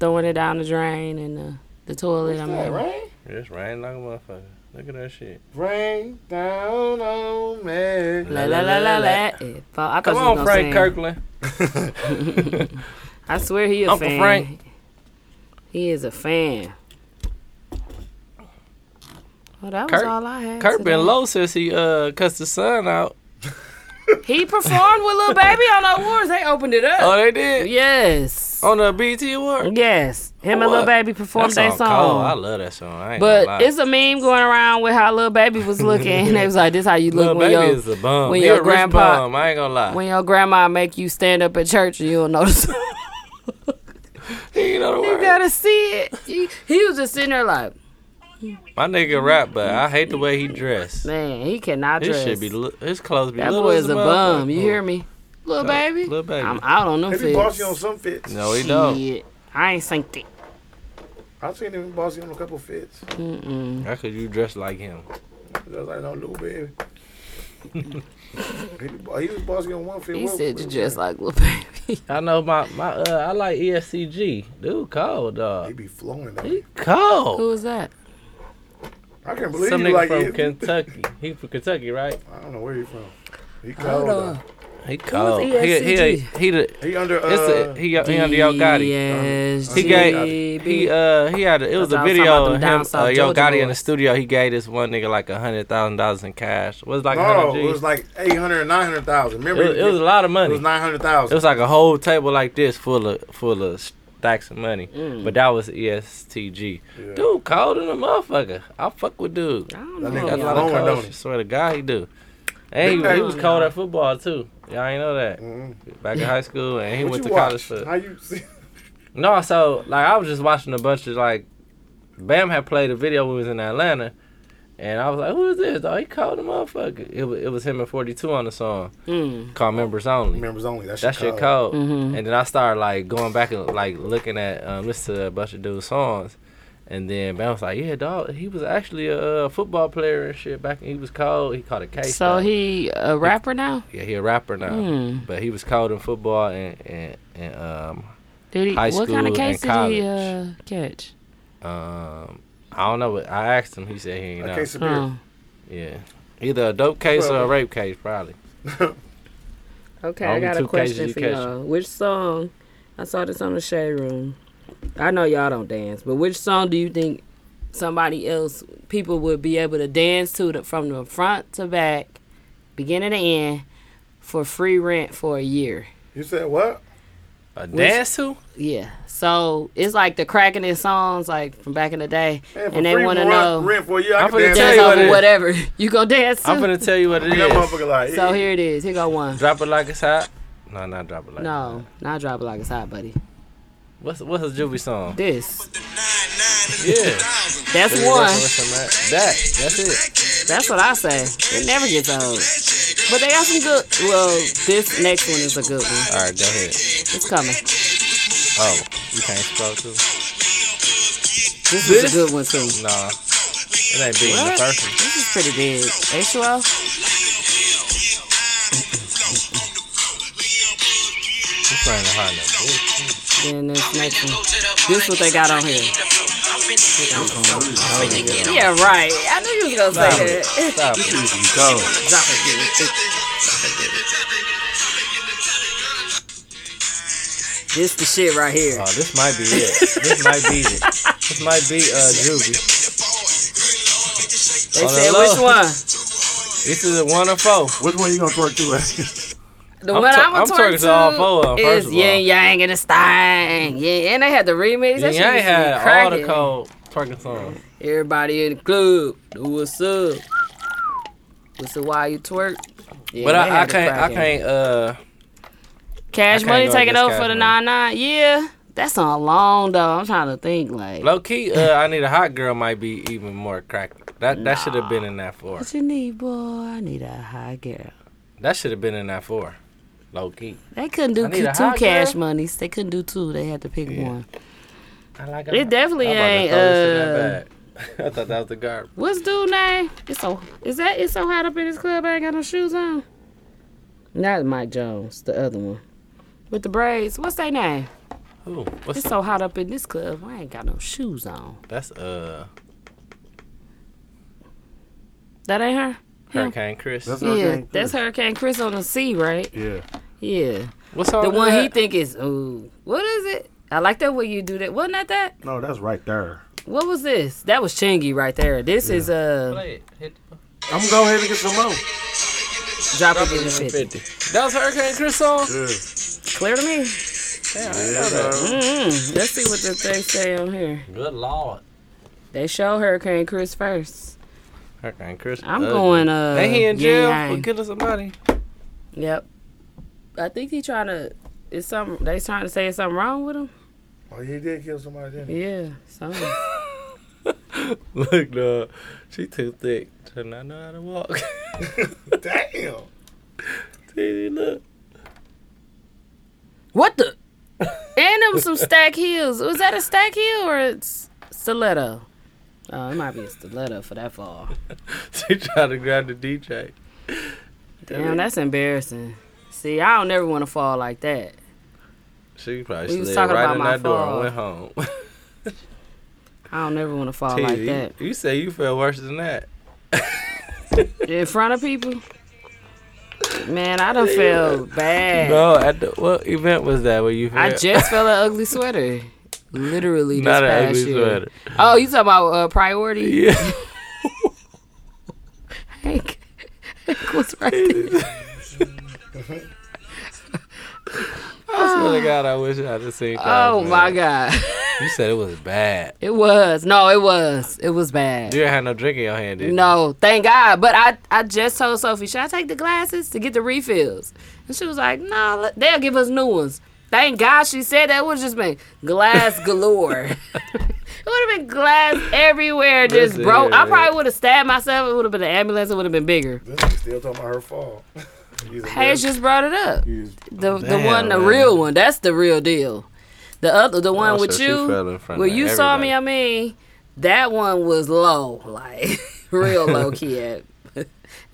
throwing it down the drain and the, the toilet. I Yeah, mean, right? It's rain like a motherfucker. Look at that shit. Rain down on me. la la la la la. Eh, fuck, I thought Come you was on, gonna Frank sing. Kirkland. I swear he a Uncle fan. Frank. He is a fan. Well, that was Kirk- all I had. Kirk today. been low since he uh cussed the sun out. He performed with Lil Baby on the awards. They opened it up. Oh, they did Yes. on the BT award. Yes. Him and Lil What? Baby performed That their song song. cold. I love that song. I ain't gonna But lie. it's a meme going around with how little baby was looking. and they was like, "This how you Lil look when baby your is a bum. when He your a rich grandpa- bum. I ain't gonna lie. when your grandma make you stand up at church and you don't notice." you know the you word. gotta see it. He, he was just sitting there like, My nigga rap, but I hate the way he dressed. "Man, he cannot His dress. shit be li- his clothes be that little boy as is a bum. You motherfucker. hear me, little Like, baby? Lil Baby. I'm out on them If fits. he bossy on some fits. No, he don't. Shit. I ain't synced it. I've seen him bossy on a couple fits. That's cause you dress like him. Just like no little baby. he, be bo- he was bossy on one fit. He What- said you what- dress like little baby. I know my my uh, I like ESCG. Dude, cold He dog. be flowing though. He cold. Who was that? I can't believe Some you nigga like from it. Kentucky. He from Kentucky, right? I don't know where he from. He cold though. He cold. He he he, ESCG? he, the, He under uh, it's a, he, he under Yo Gotti. Yes, He gave he uh he had a, it was a That's what I was talking video about, of them down him south uh, Yo Georgia Gotti in the boys. studio. He gave this one nigga like a hundred thousand dollars in cash. Was it like no, hundred it was like 800, 900,000. Remember, it, was, it was a lot of money. It was, nine hundred thousand. like a whole table like this full of full of stacks of money. Mm. But that was E ESTG. Dude, cold in a motherfucker. I fuck with dude. I don't That know. nigga Got a lot Long of one, cold. don't he? shit. Swear to God, he do. And he, he was cold at football too. Y'all ain't know that. Back in high school, and he Mm-hmm. What went you to watch? college for. How you see? No, so like I was just watching a bunch of like, Bam had played a video when we was in Atlanta, and I was like, "Who is this? Oh, he called the motherfucker." It was, it was him and Forty Two on the song Hmm. called "Members Only." Members only. That shit. That shit cold. Mm-hmm. And then I started like going back and like looking at um, listen to a bunch of dudes' songs, and then Bam was like, "Yeah, dog, he was actually a uh, football player and shit back. He was cold. He caught a case. So though. he Hmm. a rapper now? yeah, he a rapper now, but he was cold in football and and, and um Did he? High what kind of school and case did he uh, college. catch? Um, I don't know. But I asked him. He said he ain't A know. case of beer. Oh. Yeah, either a dope case or a Well- rape case, probably. Okay, Only I got a two question cases for he catch. y'all. Which song? I saw this on the shade room. I know y'all don't dance, but which song do you think somebody else, people would be able to dance to the, from the front to back, beginning to end, for free rent for a year? You said what? A dance to? Yeah. So it's like the cracking in songs like from back in the day, Man, for and they free want to rent- know Rent for you. I I'm can finna dance. tell dance you off what it of is. whatever. You gonna dance to? I'm gonna tell you what it That is. motherfucker like. so eh, here it is. Here go one. Drop it like it's hot. No, not drop it like It's No, hot. not drop it like it's hot, buddy. What's what's a Juvie song? This. Yeah. That's one. That. That's it. That's what I say. It never gets old. But they got some good. Well, this next one is a good one. All right, go ahead. It's coming. Oh, you can't scroll too. This is a good one too. Nah, it ain't beating What? the first one. This is pretty big. H2O. It's playing the hot note. Then this next one. This what they got on here. Yeah, right. I knew you was gonna Stop say it. that. Stop it. Go. This the shit right here. Oh, this might be uh, it. This might be it. This might be uh Juvie. They On the said low. which one? This is a one and four. Which one you gonna twerk to? The I'm one twer- I'm, I'm I'm twerking to all four of 'em, first of is all. Yin Yang and the Sting. Yeah, and they had the remix. Yeah, That ain't shit used to be had all the cracking. cold twerking songs. Everybody in the club, do what's up? What's up? Why you twerk? Yeah, But they I, I had it can't. I cracking. can't. Uh, I Cash can't Money go taking against over for Cash the Money. nine nine. Yeah, that's on long though. I'm trying to think like low key. Uh, I need a hot girl. Might be even more crack. That that should have been in that four. what you need, boy. I need a hot girl. That should have been in that four. Low key. They couldn't I do need c- a two hot Cash girl. Monies. They couldn't do two. They had to pick one. I like It definitely ain't. Uh, I thought that was the garbage. what's dude name? It's so is that it's so hot up in this club. I ain't got no shoes on. Not Mike Jones, the other one with the braids. What's their name? Ooh, what's It's so hot up in this club. I ain't got no shoes on. that's uh That ain't her. Hurricane Chris. That's yeah, Hurricane that's Hurricane Chris on the sea, right? Yeah. Yeah, What's all the one Oh, that? he think is ooh. What is it? I like that way you do that. Wasn't that that? No, that's right there. What was this? That was Chingy right there. This is uh, Play it. Hit I'm gonna go ahead and get some more. drop it in the the fifty. 50. That was Hurricane Chris song. Clear to me. Yeah. Mm, let's see what the thing say on here. Good lord. They show Hurricane Chris first. Hurricane Chris. I'm ugly. going uh. Ain't he in jail Yang for Yang. killing somebody? Yep. I think he trying to. Is some they trying to say something wrong with him? Oh, he did kill somebody, didn't he? Yeah. Something. Look, dog. She too thick to not know how to walk. Damn. See, look. What the? and them some stack heels. Was that a stack heel or it's stiletto? Oh, it might be a stiletto for that fall. She tried to grab the DJ. Damn, that's embarrassing. See, I don't ever want to fall like that. She probably We was slid talking right about in my that door and fall. went home. I don't ever want to fall like you, that you say you feel worse than that. in front of people. Man, I done feel bad. No, at the, what event was that where you felt? I just fell an ugly sweater. Literally this not an past ugly year. sweater. Oh, you talking about uh, priority? Yeah. Hank, Hank was right there. I swear to God, I wish I had seen. Oh Cosby. my god. You said it was bad. It was. No, it was. It was bad. You didn't have no drink in your hand, did you? No, thank God. But I, I just told Sophie, should I take the glasses to get the refills? And she was like, no, let- they'll give us new ones. Thank God she said that. It would just been glass galore. it would have been glass everywhere, just Listen here, broke. I man. probably would have stabbed myself. It would have been an ambulance. It would have been bigger. This nigga still talking about her fall. He's a Paige just brought it up. You just- The the Damn, one, the man. real one. That's the real deal. The other, the one Oh, so with she you. fell in front Well, of you saw me. I everybody. mean, that one was low, like real low key at,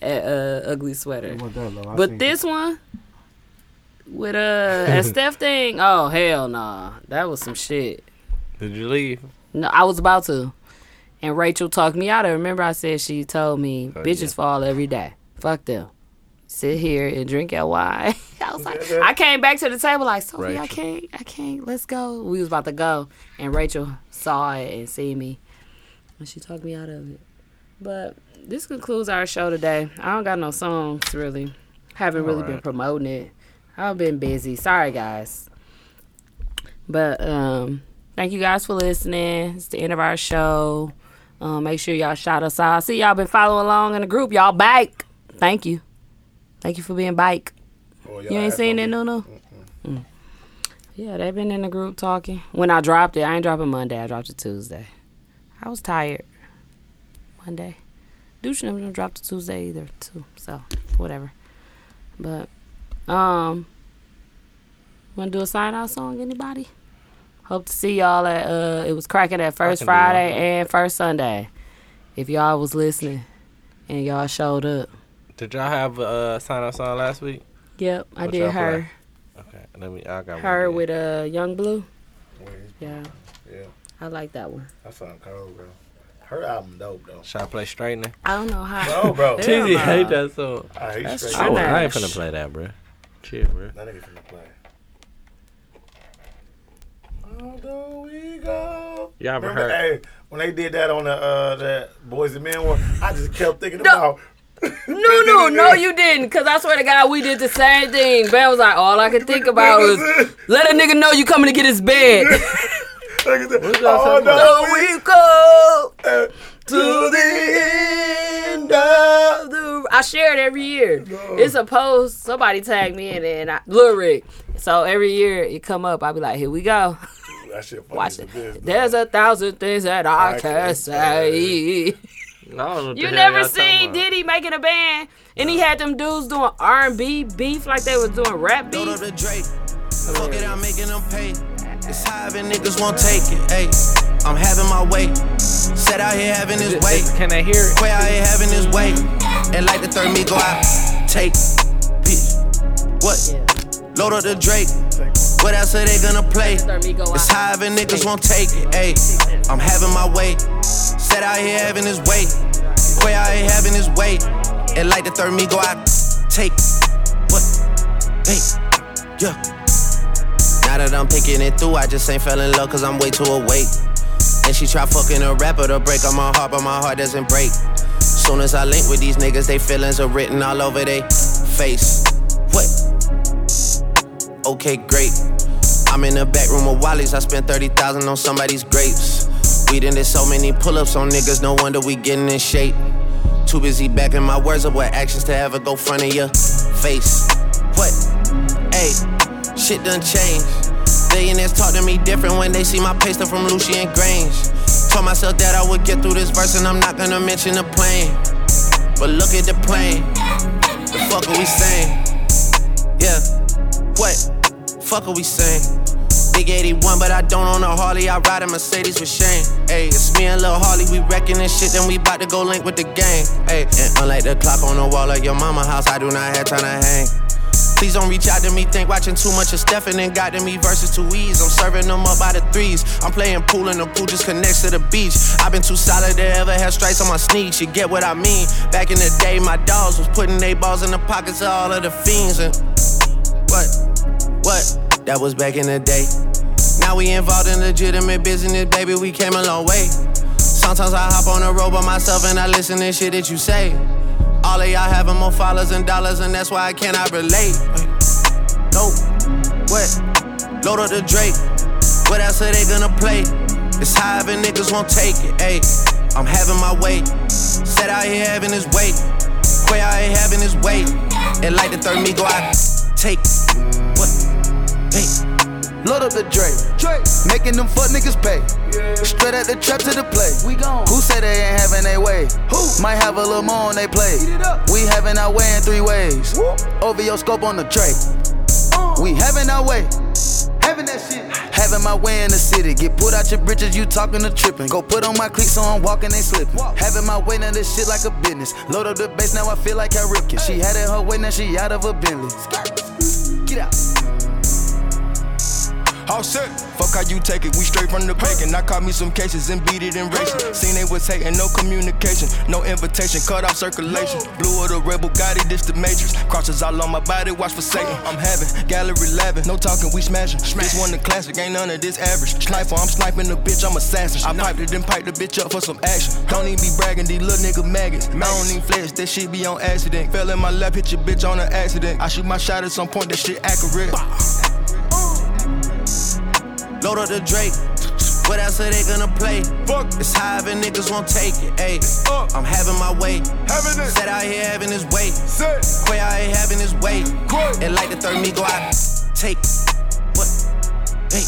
at uh, ugly sweater. What that, though? I But seen this one with uh, a Steph thing. Oh hell nah, that was some shit. Did you leave? No, I was about to, and Rachel talked me out. of it. Remember, I said she told me Oh, bitches yeah. fall every day. Fuck them. Sit here and drink your wine. I was like, I came back to the table like, Sophie, I Rachel. can't, I can't. Let's go. We was about to go, and Rachel saw it and see me, and she talked me out of it. But this concludes our show today. I don't got no songs really. Haven't really been right. promoting it. I've been busy. Sorry, guys. But um, thank you guys for listening. It's the end of our show. Um, make sure y'all shout us out. I see y'all been following along in the group. Y'all bike. Thank you. Thank you for being bike. Oh, y'all You ain't ass seen gonna that, be- no, no. Mm. Yeah, they been in the group talking. When I dropped it, I ain't dropping Monday. I dropped it Tuesday. I was tired. Monday. Douche never done dropped it Tuesday either, too. So whatever. But um, wanna do a sign out song? Anybody? Hope to see y'all at uh, it was cracking at first can do one. Friday and first Sunday. If y'all was listening and y'all showed up. Did y'all have a uh, sign up song last week? Yep, I What did y'all her. play? Okay, let me. I got Her one. with uh Young Blue. Wait, Yeah, Yeah, I like that one. that sound cold, bro. Her album dope, though. Should I play straightening? I don't know how. Oh, bro. Hell Tizzy no. hate that song. I hate That's straight. I, true. would- That I ain't finna play that, bro. Chill, bro. nigga finna play. Down do we go? Y'all ever Remember, heard- hey, when they did that on the uh, that Boys and Men one, I just kept thinking about. No, no, no, you didn't. Because I swear to God, we did the same thing. Ben was like, all I could think about was, let a nigga know you coming to get his bed. Look at that. talking Oh, so we go no, we- to the end of the... I share it every year. It's a post. Somebody tagged me in it. And I, Lil Rick. So every year it come up. I be like, here we go. that shit funny Watch as a it. bitch, though. There's a thousand things that I, I can can't say. No, You never seen Diddy making a band, and he had them dudes doing R and B beef like they was doing rap Load up beef. the Drake. Fuck it, I'm making them pay. It's high and niggas won't take it. Ayy, I'm having my way. Set out here having his way. Can they hear it? Way out here having his way. And like the third me go out. Take, bitch. What? Load up the Drake. What else are they gonna play? It's high and niggas won't take it. Ayy, I'm having my way. Set out here having his way. Way out here having his way. And like the third me go out. Take, what? Hey, yeah. Now that I'm picking it through, I just ain't fell in love cause I'm way too awake. And she try fucking a rapper to break on my heart, but my heart doesn't break. Soon as I link with these niggas, they feelings are written all over they face. What? Okay, great. I'm in the back room of Wally's, I spent 30,000 on somebody's grapes. We done did so many pull ups on niggas, no wonder we getting in shape. Too busy backing my words up with actions to ever go front of your face. What? Hey, shit done changed. Billionaires talk to me different when they see my paste up from Lucian Grange. Told myself that I would get through this verse and I'm not gonna mention the plane. But look at the plane. The fuck are we saying? Yeah, what? Fuck are we saying? Big 81, but I don't own a Harley. I ride a Mercedes with Shane. Ayy, it's me and Lil Harley. We wrecking this shit, then we bout to go link with the gang. Ayy, and unlike the clock on the wall of your mama house, I do not have time to hang. Please don't reach out to me, think watching too much of Stefan and got to me versus two E's. I'm serving them up by the threes. I'm playing pool and the pool just connects to the beach. I've been too solid to ever have stripes on my sneaks. You get what I mean? Back in the day, my dogs was putting they balls in the pockets of all of the fiends. And what? What? That was back in the day. Now we involved in legitimate business, baby. We came a long way. Sometimes I hop on the road by myself and I listen to shit that you say. All of y'all having more followers and dollars, and that's why I cannot relate. Nope. What? Load up the Drake. What else are they gonna play? It's high and niggas won't take it. Ayy, I'm having my way. Set out here having his way. Quay out here having his way. And like the third me go out. Take what? Hey. Load up the Drake. Making them fuck niggas pay. Straight at the trap to the play. We gone. Who said they ain't having their way? Who? Might have a little more on they play. We having our way in three ways. Over your scope on the Drake. We having our way. Uh. Having that shit. Having my way in the city. Get put out your britches, you talking to tripping. Go put on my cleats so I'm walking, they slipping. Having my way now, this shit like a business. Load up the bass, now I feel like I ripped it. She had it her way, now she out of a Bentley. Get out. All set. Fuck how you take it, we straight from the bacon. I caught me some cases and beat it in racing. Seen they was hating, no communication, no invitation, cut off circulation. Blue of the rebel, Bugatti, this the matrix. Crosses all on my body, watch for Satan. I'm having gallery laughing, no talking, we smashing. This one the classic, ain't none of this average. Sniper, I'm sniping the bitch, I'm assassin. I piped it, then piped the bitch up for some action. Don't even be bragging, these little nigga maggots. I don't even flex, that shit be on accident. Fell in my lap, hit your bitch on an accident. I shoot my shot at some point, that shit accurate. Load up the Drake. What else are they gonna play? Fuck. It's high and niggas won't take it. Ayy, I'm having my way. Having it. Set out here having his way. Set. Quay out here having his way. Quay. And like the third me go out. Take. What? Hey.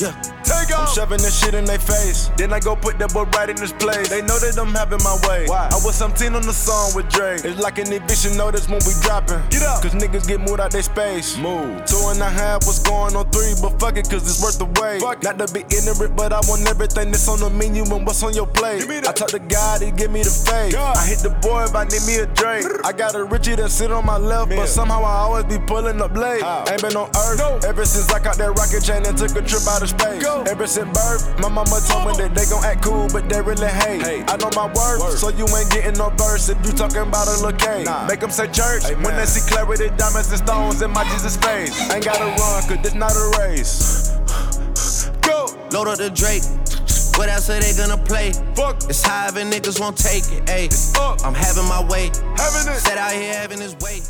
Yeah. Take I'm shoving this shit in their face. Then I go put that boy right in his place. They know that I'm having my way. Why? I was 17 on the song with Dre. It's like an eviction notice when we dropping. Get up. Cause niggas get moved out their space. Move. Two and a half was going on three, but fuck it, cause it's worth the wait. Not to be ignorant, but I want everything that's on the menu and what's on your plate. I talk to God, he give me the faith. I hit the boy if I need me a drink. I got a Richie that sit on my left, but somehow I always be pulling up late. Ain't been on earth ever since I caught that rocket chain and took a trip out of space. Ever since birth, my mama told me that they gon' act cool, but they really hate. I know my worth, so you ain't getting no verse if you talking about a little cake. Make them say church when they see clarity, diamonds and stones in my Jesus face. Ain't gotta run, cause this not a race. Go! Load up the Drake. What else are they gonna play? Fuck. It's high and niggas won't take it. Ayy, up. I'm having my way. Having it. Set out here having his way.